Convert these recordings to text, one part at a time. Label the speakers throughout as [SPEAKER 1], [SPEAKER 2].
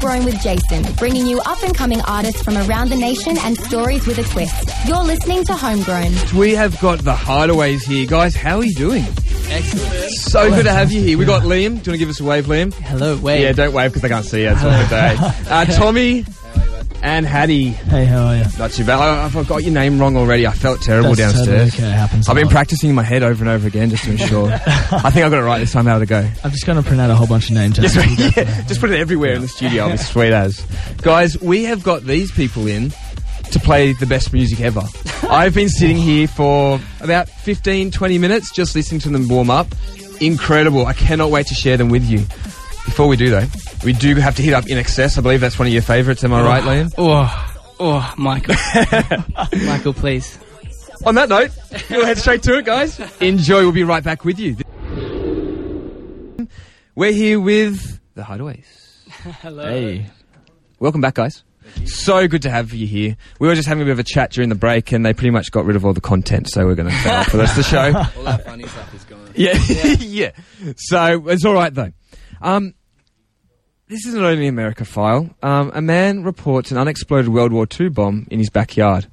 [SPEAKER 1] Growing with Jason, bringing you up and coming artists from around the nation and stories with a twist. You're listening to Homegrown.
[SPEAKER 2] We have got the hideaways here. Guys, how are you doing? Excellent. So good to have you here. We got Liam. Do you want to give us a wave, Liam?
[SPEAKER 3] Hello, wait.
[SPEAKER 2] Yeah, don't wave because they can't see you. It's all day. Uh, Tommy and Hattie.
[SPEAKER 3] Hey, how are you?
[SPEAKER 2] Not too bad. I, I got your name wrong already. I felt terrible
[SPEAKER 3] That's totally
[SPEAKER 2] downstairs.
[SPEAKER 3] okay. It happens. a
[SPEAKER 2] I've been
[SPEAKER 3] lot.
[SPEAKER 2] practicing in my head over and over again just to ensure. I think I got it right this time. How to go?
[SPEAKER 3] I'm just going to print out a whole bunch of name tags.
[SPEAKER 2] Just, yeah, just put it everywhere in the studio. I'll be sweet as. Guys, we have got these people in to play the best music ever. I've been sitting here for about 15, 20 minutes just listening to them warm up. Incredible. I cannot wait to share them with you. Before we do, though, we do have to hit up In Excess. I believe that's one of your favourites. Am I right, Liam?
[SPEAKER 4] Oh, oh, Michael. Michael, please.
[SPEAKER 2] On that note, we'll head straight to it, guys. Enjoy. We'll be right back with you. We're here with the Hideaways.
[SPEAKER 4] Hello.
[SPEAKER 2] Hey. Welcome back, guys. So good to have you here. We were just having a bit of a chat during the break, and they pretty much got rid of all the content, so we're going to fail for the rest of the show.
[SPEAKER 5] All that funny stuff is gone.
[SPEAKER 2] Yeah, yeah. So it's all right though. Um, this isn't only America file. Um, a man reports an unexploded World War II bomb in his backyard.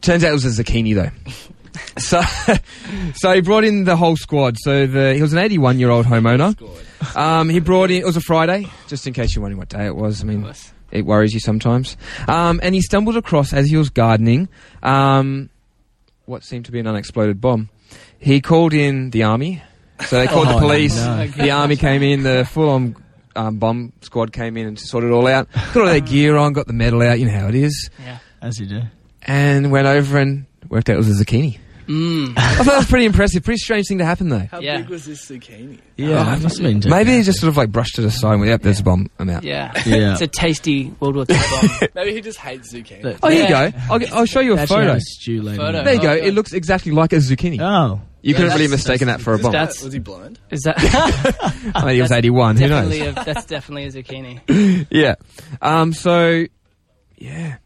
[SPEAKER 2] Turns out it was a zucchini though. So, so he brought in the whole squad. So the, he was an 81 year old homeowner. Um, he brought in. It was a Friday, just in case you're wondering what day it was. I mean,
[SPEAKER 4] was.
[SPEAKER 2] it worries you sometimes. Um, and he stumbled across as he was gardening um, what seemed to be an unexploded bomb. He called in the army. So they called the
[SPEAKER 3] Oh,
[SPEAKER 2] police.
[SPEAKER 3] no.
[SPEAKER 2] The army came in. The full-on um, bomb squad came in and sorted it all out. Got all their gear on. Got the medal out. You know how it is.
[SPEAKER 4] Yeah.
[SPEAKER 3] As you do.
[SPEAKER 2] And went over and worked out it was a zucchini.
[SPEAKER 4] Mm.
[SPEAKER 2] I thought that was pretty impressive. Pretty strange thing to happen though.
[SPEAKER 5] How
[SPEAKER 4] Yeah.
[SPEAKER 5] big was this zucchini?
[SPEAKER 3] Yeah, it Oh, must have been.
[SPEAKER 2] Maybe he just sort of like brushed it aside. and went, Yep, there's a bomb. I'm out.
[SPEAKER 4] Yeah.
[SPEAKER 3] Yeah.
[SPEAKER 4] It's a tasty World War II bomb.
[SPEAKER 5] Maybe he just hates zucchini.
[SPEAKER 3] Look,
[SPEAKER 2] Oh, here
[SPEAKER 4] Yeah.
[SPEAKER 2] you go. I'll, get- I'll show you a
[SPEAKER 3] actually
[SPEAKER 2] photo.
[SPEAKER 3] had a stew later.
[SPEAKER 4] Photo.
[SPEAKER 2] There you go.
[SPEAKER 5] Oh,
[SPEAKER 2] It looks exactly like a zucchini.
[SPEAKER 3] Oh,
[SPEAKER 2] you couldn't
[SPEAKER 5] That's-
[SPEAKER 2] really have mistaken that for a
[SPEAKER 5] Is
[SPEAKER 2] bomb.
[SPEAKER 5] that-
[SPEAKER 4] That's-
[SPEAKER 5] was he blind?
[SPEAKER 4] Is that
[SPEAKER 2] I mean, he was 81. Who knows?
[SPEAKER 4] definitely a, that's definitely a zucchini.
[SPEAKER 2] Yeah. Um, so, yeah.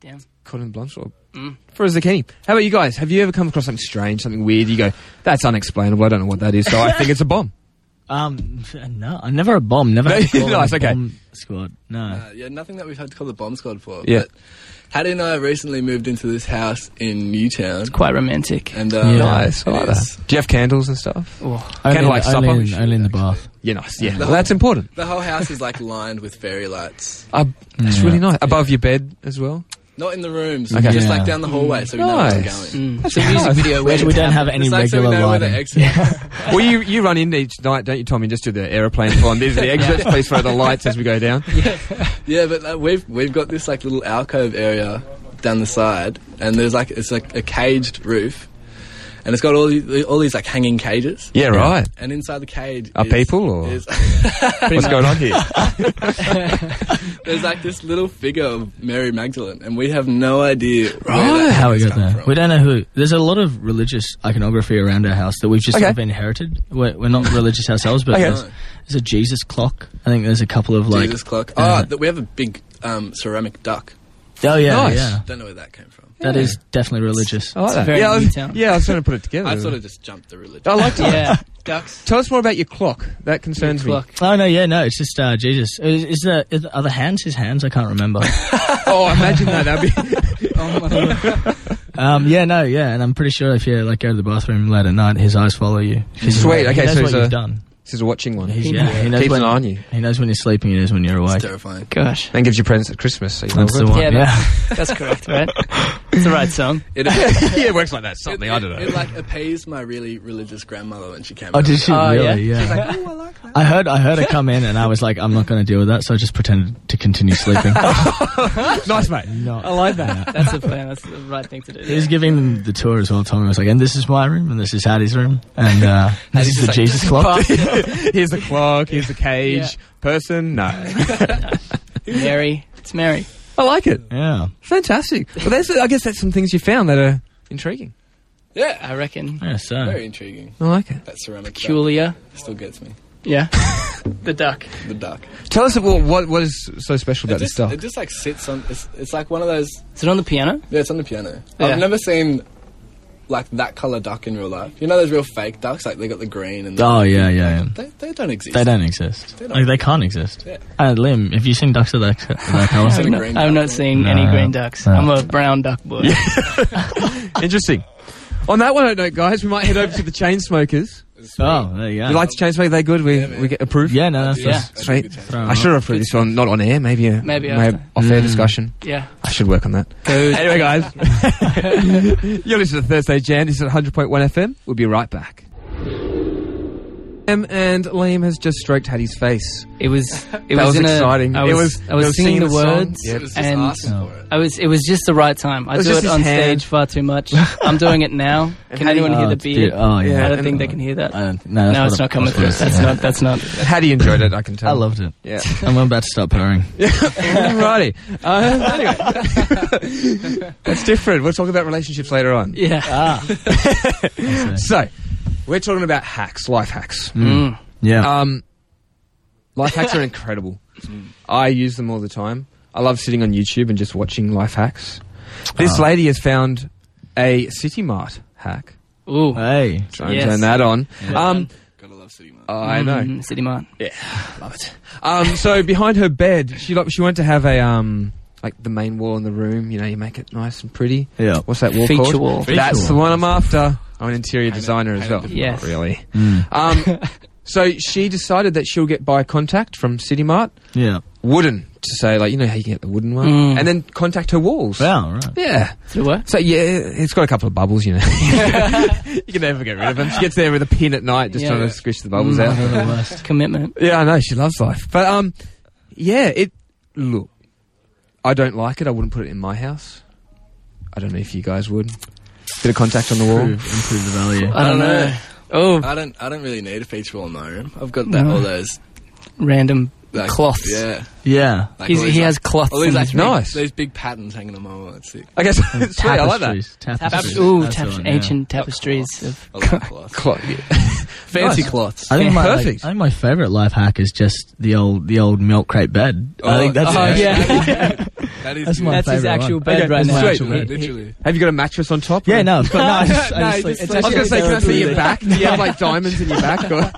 [SPEAKER 4] Damn.
[SPEAKER 2] Caught in Blunshore. For a zucchini. How about you guys? Have you ever come across something strange, something weird? You go, that's unexplainable. I don't know what that is. So I think it's a bomb.
[SPEAKER 3] um, no, I'm never a bomb. Never.
[SPEAKER 2] No,
[SPEAKER 3] had to call
[SPEAKER 2] nice,
[SPEAKER 3] a
[SPEAKER 2] okay.
[SPEAKER 3] bomb Squad. No.
[SPEAKER 5] Uh, yeah, nothing that we've had to call the bomb squad for.
[SPEAKER 2] Yeah.
[SPEAKER 5] But Hattie and I recently moved into this house in Newtown.
[SPEAKER 4] Quite romantic.
[SPEAKER 5] And, uh,
[SPEAKER 3] Yeah.
[SPEAKER 2] Nice. I
[SPEAKER 5] it
[SPEAKER 2] like
[SPEAKER 5] is.
[SPEAKER 2] that. Do you have candles and stuff?
[SPEAKER 4] Oh,
[SPEAKER 3] Only,
[SPEAKER 2] Kinda like
[SPEAKER 3] in, only,
[SPEAKER 2] supper.
[SPEAKER 3] in, only in the bath.
[SPEAKER 2] Yeah, nice. Yeah. Well, that's important.
[SPEAKER 5] The whole house is like lined with fairy lights.
[SPEAKER 2] Uh, that's
[SPEAKER 3] Yeah.
[SPEAKER 2] really nice. Above your bed as well.
[SPEAKER 5] Not in the rooms,
[SPEAKER 2] Okay.
[SPEAKER 3] Yeah.
[SPEAKER 5] just
[SPEAKER 3] Mm.
[SPEAKER 5] like down the hallway so we know where we're
[SPEAKER 2] Nice.
[SPEAKER 5] going.
[SPEAKER 2] That's really nice.
[SPEAKER 3] Which we don't have any
[SPEAKER 5] Just like so we
[SPEAKER 3] regular
[SPEAKER 5] know where the
[SPEAKER 3] lighting.
[SPEAKER 5] exit is.
[SPEAKER 2] well, you, you run in each night, don't you, Tommy? Just do the aeroplane form. These are the exits. Please follow the lights as we go down.
[SPEAKER 5] Yeah, but like, we've we've got this like little alcove area down the side, and there's like it's like a caged roof, and it's got all these, all these like hanging cages.
[SPEAKER 2] Yeah, right.
[SPEAKER 5] And inside the cage
[SPEAKER 2] Are
[SPEAKER 5] is-
[SPEAKER 2] people or-
[SPEAKER 5] is-
[SPEAKER 2] What's going on here?
[SPEAKER 5] there's like this little figure of Mary Magdalene, and we have no idea where
[SPEAKER 2] Right.
[SPEAKER 5] that
[SPEAKER 3] How we
[SPEAKER 5] figure's
[SPEAKER 3] got
[SPEAKER 5] come
[SPEAKER 3] there?
[SPEAKER 5] from.
[SPEAKER 3] We don't know who. There's a lot of religious iconography around our house that we've just
[SPEAKER 2] Okay.
[SPEAKER 3] sort of inherited. We're, we're not religious ourselves, but
[SPEAKER 2] Okay.
[SPEAKER 3] there's, there's a Jesus clock. I think there's a couple of like.
[SPEAKER 5] Jesus clock. Oh,
[SPEAKER 2] uh,
[SPEAKER 3] Yeah.
[SPEAKER 5] th- we have a big um, ceramic duck.
[SPEAKER 3] Oh yeah,
[SPEAKER 2] Nice.
[SPEAKER 3] yeah.
[SPEAKER 5] Don't know where that came from.
[SPEAKER 3] That is definitely religious.
[SPEAKER 2] I like that.
[SPEAKER 4] very
[SPEAKER 2] yeah, I was,
[SPEAKER 4] detailed.
[SPEAKER 2] yeah, I was trying to put it together.
[SPEAKER 5] I sort of just jumped the religion.
[SPEAKER 2] I liked it.
[SPEAKER 4] yeah. Ducks.
[SPEAKER 2] Tell us more about your clock. That concerns
[SPEAKER 4] Clock.
[SPEAKER 3] Oh no, yeah, no, it's just uh, Jesus. Is, is the is, are the hands his hands? I can't remember.
[SPEAKER 2] me. Oh, imagine that. That'd be. Oh
[SPEAKER 3] um, yeah, no, yeah, and I'm pretty sure if you like go to the bathroom late at night, his eyes follow you. 'Cause he-
[SPEAKER 2] Sweet,
[SPEAKER 3] He
[SPEAKER 2] okay,
[SPEAKER 3] knows
[SPEAKER 2] so
[SPEAKER 3] what
[SPEAKER 2] he's
[SPEAKER 3] you've
[SPEAKER 2] a-
[SPEAKER 3] done.
[SPEAKER 2] This is a watching one.
[SPEAKER 3] He's, yeah, he knows
[SPEAKER 2] keeps
[SPEAKER 3] when,
[SPEAKER 2] an eye on you.
[SPEAKER 3] He knows when you're sleeping. He knows when you're awake.
[SPEAKER 5] It's terrifying.
[SPEAKER 4] Gosh.
[SPEAKER 2] And gives you presents at Christmas. So you
[SPEAKER 3] That's the one.
[SPEAKER 4] Yeah,
[SPEAKER 3] Yeah,
[SPEAKER 4] That's correct, right? It's the right song.
[SPEAKER 5] It,
[SPEAKER 2] yeah, it works like that. Something I don't
[SPEAKER 5] it,
[SPEAKER 2] know.
[SPEAKER 5] it like appeased my really religious grandmother when she came.
[SPEAKER 3] Oh,
[SPEAKER 5] over.
[SPEAKER 3] did she
[SPEAKER 4] Oh,
[SPEAKER 3] really?
[SPEAKER 4] yeah.
[SPEAKER 3] Yeah. I heard. I heard her come in, and I was like, "I'm not going to deal with that," so I just pretended to continue sleeping.
[SPEAKER 2] nice, mate.
[SPEAKER 3] Not-
[SPEAKER 4] like that. That's the plan. That's the right thing to do.
[SPEAKER 3] He was giving them the tour as well. Tommy was like, "And this is my room, and this is Hattie's room, and uh, this is the Jesus clock."
[SPEAKER 2] Here's the clock. Here's the cage.
[SPEAKER 4] Yeah.
[SPEAKER 2] Person. No,
[SPEAKER 4] Mary. It's Mary.
[SPEAKER 2] I like it.
[SPEAKER 3] yeah,
[SPEAKER 2] Fantastic. Well, that's. I guess that's some things you found that are intriguing.
[SPEAKER 5] Yeah,
[SPEAKER 4] I reckon.
[SPEAKER 3] yeah. So
[SPEAKER 5] very intriguing.
[SPEAKER 2] I like it.
[SPEAKER 5] That ceramic duck
[SPEAKER 4] Julia.
[SPEAKER 5] still gets me.
[SPEAKER 4] Yeah. the duck.
[SPEAKER 5] The duck.
[SPEAKER 2] Tell us what what, what is so special about
[SPEAKER 5] it just,
[SPEAKER 2] this
[SPEAKER 5] It
[SPEAKER 2] stuff.
[SPEAKER 5] just like sits on. It's, it's like one of those.
[SPEAKER 4] Is it on the piano?
[SPEAKER 5] Yeah, it's on the piano.
[SPEAKER 4] Yeah.
[SPEAKER 5] I've never seen like that color duck in real life. You know those real fake ducks, like they got the green and the,
[SPEAKER 3] Oh yeah, yeah, yeah.
[SPEAKER 5] they they don't exist.
[SPEAKER 3] They don't exist.
[SPEAKER 5] They don't.
[SPEAKER 3] Like they can't exist.
[SPEAKER 5] Yeah.
[SPEAKER 3] Uh, Liam, have you seen ducks of that, of that colour?
[SPEAKER 5] Seen a
[SPEAKER 4] No,
[SPEAKER 5] green
[SPEAKER 4] I'm
[SPEAKER 5] duck.
[SPEAKER 4] not seeing any
[SPEAKER 3] No,
[SPEAKER 4] green ducks.
[SPEAKER 3] no.
[SPEAKER 4] I'm a brown duck boy.
[SPEAKER 2] Interesting. On that one note, guys, we might head over to the chain smokers.
[SPEAKER 3] Oh, there you go.
[SPEAKER 2] You like the chain smoker? They good? We we get approved.
[SPEAKER 3] yeah, no, that's
[SPEAKER 4] Yeah.
[SPEAKER 3] that's-
[SPEAKER 2] Sweet.
[SPEAKER 3] Fair
[SPEAKER 2] I
[SPEAKER 3] enough.
[SPEAKER 2] should approve this one, not on air. Maybe a,
[SPEAKER 4] Maybe
[SPEAKER 2] may-
[SPEAKER 4] after.
[SPEAKER 2] off air
[SPEAKER 3] Mm.
[SPEAKER 2] discussion.
[SPEAKER 4] Yeah.
[SPEAKER 2] I should work on that. Anyway, guys, you're listening to Thursday Jam. This is 100.1 FM. We'll be right back. Em and Liam has just stroked Hattie's face.
[SPEAKER 4] It was. It
[SPEAKER 2] That was
[SPEAKER 4] in a-
[SPEAKER 2] exciting.
[SPEAKER 4] I
[SPEAKER 2] It
[SPEAKER 4] was,
[SPEAKER 2] was-
[SPEAKER 4] I was
[SPEAKER 2] they were
[SPEAKER 4] singing the,
[SPEAKER 2] singing the song.
[SPEAKER 4] words,
[SPEAKER 2] Yeah. It
[SPEAKER 5] It's just
[SPEAKER 4] and
[SPEAKER 5] asking
[SPEAKER 3] No.
[SPEAKER 5] for it.
[SPEAKER 4] I was. It was just the right time. I
[SPEAKER 2] was
[SPEAKER 4] do
[SPEAKER 2] just
[SPEAKER 4] it
[SPEAKER 2] his
[SPEAKER 4] on
[SPEAKER 2] hand.
[SPEAKER 4] stage far too much. I'm doing it now. Can anyone
[SPEAKER 3] Oh,
[SPEAKER 4] hear the
[SPEAKER 3] it's
[SPEAKER 4] beat?
[SPEAKER 3] beaut- Oh yeah.
[SPEAKER 2] Yeah.
[SPEAKER 4] I
[SPEAKER 2] and-
[SPEAKER 4] don't think they can hear that.
[SPEAKER 3] I don't, uh, no, that's
[SPEAKER 4] no,
[SPEAKER 3] what
[SPEAKER 4] it's
[SPEAKER 3] I-
[SPEAKER 4] not coming
[SPEAKER 3] that's what
[SPEAKER 4] through.
[SPEAKER 3] I
[SPEAKER 4] That's
[SPEAKER 3] said.
[SPEAKER 4] not. That's not.
[SPEAKER 2] Hattie enjoyed it, I can tell.
[SPEAKER 3] I loved it.
[SPEAKER 2] Yeah.
[SPEAKER 3] I'm about to start purring.
[SPEAKER 2] Alrighty. Uh, anyway, that's different. We'll talk about relationships later on.
[SPEAKER 4] Yeah.
[SPEAKER 2] So, we're talking about hacks, life hacks.
[SPEAKER 4] Mm.
[SPEAKER 3] Yeah.
[SPEAKER 2] Um, life hacks are incredible. I use them all the time. I love sitting on YouTube and just watching life hacks. This
[SPEAKER 3] Oh.
[SPEAKER 4] Ah.
[SPEAKER 2] lady has found a City Mart hack.
[SPEAKER 3] Mm.
[SPEAKER 4] Ooh.
[SPEAKER 3] hey.
[SPEAKER 2] Try and
[SPEAKER 4] Yes.
[SPEAKER 2] turn that on. Um,
[SPEAKER 5] Gotta love City Mart.
[SPEAKER 2] I know.
[SPEAKER 4] Mm, City Mart.
[SPEAKER 2] Love it. Um, so behind her bed, she like she wanted to have a um like the main wall in the room. You know, you make it nice and pretty.
[SPEAKER 3] Yeah.
[SPEAKER 2] What's that wall
[SPEAKER 4] Feature
[SPEAKER 2] called?
[SPEAKER 4] wall.
[SPEAKER 2] That's
[SPEAKER 3] Feature
[SPEAKER 2] the
[SPEAKER 3] wall.
[SPEAKER 2] one I'm after. I'm an interior designer as
[SPEAKER 5] paint it
[SPEAKER 2] well.
[SPEAKER 5] different.
[SPEAKER 4] Yes.
[SPEAKER 2] really.
[SPEAKER 3] Mm.
[SPEAKER 2] Um, so she decided that she'll get by contact from City Mart
[SPEAKER 3] Yeah.
[SPEAKER 2] wooden to say like you know how you can get the wooden one
[SPEAKER 4] Mm.
[SPEAKER 2] and then contact her walls
[SPEAKER 3] Wow. Right.
[SPEAKER 2] yeah
[SPEAKER 4] Through what?
[SPEAKER 2] so yeah it's got a couple of bubbles you know you can never get rid of them she gets there with a pin at night just
[SPEAKER 4] Yeah.
[SPEAKER 2] trying to squish the bubbles out
[SPEAKER 3] They're the worst.
[SPEAKER 4] Commitment.
[SPEAKER 2] yeah I know she loves life but um yeah it look I don't like it I wouldn't put it in my house I don't know if you guys would bit of contact on the
[SPEAKER 3] Improve,
[SPEAKER 2] wall
[SPEAKER 3] improve the value.
[SPEAKER 4] I
[SPEAKER 2] Uh,
[SPEAKER 4] don't
[SPEAKER 5] dunno.
[SPEAKER 4] know. Oh,
[SPEAKER 5] I don't. I don't really need a feature wall in my room. I've got that,
[SPEAKER 4] No.
[SPEAKER 5] all those
[SPEAKER 4] random
[SPEAKER 5] like,
[SPEAKER 4] cloths.
[SPEAKER 5] Yeah,
[SPEAKER 3] Yeah.
[SPEAKER 5] like
[SPEAKER 4] He's,
[SPEAKER 5] all these,
[SPEAKER 4] he
[SPEAKER 5] like-
[SPEAKER 4] has cloths.
[SPEAKER 5] all these
[SPEAKER 4] in
[SPEAKER 5] like
[SPEAKER 4] his
[SPEAKER 5] big-
[SPEAKER 2] Nice.
[SPEAKER 5] those big patterns hanging on my wall. That's sick.
[SPEAKER 2] I guess it's sweet I like that
[SPEAKER 3] Tapestries. Tapestries.
[SPEAKER 4] Ooh,
[SPEAKER 3] That's the
[SPEAKER 4] tapest-
[SPEAKER 3] one, yeah.
[SPEAKER 4] ancient tapestries of.
[SPEAKER 5] I love cloths.
[SPEAKER 2] Clock.
[SPEAKER 5] Fancy
[SPEAKER 2] Nice.
[SPEAKER 5] cloths.
[SPEAKER 3] I think my like,
[SPEAKER 2] Perfect.
[SPEAKER 3] I think my favorite life hack is just the old the old milk crate bed. I
[SPEAKER 5] Oh,
[SPEAKER 3] think that's
[SPEAKER 5] oh,
[SPEAKER 3] it.
[SPEAKER 5] yeah. That is
[SPEAKER 3] That's
[SPEAKER 5] good.
[SPEAKER 3] my
[SPEAKER 4] That's his
[SPEAKER 3] favorite
[SPEAKER 4] actual
[SPEAKER 3] one.
[SPEAKER 4] bed
[SPEAKER 2] Okay,
[SPEAKER 4] right
[SPEAKER 3] that's
[SPEAKER 4] now.
[SPEAKER 3] my
[SPEAKER 2] sweet.
[SPEAKER 3] actual bed.
[SPEAKER 5] literally.
[SPEAKER 2] have you got a mattress on top
[SPEAKER 3] Yeah,
[SPEAKER 2] or-
[SPEAKER 3] no, of course- no, I just, I
[SPEAKER 2] No,
[SPEAKER 3] just,
[SPEAKER 2] just
[SPEAKER 3] like, it's
[SPEAKER 2] I was
[SPEAKER 3] actually
[SPEAKER 2] going to say,
[SPEAKER 3] like
[SPEAKER 2] can I
[SPEAKER 3] they're
[SPEAKER 2] see your
[SPEAKER 3] really-
[SPEAKER 2] back? Do you have like diamonds in your back? Or?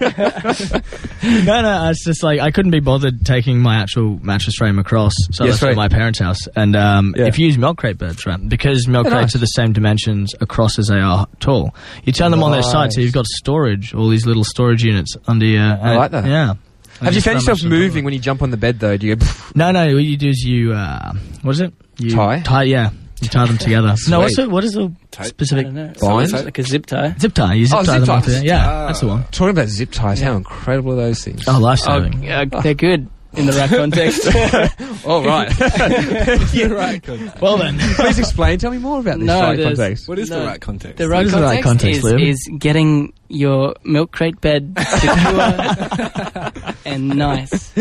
[SPEAKER 3] No, no, it's just like I couldn't be bothered taking my actual mattress frame across, so
[SPEAKER 2] Yes,
[SPEAKER 3] I left it
[SPEAKER 2] right.
[SPEAKER 3] at my parents' house. And um,
[SPEAKER 2] Yeah.
[SPEAKER 3] if you use milk crate beds, right, because milk
[SPEAKER 2] Oh,
[SPEAKER 3] crates
[SPEAKER 2] nice.
[SPEAKER 3] are the same dimensions across as they are tall, you turn them on their side, so
[SPEAKER 2] Nice.
[SPEAKER 3] you've got storage, all these little storage units under your.
[SPEAKER 2] I like that.
[SPEAKER 3] Yeah.
[SPEAKER 2] Have you
[SPEAKER 3] Just
[SPEAKER 2] found
[SPEAKER 3] how much
[SPEAKER 2] yourself
[SPEAKER 3] is on it.
[SPEAKER 2] moving when you jump on the bed though? Do you?
[SPEAKER 3] No, no. What you do is you uh, what is it? You
[SPEAKER 2] Tie?
[SPEAKER 3] Tie, yeah. You tie them together. no, what's
[SPEAKER 2] Sweet.
[SPEAKER 3] it? What is the
[SPEAKER 5] Tie-
[SPEAKER 4] I
[SPEAKER 3] specific
[SPEAKER 4] don't know.
[SPEAKER 2] Bind?
[SPEAKER 4] Like a zip tie.
[SPEAKER 3] zip tie? You zip
[SPEAKER 2] Oh, zip
[SPEAKER 3] tie them
[SPEAKER 2] ties.
[SPEAKER 3] onto it. Yeah,
[SPEAKER 5] Ah.
[SPEAKER 3] that's the one.
[SPEAKER 2] Talking about zip ties, how incredible are those things?
[SPEAKER 3] Oh, life
[SPEAKER 4] Oh,
[SPEAKER 3] saving.
[SPEAKER 4] uh, they're good in the right context.
[SPEAKER 2] oh right.
[SPEAKER 5] You're right.
[SPEAKER 3] well then,
[SPEAKER 2] Please explain. Tell me more about this.
[SPEAKER 4] No,
[SPEAKER 2] sorry,
[SPEAKER 4] there's-
[SPEAKER 2] context.
[SPEAKER 5] What is
[SPEAKER 4] No.
[SPEAKER 5] the right context?
[SPEAKER 4] The right
[SPEAKER 3] is
[SPEAKER 4] context,
[SPEAKER 3] the right context,
[SPEAKER 4] is,
[SPEAKER 3] Liam?
[SPEAKER 4] is getting your milk crate bed secure and nice.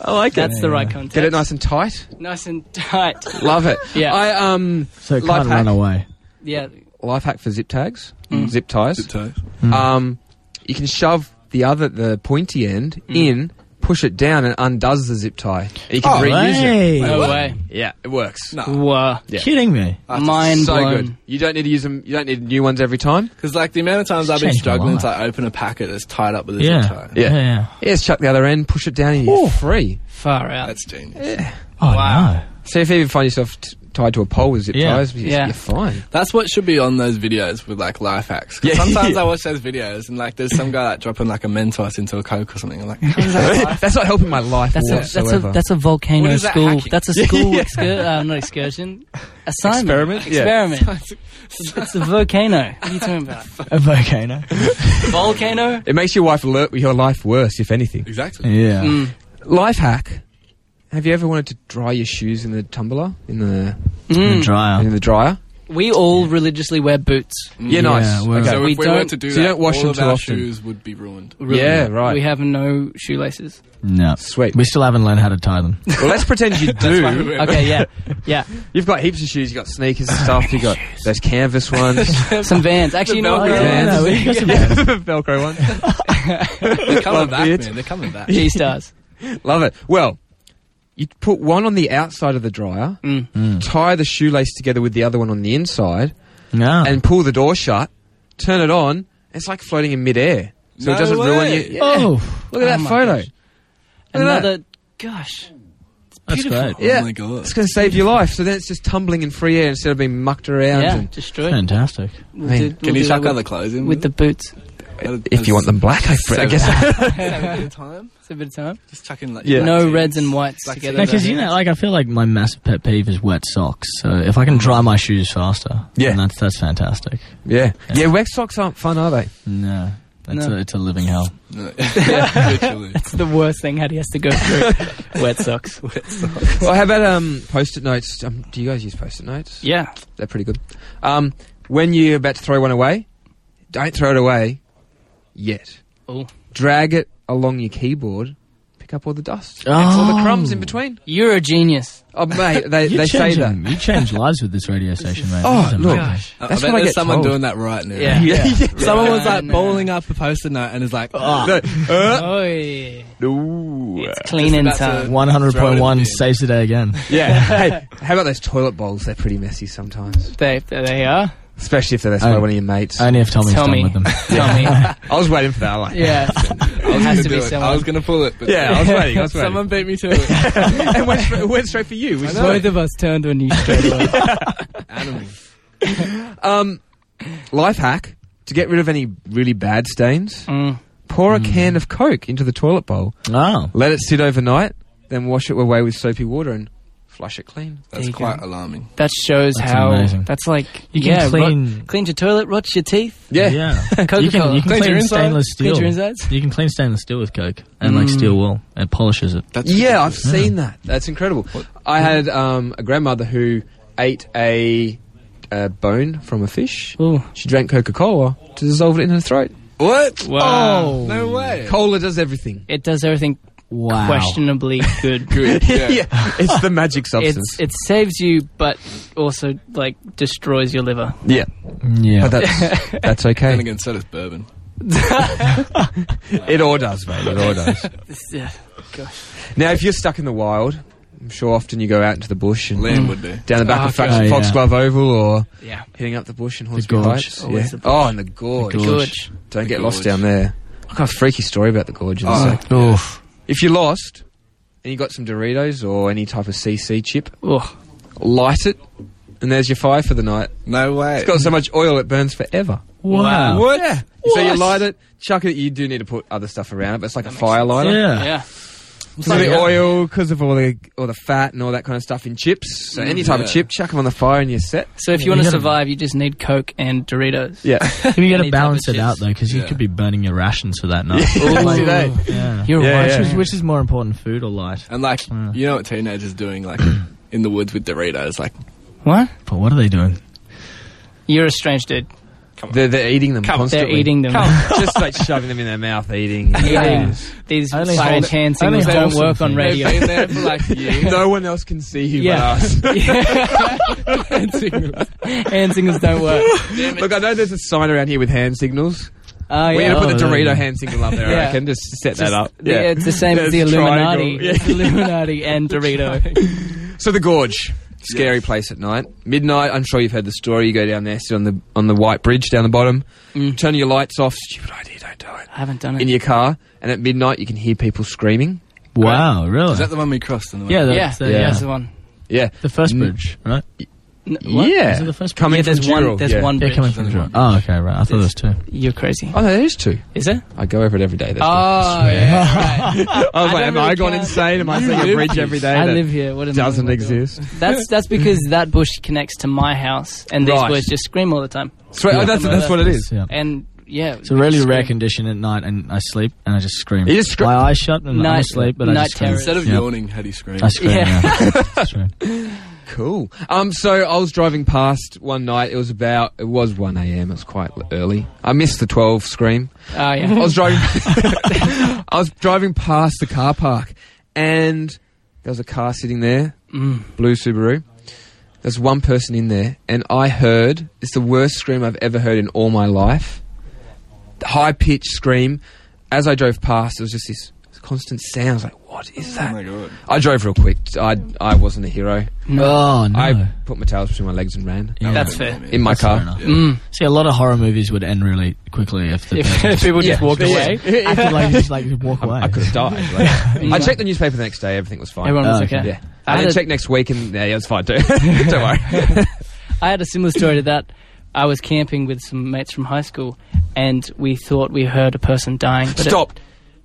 [SPEAKER 2] I like
[SPEAKER 4] That's the right context.
[SPEAKER 2] Get it nice and tight.
[SPEAKER 4] nice and tight.
[SPEAKER 2] Love it.
[SPEAKER 4] Yeah.
[SPEAKER 2] I um
[SPEAKER 3] so it
[SPEAKER 2] Life
[SPEAKER 3] can't
[SPEAKER 2] hack.
[SPEAKER 3] run away.
[SPEAKER 4] Yeah.
[SPEAKER 2] life hack for zip tags, zip ties.
[SPEAKER 5] Tie.
[SPEAKER 2] Um, you can shove the other the pointy end in, push it down, and undoes the zip tie. You can
[SPEAKER 3] Oh,
[SPEAKER 2] reuse
[SPEAKER 3] hey.
[SPEAKER 2] it.
[SPEAKER 4] No way.
[SPEAKER 2] Yeah, it works.
[SPEAKER 5] No,
[SPEAKER 4] Wow.
[SPEAKER 2] Yeah.
[SPEAKER 3] Kidding me?
[SPEAKER 4] Mind
[SPEAKER 2] so
[SPEAKER 4] blown.
[SPEAKER 2] good. You don't need to use them. You don't need new ones every time.
[SPEAKER 5] because like the amount of times I've been
[SPEAKER 3] Changed my
[SPEAKER 5] struggling
[SPEAKER 3] life.
[SPEAKER 5] to like, open a packet that's tied up with a
[SPEAKER 3] Yeah.
[SPEAKER 5] zip tie.
[SPEAKER 2] Yeah.
[SPEAKER 3] Yeah. yeah.
[SPEAKER 2] Yeah, just chuck the other end, push it down, and you're
[SPEAKER 3] Ooh.
[SPEAKER 2] free.
[SPEAKER 4] Far out.
[SPEAKER 5] That's genius.
[SPEAKER 3] Oh
[SPEAKER 4] Wow.
[SPEAKER 3] no.
[SPEAKER 2] So if you even find yourself t- tied to a pole with zip
[SPEAKER 3] Yeah.
[SPEAKER 2] ties, you're,
[SPEAKER 4] Yeah.
[SPEAKER 2] you're fine.
[SPEAKER 5] That's what should be on those videos with like life hacks. 'Cause
[SPEAKER 2] Yeah.
[SPEAKER 5] Sometimes I watch those videos and like there's some guy like dropping like a Mentos into a Coke or something. I'm like,
[SPEAKER 2] that's not helping my life
[SPEAKER 4] That's a, that's a
[SPEAKER 2] whatsoever.
[SPEAKER 4] that's a volcano
[SPEAKER 5] What is that
[SPEAKER 4] school.
[SPEAKER 5] hacking?
[SPEAKER 4] That's a school
[SPEAKER 2] Yeah.
[SPEAKER 4] excursion. Uh, not excursion.
[SPEAKER 2] Experiment?
[SPEAKER 4] Assignment.
[SPEAKER 2] Yeah.
[SPEAKER 4] Experiment. It's- it's a volcano. What are you talking about?
[SPEAKER 3] A volcano.
[SPEAKER 4] volcano.
[SPEAKER 2] it makes your wife alert your life worse, if anything.
[SPEAKER 5] exactly.
[SPEAKER 3] yeah.
[SPEAKER 4] Mm.
[SPEAKER 2] Life hack: Have you ever wanted to dry your shoes in the tumbler in the
[SPEAKER 3] The
[SPEAKER 4] Mm.
[SPEAKER 2] in
[SPEAKER 3] dryer.
[SPEAKER 2] the dryer?
[SPEAKER 4] We all religiously wear boots.
[SPEAKER 2] Yeah, nice.
[SPEAKER 3] well-
[SPEAKER 2] Okay.
[SPEAKER 5] So
[SPEAKER 4] We
[SPEAKER 5] if we were
[SPEAKER 4] don't-
[SPEAKER 5] to do
[SPEAKER 2] so
[SPEAKER 5] that,
[SPEAKER 2] you don't wash
[SPEAKER 5] all
[SPEAKER 2] them
[SPEAKER 5] of
[SPEAKER 2] too
[SPEAKER 5] our
[SPEAKER 2] often.
[SPEAKER 5] shoes would be ruined.
[SPEAKER 2] Yeah, right.
[SPEAKER 4] We have no shoelaces.
[SPEAKER 3] No.
[SPEAKER 2] Sweet.
[SPEAKER 3] We still haven't learned how to tie them.
[SPEAKER 2] well, let's pretend you do.
[SPEAKER 4] Okay, yeah, yeah.
[SPEAKER 2] You've got heaps of shoes. You've got sneakers and stuff. You've got those canvas ones,
[SPEAKER 4] Some Vans. Actually, you know what?
[SPEAKER 5] Velcro
[SPEAKER 4] Vans.
[SPEAKER 2] Vans.
[SPEAKER 3] no, we got some
[SPEAKER 2] Yeah, Velcro ones.
[SPEAKER 5] They're coming
[SPEAKER 2] Love
[SPEAKER 5] back,
[SPEAKER 2] it.
[SPEAKER 5] man. They're coming back.
[SPEAKER 4] G stars.
[SPEAKER 2] Love it. Well, you
[SPEAKER 4] Mm.
[SPEAKER 3] Mm.
[SPEAKER 2] put one on the outside of the dryer, tie the shoelace together with the other one on the inside,
[SPEAKER 3] No.
[SPEAKER 2] and pull the door shut, turn it on. It's like floating in midair, so it
[SPEAKER 5] No
[SPEAKER 2] doesn't
[SPEAKER 5] way.
[SPEAKER 2] ruin you. Yeah.
[SPEAKER 3] oh,
[SPEAKER 2] Look at
[SPEAKER 4] Oh
[SPEAKER 2] that
[SPEAKER 4] my
[SPEAKER 2] photo. Look
[SPEAKER 4] gosh.
[SPEAKER 2] at that.
[SPEAKER 4] Another, gosh.
[SPEAKER 3] that's
[SPEAKER 4] Beautiful.
[SPEAKER 3] great.
[SPEAKER 2] Yeah.
[SPEAKER 5] Oh my god.
[SPEAKER 2] It's going to save your life. So then it's just tumbling in free air instead of being mucked around.
[SPEAKER 4] Yeah,
[SPEAKER 2] And,
[SPEAKER 4] destroyed.
[SPEAKER 3] Fantastic.
[SPEAKER 4] We'll
[SPEAKER 2] Hey,
[SPEAKER 4] do-
[SPEAKER 5] Can
[SPEAKER 4] we'll
[SPEAKER 5] you
[SPEAKER 4] do
[SPEAKER 5] chuck
[SPEAKER 4] that
[SPEAKER 5] other
[SPEAKER 4] with,
[SPEAKER 5] clothes in
[SPEAKER 4] with the boots?
[SPEAKER 2] if you want them black, I, I guess.
[SPEAKER 5] time,
[SPEAKER 4] It's a bit of time.
[SPEAKER 5] just chuck in like
[SPEAKER 2] Yeah.
[SPEAKER 4] No reds and whites
[SPEAKER 5] Black
[SPEAKER 4] together.
[SPEAKER 5] No,
[SPEAKER 3] No, because you know, like I feel like my massive pet peeve is wet socks. So if I can dry my shoes faster,
[SPEAKER 2] Yeah.
[SPEAKER 3] then that's that's fantastic.
[SPEAKER 2] yeah, yeah. Wax socks aren't fun, are they?
[SPEAKER 3] No, that's
[SPEAKER 4] No.
[SPEAKER 3] A, it's a living hell.
[SPEAKER 5] No. Literally.
[SPEAKER 4] It's the worst thing Hattie has to go through. Wet socks.
[SPEAKER 2] well, how about um, post-it notes? Um, do you guys use post-it notes?
[SPEAKER 4] Yeah.
[SPEAKER 2] They're pretty good. Um, when you're about to throw one away, don't throw it away yet.
[SPEAKER 4] Oh.
[SPEAKER 2] Drag it along your keyboard. Pick up all the dust. It's all the crumbs in between.
[SPEAKER 4] You're a genius.
[SPEAKER 2] Oh, mate, they,
[SPEAKER 3] You
[SPEAKER 2] they say
[SPEAKER 3] change
[SPEAKER 2] that.
[SPEAKER 3] them. You change lives with this radio station, mate.
[SPEAKER 2] Oh,
[SPEAKER 3] This is
[SPEAKER 2] look.
[SPEAKER 3] amazing.
[SPEAKER 5] I-
[SPEAKER 2] That's
[SPEAKER 5] I bet
[SPEAKER 2] what I
[SPEAKER 5] there's
[SPEAKER 2] get
[SPEAKER 5] someone
[SPEAKER 2] told.
[SPEAKER 5] doing that right now.
[SPEAKER 4] Yeah.
[SPEAKER 5] Someone was like
[SPEAKER 4] Right now.
[SPEAKER 5] bowling up a poster note and is like, oh,
[SPEAKER 2] No, uh,
[SPEAKER 4] Oh, yeah.
[SPEAKER 2] no.
[SPEAKER 4] It's clean in
[SPEAKER 5] That's
[SPEAKER 4] time.
[SPEAKER 5] a-
[SPEAKER 3] One hundred point
[SPEAKER 5] Throw it in the
[SPEAKER 3] one
[SPEAKER 5] bin.
[SPEAKER 3] saves the day again.
[SPEAKER 2] Yeah. hey, how about those toilet bowls? They're pretty messy sometimes,
[SPEAKER 4] They, they are.
[SPEAKER 2] especially if they're left by
[SPEAKER 3] Oh.
[SPEAKER 2] one of your mates.
[SPEAKER 3] Only if Tommy's
[SPEAKER 4] Tell
[SPEAKER 3] done
[SPEAKER 4] me.
[SPEAKER 3] with them.
[SPEAKER 4] Tell me.
[SPEAKER 2] I was waiting for that. Like,
[SPEAKER 4] Yeah. it
[SPEAKER 5] I
[SPEAKER 4] has
[SPEAKER 5] was
[SPEAKER 4] to be
[SPEAKER 5] gonna do it.
[SPEAKER 4] someone.
[SPEAKER 5] I was going to pull it, but
[SPEAKER 2] yeah, I was waiting. I was waiting.
[SPEAKER 5] someone beat me to it.
[SPEAKER 2] it, went straight, it went straight for you. Which is
[SPEAKER 4] Both of us turned on you straight away.
[SPEAKER 5] Animal.
[SPEAKER 2] Um, life hack to get rid of any really bad stains:
[SPEAKER 4] Mm.
[SPEAKER 2] pour a can of Coke into the toilet bowl,
[SPEAKER 3] Oh,
[SPEAKER 2] let it sit overnight, then wash it away with soapy water and flush it clean.
[SPEAKER 5] That's
[SPEAKER 4] you go.
[SPEAKER 5] quite alarming.
[SPEAKER 4] That shows
[SPEAKER 3] That's
[SPEAKER 4] how.
[SPEAKER 3] amazing.
[SPEAKER 4] That's like.
[SPEAKER 3] You can
[SPEAKER 4] yeah, rot-
[SPEAKER 3] clean-
[SPEAKER 4] cleans your toilet, rots your teeth.
[SPEAKER 2] Yeah,
[SPEAKER 4] Coca-Cola.
[SPEAKER 3] You can, you can
[SPEAKER 4] Cleans
[SPEAKER 3] clean
[SPEAKER 4] your inside,
[SPEAKER 3] stainless
[SPEAKER 4] cleans
[SPEAKER 3] steel.
[SPEAKER 4] your insides. Mm.
[SPEAKER 3] You can clean stainless steel with Coke and like steel wool. It polishes it.
[SPEAKER 5] That's
[SPEAKER 2] yeah, I've seen that. That's incredible. I had um, a grandmother who ate a, a bone from a fish.
[SPEAKER 4] Ooh.
[SPEAKER 2] She drank Coca Cola to dissolve it in her throat.
[SPEAKER 5] What?
[SPEAKER 4] Wow.
[SPEAKER 3] Oh.
[SPEAKER 5] No way.
[SPEAKER 2] Cola does everything.
[SPEAKER 4] It does everything
[SPEAKER 3] Wow.
[SPEAKER 4] questionably good.
[SPEAKER 5] Good. Yeah.
[SPEAKER 2] yeah, it's the magic substance.
[SPEAKER 4] It's, it saves you, but also like destroys your liver.
[SPEAKER 2] yeah,
[SPEAKER 3] Yeah.
[SPEAKER 2] but that's that's
[SPEAKER 5] And
[SPEAKER 2] okay.
[SPEAKER 5] again, so does bourbon.
[SPEAKER 2] It all does, mate. It all does.
[SPEAKER 4] It's, uh,
[SPEAKER 2] Now, if you're stuck in the wild, I'm sure often you go out into the bush and
[SPEAKER 5] Liam would do.
[SPEAKER 2] down the back
[SPEAKER 4] Oh,
[SPEAKER 2] of Fox,
[SPEAKER 3] God. Oh,
[SPEAKER 2] Foxglove Oval or
[SPEAKER 4] yeah,
[SPEAKER 2] hitting up the bush in Hornsby
[SPEAKER 3] gorge.
[SPEAKER 2] Heights.
[SPEAKER 4] Always
[SPEAKER 2] Yeah.
[SPEAKER 4] the bush.
[SPEAKER 2] Oh, and the gorge.
[SPEAKER 3] The
[SPEAKER 4] good.
[SPEAKER 3] Gorge.
[SPEAKER 2] Don't
[SPEAKER 5] The
[SPEAKER 2] get lost
[SPEAKER 5] gorge.
[SPEAKER 2] down there. I've got a freaky story about the gorge in a
[SPEAKER 5] Oh.
[SPEAKER 2] sec.
[SPEAKER 3] Oof.
[SPEAKER 2] If you're lost and you got some Doritos or any type of CC chip,
[SPEAKER 4] Oh,
[SPEAKER 2] light it and there's your fire for the night.
[SPEAKER 5] No way.
[SPEAKER 2] It's got so much oil it burns forever.
[SPEAKER 4] Wow.
[SPEAKER 3] Wow.
[SPEAKER 2] What? Yeah. So you
[SPEAKER 4] What?
[SPEAKER 2] light it, chuck it. You do need to put other stuff around it, but it's like a fire lighter.
[SPEAKER 3] Yeah.
[SPEAKER 4] yeah.
[SPEAKER 2] Because of the oil, because of all the all the fat and all that kind of stuff in chips. So any type of
[SPEAKER 5] yeah.
[SPEAKER 2] chip, chuck them on the fire and you're set.
[SPEAKER 4] So if you
[SPEAKER 3] You
[SPEAKER 4] want to
[SPEAKER 3] gotta-
[SPEAKER 4] survive, you just need Coke and Doritos.
[SPEAKER 2] Yeah.
[SPEAKER 3] You got to
[SPEAKER 4] Any
[SPEAKER 3] balance
[SPEAKER 4] type
[SPEAKER 3] it
[SPEAKER 4] of
[SPEAKER 3] out though, because you
[SPEAKER 5] Yeah.
[SPEAKER 3] could be burning your rations for that night.
[SPEAKER 2] See that?
[SPEAKER 3] yeah.
[SPEAKER 4] You're
[SPEAKER 2] Yeah,
[SPEAKER 4] right.
[SPEAKER 2] yeah.
[SPEAKER 3] Which, is, which is more important, food or light?
[SPEAKER 5] And like, you know what teenagers doing like in the woods with Doritos? Like,
[SPEAKER 4] What?
[SPEAKER 3] But what are they doing?
[SPEAKER 4] You're a strange dude.
[SPEAKER 2] They're, they're eating them constantly.
[SPEAKER 4] They're eating them.
[SPEAKER 2] Just like shoving them in their mouth, eating.
[SPEAKER 4] Eating these
[SPEAKER 3] Only
[SPEAKER 4] strange
[SPEAKER 3] hold-
[SPEAKER 4] hand
[SPEAKER 3] only
[SPEAKER 4] signals they don't
[SPEAKER 3] wholesome
[SPEAKER 4] work on
[SPEAKER 3] things.
[SPEAKER 5] they've
[SPEAKER 4] radio.
[SPEAKER 5] been there for like years.
[SPEAKER 2] no one else can see you
[SPEAKER 4] Yeah.
[SPEAKER 2] but us.
[SPEAKER 4] hand signals. hand signals don't work.
[SPEAKER 2] Look, I know there's a sign around here with hand signals.
[SPEAKER 4] Oh,
[SPEAKER 2] We need
[SPEAKER 4] yeah.
[SPEAKER 2] to put the
[SPEAKER 3] Oh,
[SPEAKER 2] Dorito
[SPEAKER 3] yeah.
[SPEAKER 2] hand signal up there.
[SPEAKER 4] Yeah.
[SPEAKER 2] I reckon. Just set
[SPEAKER 4] Just-
[SPEAKER 2] that up.
[SPEAKER 4] yeah, it's the same as the
[SPEAKER 2] There's a
[SPEAKER 4] Illuminati.
[SPEAKER 2] triangle.
[SPEAKER 4] It's
[SPEAKER 2] Yeah.
[SPEAKER 4] Illuminati and Dorito.
[SPEAKER 2] So the gorge, scary place at night. Midnight. I'm sure you've heard the story. You go down there, sit on the on the white bridge down the bottom.
[SPEAKER 4] Mm.
[SPEAKER 2] Turn your lights off. Stupid idea. Don't do it.
[SPEAKER 4] I haven't done it.
[SPEAKER 2] in your car, and at midnight you can hear people screaming.
[SPEAKER 3] Wow, really?
[SPEAKER 5] Is that the one we crossed on the way?
[SPEAKER 3] yeah,
[SPEAKER 4] yeah,
[SPEAKER 3] that's, the- yeah.
[SPEAKER 4] that's the one.
[SPEAKER 2] Yeah,
[SPEAKER 3] The first
[SPEAKER 2] Mm.
[SPEAKER 3] bridge, right?
[SPEAKER 4] N- what?
[SPEAKER 2] yeah.
[SPEAKER 3] Is it the first bridge?
[SPEAKER 2] coming
[SPEAKER 4] Yeah, there's
[SPEAKER 2] from
[SPEAKER 4] one.
[SPEAKER 2] Dural,
[SPEAKER 4] There's
[SPEAKER 2] yeah.
[SPEAKER 4] one.
[SPEAKER 3] Yeah,
[SPEAKER 4] Bridge.
[SPEAKER 3] coming from Jordan. Oh, okay, right. I thought it was two.
[SPEAKER 4] You're crazy.
[SPEAKER 2] Oh no, there is two.
[SPEAKER 4] Is it?
[SPEAKER 2] I go every it every day. That's
[SPEAKER 4] Oh, yeah. right.
[SPEAKER 2] I was
[SPEAKER 4] I
[SPEAKER 2] like,
[SPEAKER 4] don't
[SPEAKER 2] am
[SPEAKER 4] really
[SPEAKER 2] I gone
[SPEAKER 4] count.
[SPEAKER 2] insane? Am I seeing a
[SPEAKER 5] live
[SPEAKER 2] bridge
[SPEAKER 5] here.
[SPEAKER 2] every day
[SPEAKER 4] I
[SPEAKER 2] that
[SPEAKER 4] live here. What a
[SPEAKER 2] doesn't
[SPEAKER 4] miserable
[SPEAKER 2] exist?
[SPEAKER 4] girl. That's that's because that bush connects to my house, and these
[SPEAKER 2] Right.
[SPEAKER 4] boys just scream all the time.
[SPEAKER 2] Sweet. Oh, that's, that's what it is.
[SPEAKER 3] Yeah.
[SPEAKER 4] And yeah,
[SPEAKER 3] It's a really
[SPEAKER 4] scream.
[SPEAKER 3] rare condition at night, and I sleep and I just scream.
[SPEAKER 2] You just scream?
[SPEAKER 3] My eyes shut and I'm
[SPEAKER 4] Night-
[SPEAKER 3] asleep, but I
[SPEAKER 4] night
[SPEAKER 3] just scream.
[SPEAKER 4] terrors.
[SPEAKER 5] Instead of
[SPEAKER 3] Yeah.
[SPEAKER 5] yawning, had he screamed.
[SPEAKER 3] I scream.
[SPEAKER 4] Yeah.
[SPEAKER 3] Yeah. Scream.
[SPEAKER 2] Cool. Um, so I was driving past one night. It was about it was one a.m. It was quite l- early. I missed the twelve scream.
[SPEAKER 4] Oh
[SPEAKER 2] I
[SPEAKER 4] yeah.
[SPEAKER 2] was driving. I was driving past the car park, and there was a car sitting there,
[SPEAKER 4] Mm,
[SPEAKER 2] blue Subaru. There's one person in there, and I heard it's the worst scream I've ever heard in all my life. High pitched scream. As I drove past, it was just this constant sound. I was like, what is that?
[SPEAKER 5] Oh my God.
[SPEAKER 2] I drove real quick. I, I wasn't a hero.
[SPEAKER 3] Oh no.
[SPEAKER 2] I put my tails between my legs and ran.
[SPEAKER 3] Yeah.
[SPEAKER 4] That's fair. Mm.
[SPEAKER 2] In my
[SPEAKER 3] That's fair
[SPEAKER 2] car.
[SPEAKER 3] enough. See, a lot of horror movies would end really quickly if the person
[SPEAKER 4] If people just
[SPEAKER 2] Yeah.
[SPEAKER 4] walked
[SPEAKER 2] Yeah.
[SPEAKER 4] away,
[SPEAKER 3] acted like just like walk away.
[SPEAKER 2] I could have died. like. I checked the newspaper the next day. Everything was fine.
[SPEAKER 4] everyone
[SPEAKER 3] Oh,
[SPEAKER 4] was
[SPEAKER 3] okay.
[SPEAKER 4] okay.
[SPEAKER 2] yeah. I
[SPEAKER 4] I had
[SPEAKER 2] then
[SPEAKER 4] a-
[SPEAKER 2] checked next week and yeah, it was fine too. Don't worry.
[SPEAKER 4] I had a similar story to that. I was camping with some mates from high school, and we thought we heard a person dying. but it-
[SPEAKER 2] Stop.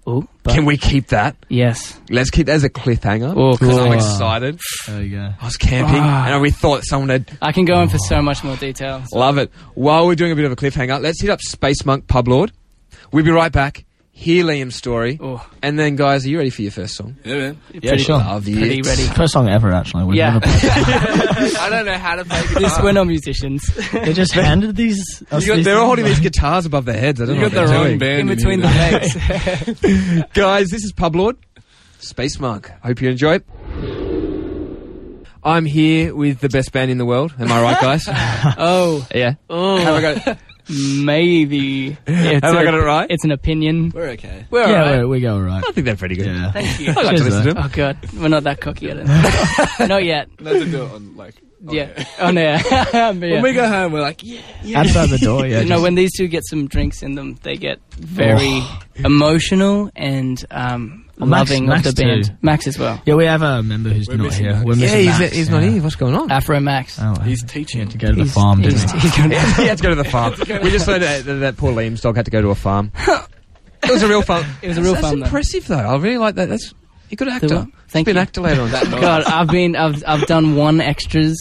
[SPEAKER 4] Ooh, but
[SPEAKER 2] Can we keep that?
[SPEAKER 4] Yes.
[SPEAKER 2] Let's keep that as a cliffhanger.
[SPEAKER 4] Oh,
[SPEAKER 2] Because I'm
[SPEAKER 3] cliffhanger.
[SPEAKER 2] excited.
[SPEAKER 3] There you go.
[SPEAKER 2] I was camping and we thought someone had
[SPEAKER 4] I can go in for
[SPEAKER 2] Oh.
[SPEAKER 4] so much more detail.
[SPEAKER 2] love it. While we're doing a bit of a cliffhanger, let's hit up Space Monk Pub Lord. We'll be right back. Hear Liam's story.
[SPEAKER 4] Oh.
[SPEAKER 2] And then, guys, are you ready for your first song?
[SPEAKER 5] Yeah, man.
[SPEAKER 3] Yeah, sure.
[SPEAKER 2] Love
[SPEAKER 4] Pretty
[SPEAKER 2] it.
[SPEAKER 4] ready.
[SPEAKER 3] First song ever, actually. We've
[SPEAKER 4] Yeah.
[SPEAKER 3] never played.
[SPEAKER 5] I don't know how to play guitar.
[SPEAKER 4] This, we're not musicians.
[SPEAKER 3] They just handed these. us
[SPEAKER 2] You got,
[SPEAKER 3] these
[SPEAKER 2] they're all
[SPEAKER 3] things,
[SPEAKER 2] holding
[SPEAKER 3] like-
[SPEAKER 2] these guitars above their heads. I don't
[SPEAKER 5] you
[SPEAKER 2] know
[SPEAKER 5] got
[SPEAKER 2] what
[SPEAKER 5] the
[SPEAKER 2] they're
[SPEAKER 5] wrong
[SPEAKER 2] doing.
[SPEAKER 5] band
[SPEAKER 4] in between the
[SPEAKER 5] here.
[SPEAKER 4] legs.
[SPEAKER 2] Guys, this is Pub Lord, Space Monk. Hope you enjoy it. I'm here with the best band in the world. Am I right, guys?
[SPEAKER 4] Oh,
[SPEAKER 2] yeah.
[SPEAKER 4] oh,
[SPEAKER 2] Have I got it,
[SPEAKER 4] maybe. It's
[SPEAKER 2] have I
[SPEAKER 4] a-
[SPEAKER 2] got it right?
[SPEAKER 4] It's an opinion.
[SPEAKER 5] We're okay.
[SPEAKER 2] We're all
[SPEAKER 3] Yeah,
[SPEAKER 2] right.
[SPEAKER 3] we- we go all right.
[SPEAKER 2] I think they're pretty good.
[SPEAKER 3] Yeah.
[SPEAKER 4] Thank you.
[SPEAKER 2] I like to
[SPEAKER 3] Cheers,
[SPEAKER 2] listen to
[SPEAKER 3] though.
[SPEAKER 2] them.
[SPEAKER 4] Oh god, we're not that cocky yet. I don't- not yet.
[SPEAKER 5] No, to do it on like. on
[SPEAKER 4] Yeah.
[SPEAKER 5] air.
[SPEAKER 4] Oh no. yeah.
[SPEAKER 5] When we go home, we're like, yeah.
[SPEAKER 3] Outside the door, yeah.
[SPEAKER 4] no,
[SPEAKER 3] just-
[SPEAKER 4] when these two get some drinks in them, they get very emotional and um,
[SPEAKER 3] Well, Oh, Max-
[SPEAKER 4] loving
[SPEAKER 3] Max
[SPEAKER 4] of the band.
[SPEAKER 3] too.
[SPEAKER 4] Max as well.
[SPEAKER 3] yeah, we have a member who's
[SPEAKER 5] We're
[SPEAKER 3] not
[SPEAKER 5] missing
[SPEAKER 3] here.
[SPEAKER 5] Max.
[SPEAKER 3] We're
[SPEAKER 2] Yeah,
[SPEAKER 3] missing
[SPEAKER 2] he's,
[SPEAKER 3] Max,
[SPEAKER 2] he's
[SPEAKER 3] yeah.
[SPEAKER 2] not here. What's going on?
[SPEAKER 4] Afro Max.
[SPEAKER 3] Oh, well.
[SPEAKER 5] He's
[SPEAKER 3] He
[SPEAKER 5] teaching.
[SPEAKER 3] had to go to the
[SPEAKER 4] He's-
[SPEAKER 3] farm.
[SPEAKER 4] he's-
[SPEAKER 3] didn't he?
[SPEAKER 4] he's gonna-
[SPEAKER 2] he had to go to the farm. we just learned that, that, that poor Liam's dog had to go to a farm. it was a real farm.
[SPEAKER 4] It was a real
[SPEAKER 2] that's,
[SPEAKER 4] farm,
[SPEAKER 2] That's
[SPEAKER 4] though.
[SPEAKER 2] impressive, though. I really like that. That's you're a good
[SPEAKER 4] The
[SPEAKER 2] actor.
[SPEAKER 4] what? Thank
[SPEAKER 2] Be an
[SPEAKER 4] you.
[SPEAKER 2] actor later on.
[SPEAKER 4] God, I've been I've I've done one extras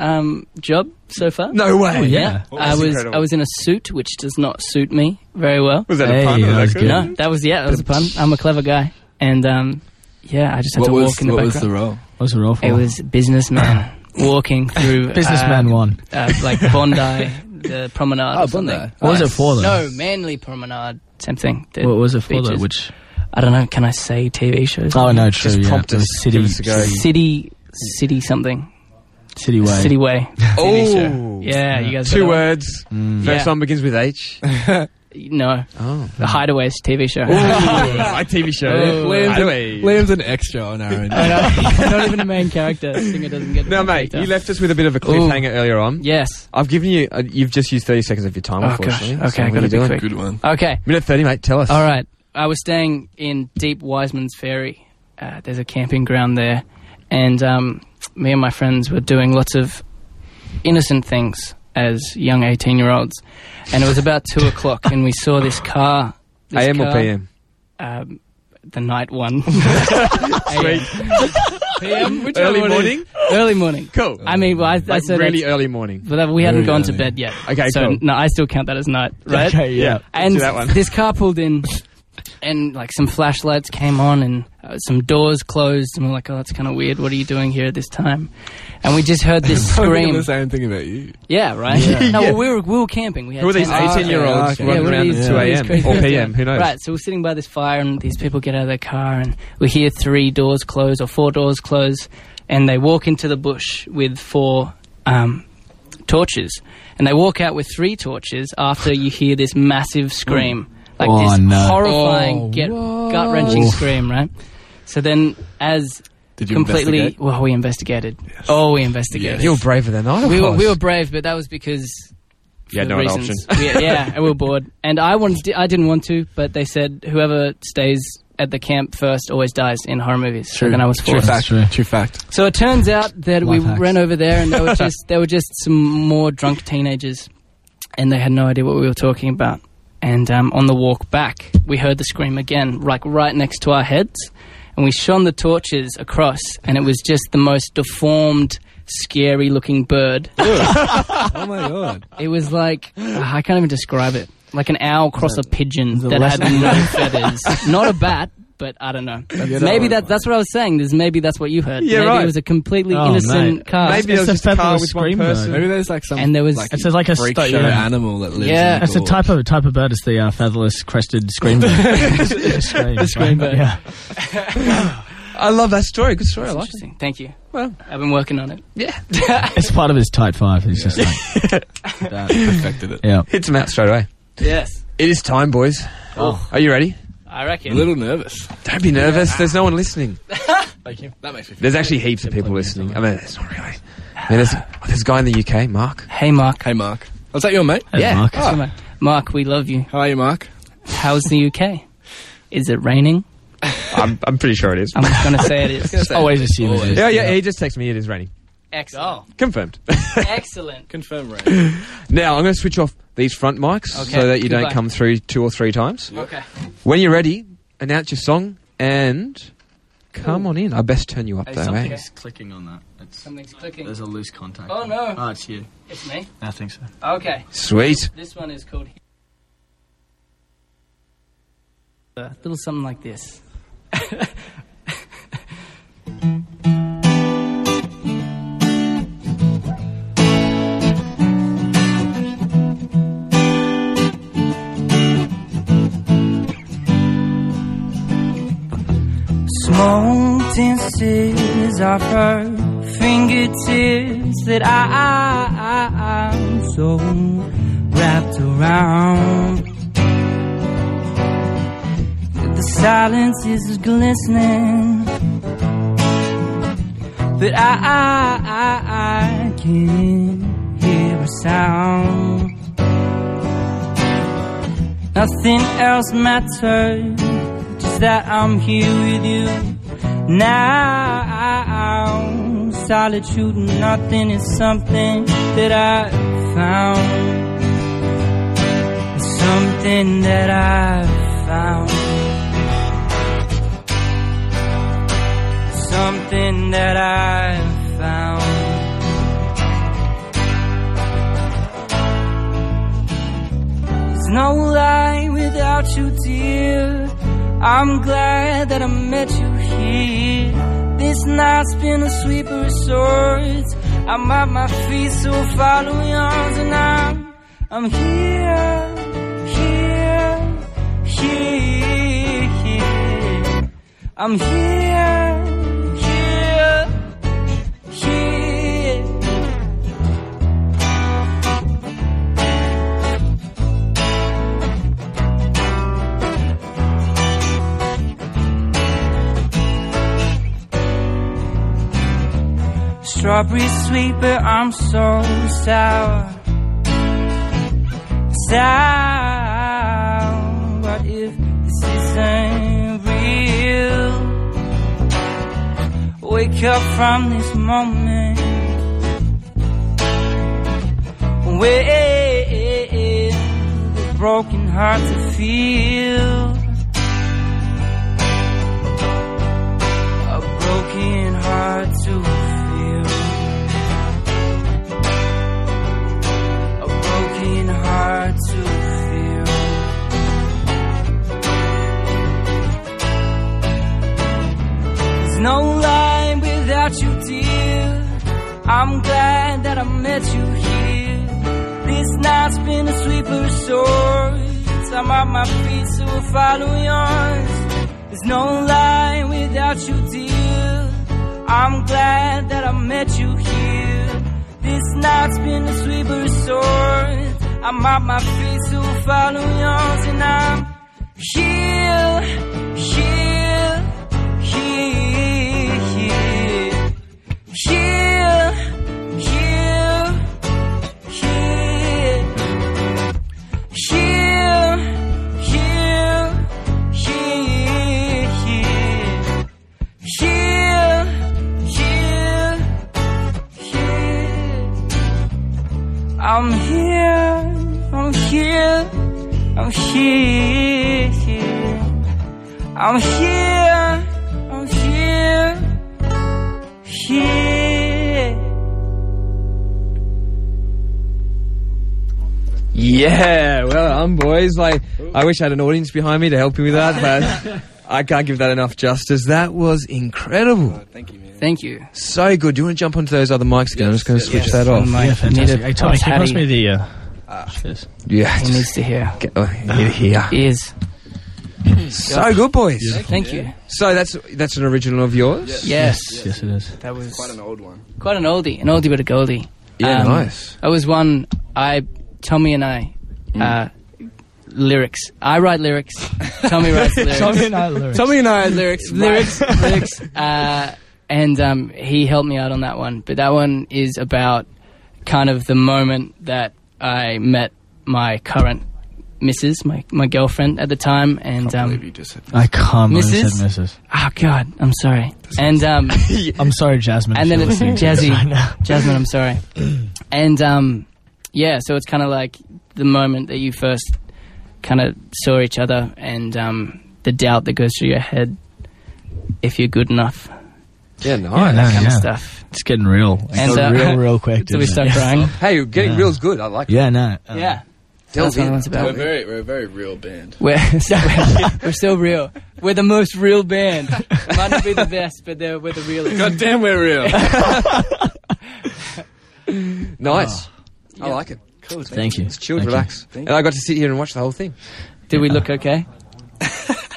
[SPEAKER 4] um, job so far.
[SPEAKER 2] no way.
[SPEAKER 3] yeah.
[SPEAKER 5] Well,
[SPEAKER 4] I
[SPEAKER 5] that's
[SPEAKER 4] was
[SPEAKER 5] incredible.
[SPEAKER 4] I was in a suit which does not suit me very well.
[SPEAKER 2] Was that
[SPEAKER 3] Hey,
[SPEAKER 2] a pun?
[SPEAKER 3] that was
[SPEAKER 2] good?
[SPEAKER 3] good.
[SPEAKER 4] No, that was yeah, that was a pun. I'm a clever guy, and um, yeah, I just had
[SPEAKER 5] What
[SPEAKER 4] to
[SPEAKER 5] was
[SPEAKER 4] walk in the
[SPEAKER 5] what was
[SPEAKER 4] background.
[SPEAKER 5] the role?
[SPEAKER 3] What's the role for?
[SPEAKER 4] It was businessman walking through
[SPEAKER 3] Businessman
[SPEAKER 4] uh,
[SPEAKER 3] one.
[SPEAKER 4] uh, like Bondi, the promenade. or something.
[SPEAKER 3] Oh, What was it for, though?
[SPEAKER 4] No, Manly Promenade, same thing. The
[SPEAKER 3] What was it for, though?
[SPEAKER 4] beaches.
[SPEAKER 3] Which?
[SPEAKER 4] I don't know. Can I say TV shows?
[SPEAKER 3] Oh, no, true.
[SPEAKER 2] Just
[SPEAKER 3] yeah.
[SPEAKER 2] prompt
[SPEAKER 3] It was
[SPEAKER 2] us.
[SPEAKER 3] City,
[SPEAKER 2] Give us a go.
[SPEAKER 4] City, city something,
[SPEAKER 3] City Way.
[SPEAKER 4] City Way. TV
[SPEAKER 2] Oh.
[SPEAKER 4] show. yeah, you guys.
[SPEAKER 2] Two
[SPEAKER 4] got that
[SPEAKER 2] words.
[SPEAKER 3] Mm.
[SPEAKER 2] First
[SPEAKER 4] Yeah.
[SPEAKER 2] one begins with H.
[SPEAKER 4] one? No,
[SPEAKER 2] Oh.
[SPEAKER 4] the Hideaways TV show.
[SPEAKER 2] My TV show.
[SPEAKER 4] Oh.
[SPEAKER 2] Liam's-
[SPEAKER 5] Liam's an extra on our end.
[SPEAKER 4] uh, Not even a main character. Singer doesn't get.
[SPEAKER 2] Now, mate, you left us with a bit of a cliffhanger earlier on.
[SPEAKER 4] Yes.
[SPEAKER 2] I've given you, uh, you've just used 30 seconds of your time,
[SPEAKER 4] Oh,
[SPEAKER 2] unfortunately.
[SPEAKER 4] gosh. Okay,
[SPEAKER 2] so
[SPEAKER 4] I
[SPEAKER 2] what
[SPEAKER 4] gotta
[SPEAKER 2] are you
[SPEAKER 4] be
[SPEAKER 2] doing?
[SPEAKER 4] quick.
[SPEAKER 5] Good one.
[SPEAKER 4] Okay.
[SPEAKER 2] Minute 30, mate, tell us.
[SPEAKER 4] All right. I was staying in Deep Wiseman's Ferry. Uh, there's a camping ground there, and um, me and my friends were doing lots of innocent things as young 18 year olds. And it was about two o'clock, and we saw this car. This
[SPEAKER 2] AM or
[SPEAKER 4] car,
[SPEAKER 2] PM?
[SPEAKER 4] Um, the night one.
[SPEAKER 2] Sweet.
[SPEAKER 4] PM. Which
[SPEAKER 2] Early
[SPEAKER 4] one was it?
[SPEAKER 2] morning?
[SPEAKER 4] Early morning.
[SPEAKER 2] Cool.
[SPEAKER 4] I mean, well, I, I
[SPEAKER 2] like
[SPEAKER 4] said
[SPEAKER 2] really
[SPEAKER 4] that's-
[SPEAKER 2] early morning.
[SPEAKER 4] but we hadn't
[SPEAKER 5] Very
[SPEAKER 4] gone to
[SPEAKER 5] early.
[SPEAKER 4] bed yet.
[SPEAKER 2] Okay,
[SPEAKER 4] so
[SPEAKER 2] cool.
[SPEAKER 4] no, I still count that as night, right?
[SPEAKER 3] Okay, yeah.
[SPEAKER 4] And
[SPEAKER 2] See that one.
[SPEAKER 4] this car pulled in, and like some flashlights came on, and uh, some doors closed, and we're like, "Oh, that's kind of weird. What are you doing here at this time?" And we just heard this
[SPEAKER 2] Oh,
[SPEAKER 5] the
[SPEAKER 4] scream.
[SPEAKER 5] same thing about you.
[SPEAKER 4] Yeah, right. No, well, we were we were camping. We had
[SPEAKER 2] Who are these
[SPEAKER 4] tents.
[SPEAKER 2] 18 year olds
[SPEAKER 5] okay.
[SPEAKER 2] running
[SPEAKER 5] Yeah, what are
[SPEAKER 2] around
[SPEAKER 5] these-
[SPEAKER 2] at
[SPEAKER 5] what
[SPEAKER 2] 2
[SPEAKER 5] are these
[SPEAKER 2] a.m. or PM? Who knows?
[SPEAKER 4] Right, so we're sitting by this fire, and these people get out of their car, and we hear three doors close or four doors close, and they walk into the bush with four um, torches, and they walk out with three torches after you hear this massive scream, like
[SPEAKER 3] Oh,
[SPEAKER 4] this
[SPEAKER 3] no.
[SPEAKER 4] horrifying,
[SPEAKER 5] Oh,
[SPEAKER 4] get
[SPEAKER 5] what?
[SPEAKER 4] gut wrenching
[SPEAKER 3] Oof.
[SPEAKER 4] scream, right? So then, as
[SPEAKER 5] Did you
[SPEAKER 4] completely,
[SPEAKER 5] investigate?
[SPEAKER 4] well, we investigated. Oh, we investigated.
[SPEAKER 5] Yes.
[SPEAKER 2] You're braver than I
[SPEAKER 4] We were,
[SPEAKER 2] was.
[SPEAKER 4] we were brave, but that was because
[SPEAKER 2] You had
[SPEAKER 4] for
[SPEAKER 2] no other
[SPEAKER 4] reasons. yeah, yeah, and we were bored, and I wanted. I didn't want to, but they said whoever stays at the camp first always dies in horror movies. So then I was
[SPEAKER 5] True
[SPEAKER 4] forced.
[SPEAKER 5] fact.
[SPEAKER 3] true.
[SPEAKER 5] True fact.
[SPEAKER 4] So it turns out that we
[SPEAKER 3] Life hacks.
[SPEAKER 4] ran over there, and they were just they were just some more drunk teenagers, and they had no idea what we were talking about. And um, on the walk back, we heard the scream again, like right next to our heads, and we shone the torches across, and it was just the most deformed, scary-looking bird.
[SPEAKER 5] Oh my god.
[SPEAKER 4] It was like I can't even describe it. Like an owl cross a pigeon that
[SPEAKER 3] less-
[SPEAKER 4] had no feathers. Not a bat, but I don't know. maybe that, that's what I was saying. Is maybe that's what you heard.
[SPEAKER 2] Yeah,
[SPEAKER 4] maybe
[SPEAKER 2] right.
[SPEAKER 4] it was a completely
[SPEAKER 3] Oh,
[SPEAKER 4] innocent
[SPEAKER 3] mate.
[SPEAKER 4] car.
[SPEAKER 2] Maybe it
[SPEAKER 3] It's
[SPEAKER 2] was
[SPEAKER 3] a
[SPEAKER 2] just a car
[SPEAKER 3] featherless
[SPEAKER 2] with one
[SPEAKER 3] scream, though.
[SPEAKER 2] person.
[SPEAKER 5] Maybe there's like some
[SPEAKER 4] And there was-
[SPEAKER 5] like,
[SPEAKER 3] It's like a
[SPEAKER 5] freak
[SPEAKER 3] stu-
[SPEAKER 5] show
[SPEAKER 3] yeah.
[SPEAKER 5] animal that lives.
[SPEAKER 4] Yeah.
[SPEAKER 5] in the
[SPEAKER 3] That's a
[SPEAKER 5] gorge.
[SPEAKER 3] type of type of bird. It's the uh, featherless crested scream bird. the
[SPEAKER 4] scream bird.
[SPEAKER 3] Yeah.
[SPEAKER 2] I love that story. Good story. I like it.
[SPEAKER 4] Oh, Interesting. Thank you.
[SPEAKER 2] Well,
[SPEAKER 4] I've been working on it.
[SPEAKER 2] yeah.
[SPEAKER 3] It's part of his tight five. He's just like,
[SPEAKER 5] that affected it.
[SPEAKER 3] yeah.
[SPEAKER 2] Hits them out straight away.
[SPEAKER 4] Yes. Oh.
[SPEAKER 2] It is time, boys. Are you ready?
[SPEAKER 4] I
[SPEAKER 5] A
[SPEAKER 4] reckon.
[SPEAKER 5] little nervous.
[SPEAKER 2] Don't be nervous. There's no one listening.
[SPEAKER 3] Thank you.
[SPEAKER 5] That makes me feel.
[SPEAKER 2] There's actually heaps of people listening. I mean, it's not really. I mean, there's, oh, there's a guy in the UK, Mark.
[SPEAKER 4] Hey, Mark.
[SPEAKER 5] Hey, Mark. Was that your mate?
[SPEAKER 2] Yeah.
[SPEAKER 3] Mark.
[SPEAKER 5] Oh.
[SPEAKER 4] Mark. Mark, we love you.
[SPEAKER 5] How are you, Mark?
[SPEAKER 4] How's the UK? Is it raining?
[SPEAKER 2] I'm, I'm pretty sure it is.
[SPEAKER 4] I'm just going to say it is.
[SPEAKER 3] Always assume it is.
[SPEAKER 2] Yeah, yeah. He just texted me. It is raining.
[SPEAKER 4] Excellent.
[SPEAKER 2] Confirmed.
[SPEAKER 4] Oh. Excellent.
[SPEAKER 5] Confirm rain.
[SPEAKER 2] now I'm going to switch off these front mics
[SPEAKER 4] Okay,
[SPEAKER 2] so that you don't
[SPEAKER 4] goodbye.
[SPEAKER 2] come through two or three times.
[SPEAKER 4] Okay.
[SPEAKER 2] When you're ready, announce your song and come on in. I best turn you up though. Eh?
[SPEAKER 3] clicking on that. It's,
[SPEAKER 4] Something's clicking.
[SPEAKER 3] a loose contact.
[SPEAKER 4] Oh, no.
[SPEAKER 3] Oh, it's you.
[SPEAKER 4] It's me.
[SPEAKER 3] I think so.
[SPEAKER 4] Okay.
[SPEAKER 2] Sweet.
[SPEAKER 4] This one is called. A little something like this. Smoked incense are her fingertips that I, I, am so wrapped around. The silence is glistening that I, I, I can hear a sound. Nothing else matters just that I'm here with you now. Solitude, and nothing is something that I found. It's something that I found. Something that I found. It's no lie without you, dear. I'm glad that I met you here. This night's been a sweeper of sorts. I'm at my feet, so follow yours, and I'm, I'm here, here, here, here. I'm here, here, here. Strawberry sweet, but I'm so sour. Sour. What if this isn't real? Wake up from this moment. Wait, the broken heart to feel. A broken heart to feel. A broken heart to feel. There's no line without you, dear. I'm glad that I met you here. This night's been a sweeper of sorts. I'm at my feet, so I'll follow yours. There's no line without you, dear. I'm glad that I met you here. This night's been a sweeper sword. I'm at my feet, so follow yours, and I'm here, here, here, here, here, here, here, here, here here, here, here, here, here. I'm here, I'm here, I'm here, here. I'm here, I'm here, here.
[SPEAKER 2] Yeah, well done, boys. Like, I wish I had an audience behind me to help me with that, but I can't give that enough justice. That was incredible.
[SPEAKER 5] Thank you, man.
[SPEAKER 4] Thank you.
[SPEAKER 2] So good. Do you want to jump onto those other mics again? I'm just going to switch that off.
[SPEAKER 3] Oh, Yeah, fantastic. Hey, Tommy, can you pass me
[SPEAKER 4] He
[SPEAKER 3] the. Uh, this?
[SPEAKER 2] Yeah, just
[SPEAKER 4] needs to hear.
[SPEAKER 2] get oh, you here.
[SPEAKER 4] Ears.
[SPEAKER 2] So good, boys.
[SPEAKER 4] Thank you.
[SPEAKER 2] So that's that's an original of yours.
[SPEAKER 4] Yes.
[SPEAKER 3] Yes, it is.
[SPEAKER 4] That was
[SPEAKER 5] Quite an old one.
[SPEAKER 4] quite an oldie, an oldie but a goldie.
[SPEAKER 2] Yeah,
[SPEAKER 4] Um,
[SPEAKER 2] nice.
[SPEAKER 4] Mm. It was one I, Tommy and I, uh, lyrics. I write lyrics. Tommy writes lyrics.
[SPEAKER 3] Tommy and I lyrics.
[SPEAKER 4] Tommy and I lyrics, lyrics, lyrics. Uh, and um, he helped me out on that one. But that one is about kind of the moment that I met my current missus, my, my girlfriend at the time. And
[SPEAKER 5] I believe
[SPEAKER 4] um,
[SPEAKER 5] you just said
[SPEAKER 3] I can't believe you said
[SPEAKER 4] Mrs.?
[SPEAKER 3] Mrs.
[SPEAKER 4] oh god, I'm sorry. And um,
[SPEAKER 3] I'm sorry, Jasmine.
[SPEAKER 4] and
[SPEAKER 3] if
[SPEAKER 4] then
[SPEAKER 3] you're
[SPEAKER 4] it's
[SPEAKER 3] listening to this
[SPEAKER 4] Jazzy,
[SPEAKER 3] right now.
[SPEAKER 4] Jasmine. I'm sorry. and um, yeah, so it's kind of like the moment that you first kind of saw each other, and um, the doubt that goes through your head if you're good enough,
[SPEAKER 2] Yeah,
[SPEAKER 3] Yeah,
[SPEAKER 2] nice.
[SPEAKER 3] Oh, no,
[SPEAKER 4] kind
[SPEAKER 3] yeah.
[SPEAKER 4] of stuff.
[SPEAKER 3] It's getting real. It's
[SPEAKER 4] And,
[SPEAKER 3] got
[SPEAKER 4] uh,
[SPEAKER 3] real, real quick.
[SPEAKER 4] So we
[SPEAKER 3] isn't
[SPEAKER 4] start
[SPEAKER 3] it?
[SPEAKER 4] crying.
[SPEAKER 2] Hey, you're getting
[SPEAKER 3] Yeah.
[SPEAKER 2] real's good. I like it.
[SPEAKER 3] Yeah, no. um,
[SPEAKER 4] Yeah. So
[SPEAKER 2] Delve
[SPEAKER 4] that's what
[SPEAKER 2] in.
[SPEAKER 4] it's
[SPEAKER 5] that. We're
[SPEAKER 4] about.
[SPEAKER 5] very, we're a very real band.
[SPEAKER 4] We're, so we're, we're so real. We're the most real band. Might not be the best, but they're, we're the realest.
[SPEAKER 5] God damn, we're real.
[SPEAKER 2] Nice. I like it.
[SPEAKER 5] cool. Thank
[SPEAKER 3] Thank you.
[SPEAKER 2] It's chilled,
[SPEAKER 3] Thank you.
[SPEAKER 2] relax.
[SPEAKER 5] Thank
[SPEAKER 2] And I got to sit here and watch the whole thing.
[SPEAKER 4] Did we look okay?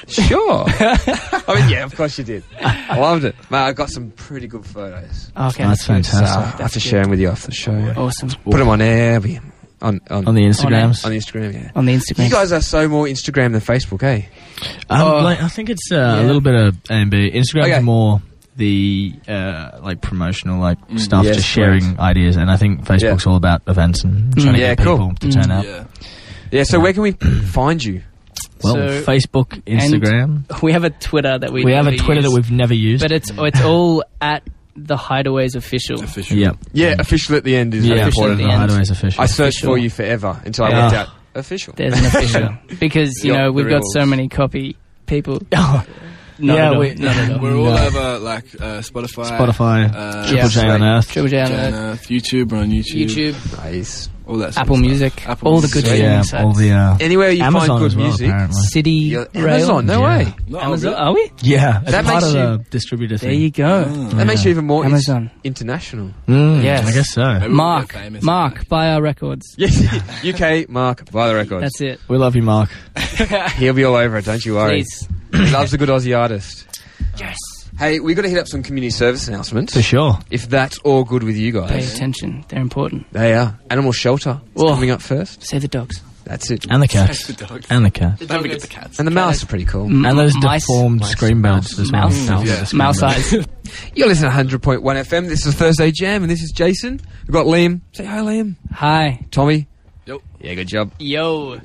[SPEAKER 2] Sure. I mean, yeah, of course you did. I loved it. Mate, I got some pretty good photos.
[SPEAKER 4] Okay.
[SPEAKER 3] Oh, that's
[SPEAKER 4] good.
[SPEAKER 2] So,
[SPEAKER 3] fantastic.
[SPEAKER 2] I Ah, have to share them with you off the show.
[SPEAKER 4] Awesome.
[SPEAKER 2] Put them on air. we- On, on,
[SPEAKER 3] On the Instagrams.
[SPEAKER 2] on Instagram, yeah.
[SPEAKER 4] On the Instagram.
[SPEAKER 2] You guys are so more Instagram than Facebook, eh?
[SPEAKER 3] Um,
[SPEAKER 4] Oh.
[SPEAKER 3] like, I think it's uh,
[SPEAKER 4] Yeah.
[SPEAKER 3] a little bit of A and B. Instagram's
[SPEAKER 2] Okay.
[SPEAKER 3] more the uh, like promotional like
[SPEAKER 4] Mm,
[SPEAKER 3] stuff,
[SPEAKER 2] yes,
[SPEAKER 3] just sharing ideas, and I think Facebook's all about events and
[SPEAKER 4] Mm,
[SPEAKER 3] trying to
[SPEAKER 2] Yeah,
[SPEAKER 3] get people
[SPEAKER 2] cool.
[SPEAKER 3] to turn up.
[SPEAKER 5] Yeah.
[SPEAKER 2] Yeah, so where can we find you?
[SPEAKER 3] Well,
[SPEAKER 4] So-
[SPEAKER 3] Facebook, Instagram.
[SPEAKER 4] we have a Twitter that we
[SPEAKER 3] We have a
[SPEAKER 4] never
[SPEAKER 3] Twitter
[SPEAKER 4] use,
[SPEAKER 3] that we've never used.
[SPEAKER 4] but it's it's all at the Hideaways official.
[SPEAKER 5] Official.
[SPEAKER 3] yeah,
[SPEAKER 2] Yeah, official at the end is
[SPEAKER 3] yeah,
[SPEAKER 4] official at
[SPEAKER 3] important.
[SPEAKER 4] the
[SPEAKER 3] The
[SPEAKER 4] end. uh,
[SPEAKER 3] hideaway's official.
[SPEAKER 2] I searched
[SPEAKER 4] Official.
[SPEAKER 2] for you forever until I
[SPEAKER 3] Yeah.
[SPEAKER 2] worked out official.
[SPEAKER 4] There's an official because you
[SPEAKER 2] Yup,
[SPEAKER 4] know
[SPEAKER 2] the
[SPEAKER 4] we've got so
[SPEAKER 2] rebels.
[SPEAKER 4] many copy people.
[SPEAKER 3] Oh,
[SPEAKER 4] Not
[SPEAKER 3] Yeah,
[SPEAKER 4] at all.
[SPEAKER 3] we-
[SPEAKER 4] Not at all.
[SPEAKER 5] We're all
[SPEAKER 3] No.
[SPEAKER 5] over like uh, Spotify,
[SPEAKER 3] Spotify,
[SPEAKER 5] uh,
[SPEAKER 3] Triple J on Earth.
[SPEAKER 4] Triple J on
[SPEAKER 5] J on
[SPEAKER 4] Earth,
[SPEAKER 5] Earth, YouTube. We're on YouTube,
[SPEAKER 4] YouTube,
[SPEAKER 2] Nice.
[SPEAKER 5] all that. sort
[SPEAKER 4] Apple
[SPEAKER 5] of stuff.
[SPEAKER 4] Music,
[SPEAKER 5] Apple
[SPEAKER 4] all the
[SPEAKER 5] Music.
[SPEAKER 4] good
[SPEAKER 5] Sweet.
[SPEAKER 4] streaming
[SPEAKER 3] yeah,
[SPEAKER 4] sites.
[SPEAKER 3] all the uh,
[SPEAKER 2] Anywhere you
[SPEAKER 3] Amazon
[SPEAKER 2] find good
[SPEAKER 3] as well,
[SPEAKER 2] music.
[SPEAKER 3] apparently.
[SPEAKER 4] City
[SPEAKER 2] You're-
[SPEAKER 4] Rail.
[SPEAKER 2] Amazon, no
[SPEAKER 3] Yeah.
[SPEAKER 2] way.
[SPEAKER 5] No, Oh,
[SPEAKER 4] Amazon,
[SPEAKER 5] really?
[SPEAKER 4] are we?
[SPEAKER 3] Yeah, it's
[SPEAKER 2] That
[SPEAKER 3] part
[SPEAKER 2] makes
[SPEAKER 3] of
[SPEAKER 2] you-
[SPEAKER 3] the distributor
[SPEAKER 4] There
[SPEAKER 3] thing.
[SPEAKER 4] you go.
[SPEAKER 5] Mm.
[SPEAKER 2] That makes you even more ins-
[SPEAKER 4] Amazon.
[SPEAKER 2] international.
[SPEAKER 3] Mm,
[SPEAKER 4] Yes.
[SPEAKER 3] I guess so.
[SPEAKER 5] Maybe we'll
[SPEAKER 4] Mark,
[SPEAKER 5] get famous.
[SPEAKER 4] Mark, buy our records.
[SPEAKER 2] Yes, UK Mark by the records.
[SPEAKER 4] That's it.
[SPEAKER 3] We love you, Mark.
[SPEAKER 2] He'll be all over it. Don't you worry.
[SPEAKER 4] Please.
[SPEAKER 2] he loves a good Aussie artist.
[SPEAKER 4] Yes.
[SPEAKER 2] Hey, we got to hit up some community service announcements.
[SPEAKER 3] For sure.
[SPEAKER 2] If that's all good with you
[SPEAKER 4] Pay
[SPEAKER 2] guys,
[SPEAKER 4] attention. They're important.
[SPEAKER 2] they are. Animal shelter is
[SPEAKER 4] Whoa.
[SPEAKER 2] coming up first.
[SPEAKER 4] Save the dogs.
[SPEAKER 2] That's it.
[SPEAKER 3] And the cats.
[SPEAKER 5] The dogs.
[SPEAKER 3] and the cats.
[SPEAKER 5] Don't forget the cats.
[SPEAKER 2] And the mouse are pretty cool.
[SPEAKER 3] And those
[SPEAKER 4] Mice-
[SPEAKER 3] deformed scream birds as well.
[SPEAKER 4] Mouse.
[SPEAKER 5] Yeah.
[SPEAKER 4] Mouse eyes.
[SPEAKER 2] You're listening to 100.1 FM. This is Thursday Jam, and this is Jason. We've got Liam. Say hi, Liam.
[SPEAKER 4] Hi.
[SPEAKER 2] Tommy.
[SPEAKER 5] Yep.
[SPEAKER 2] Yeah, good job.
[SPEAKER 4] Yo.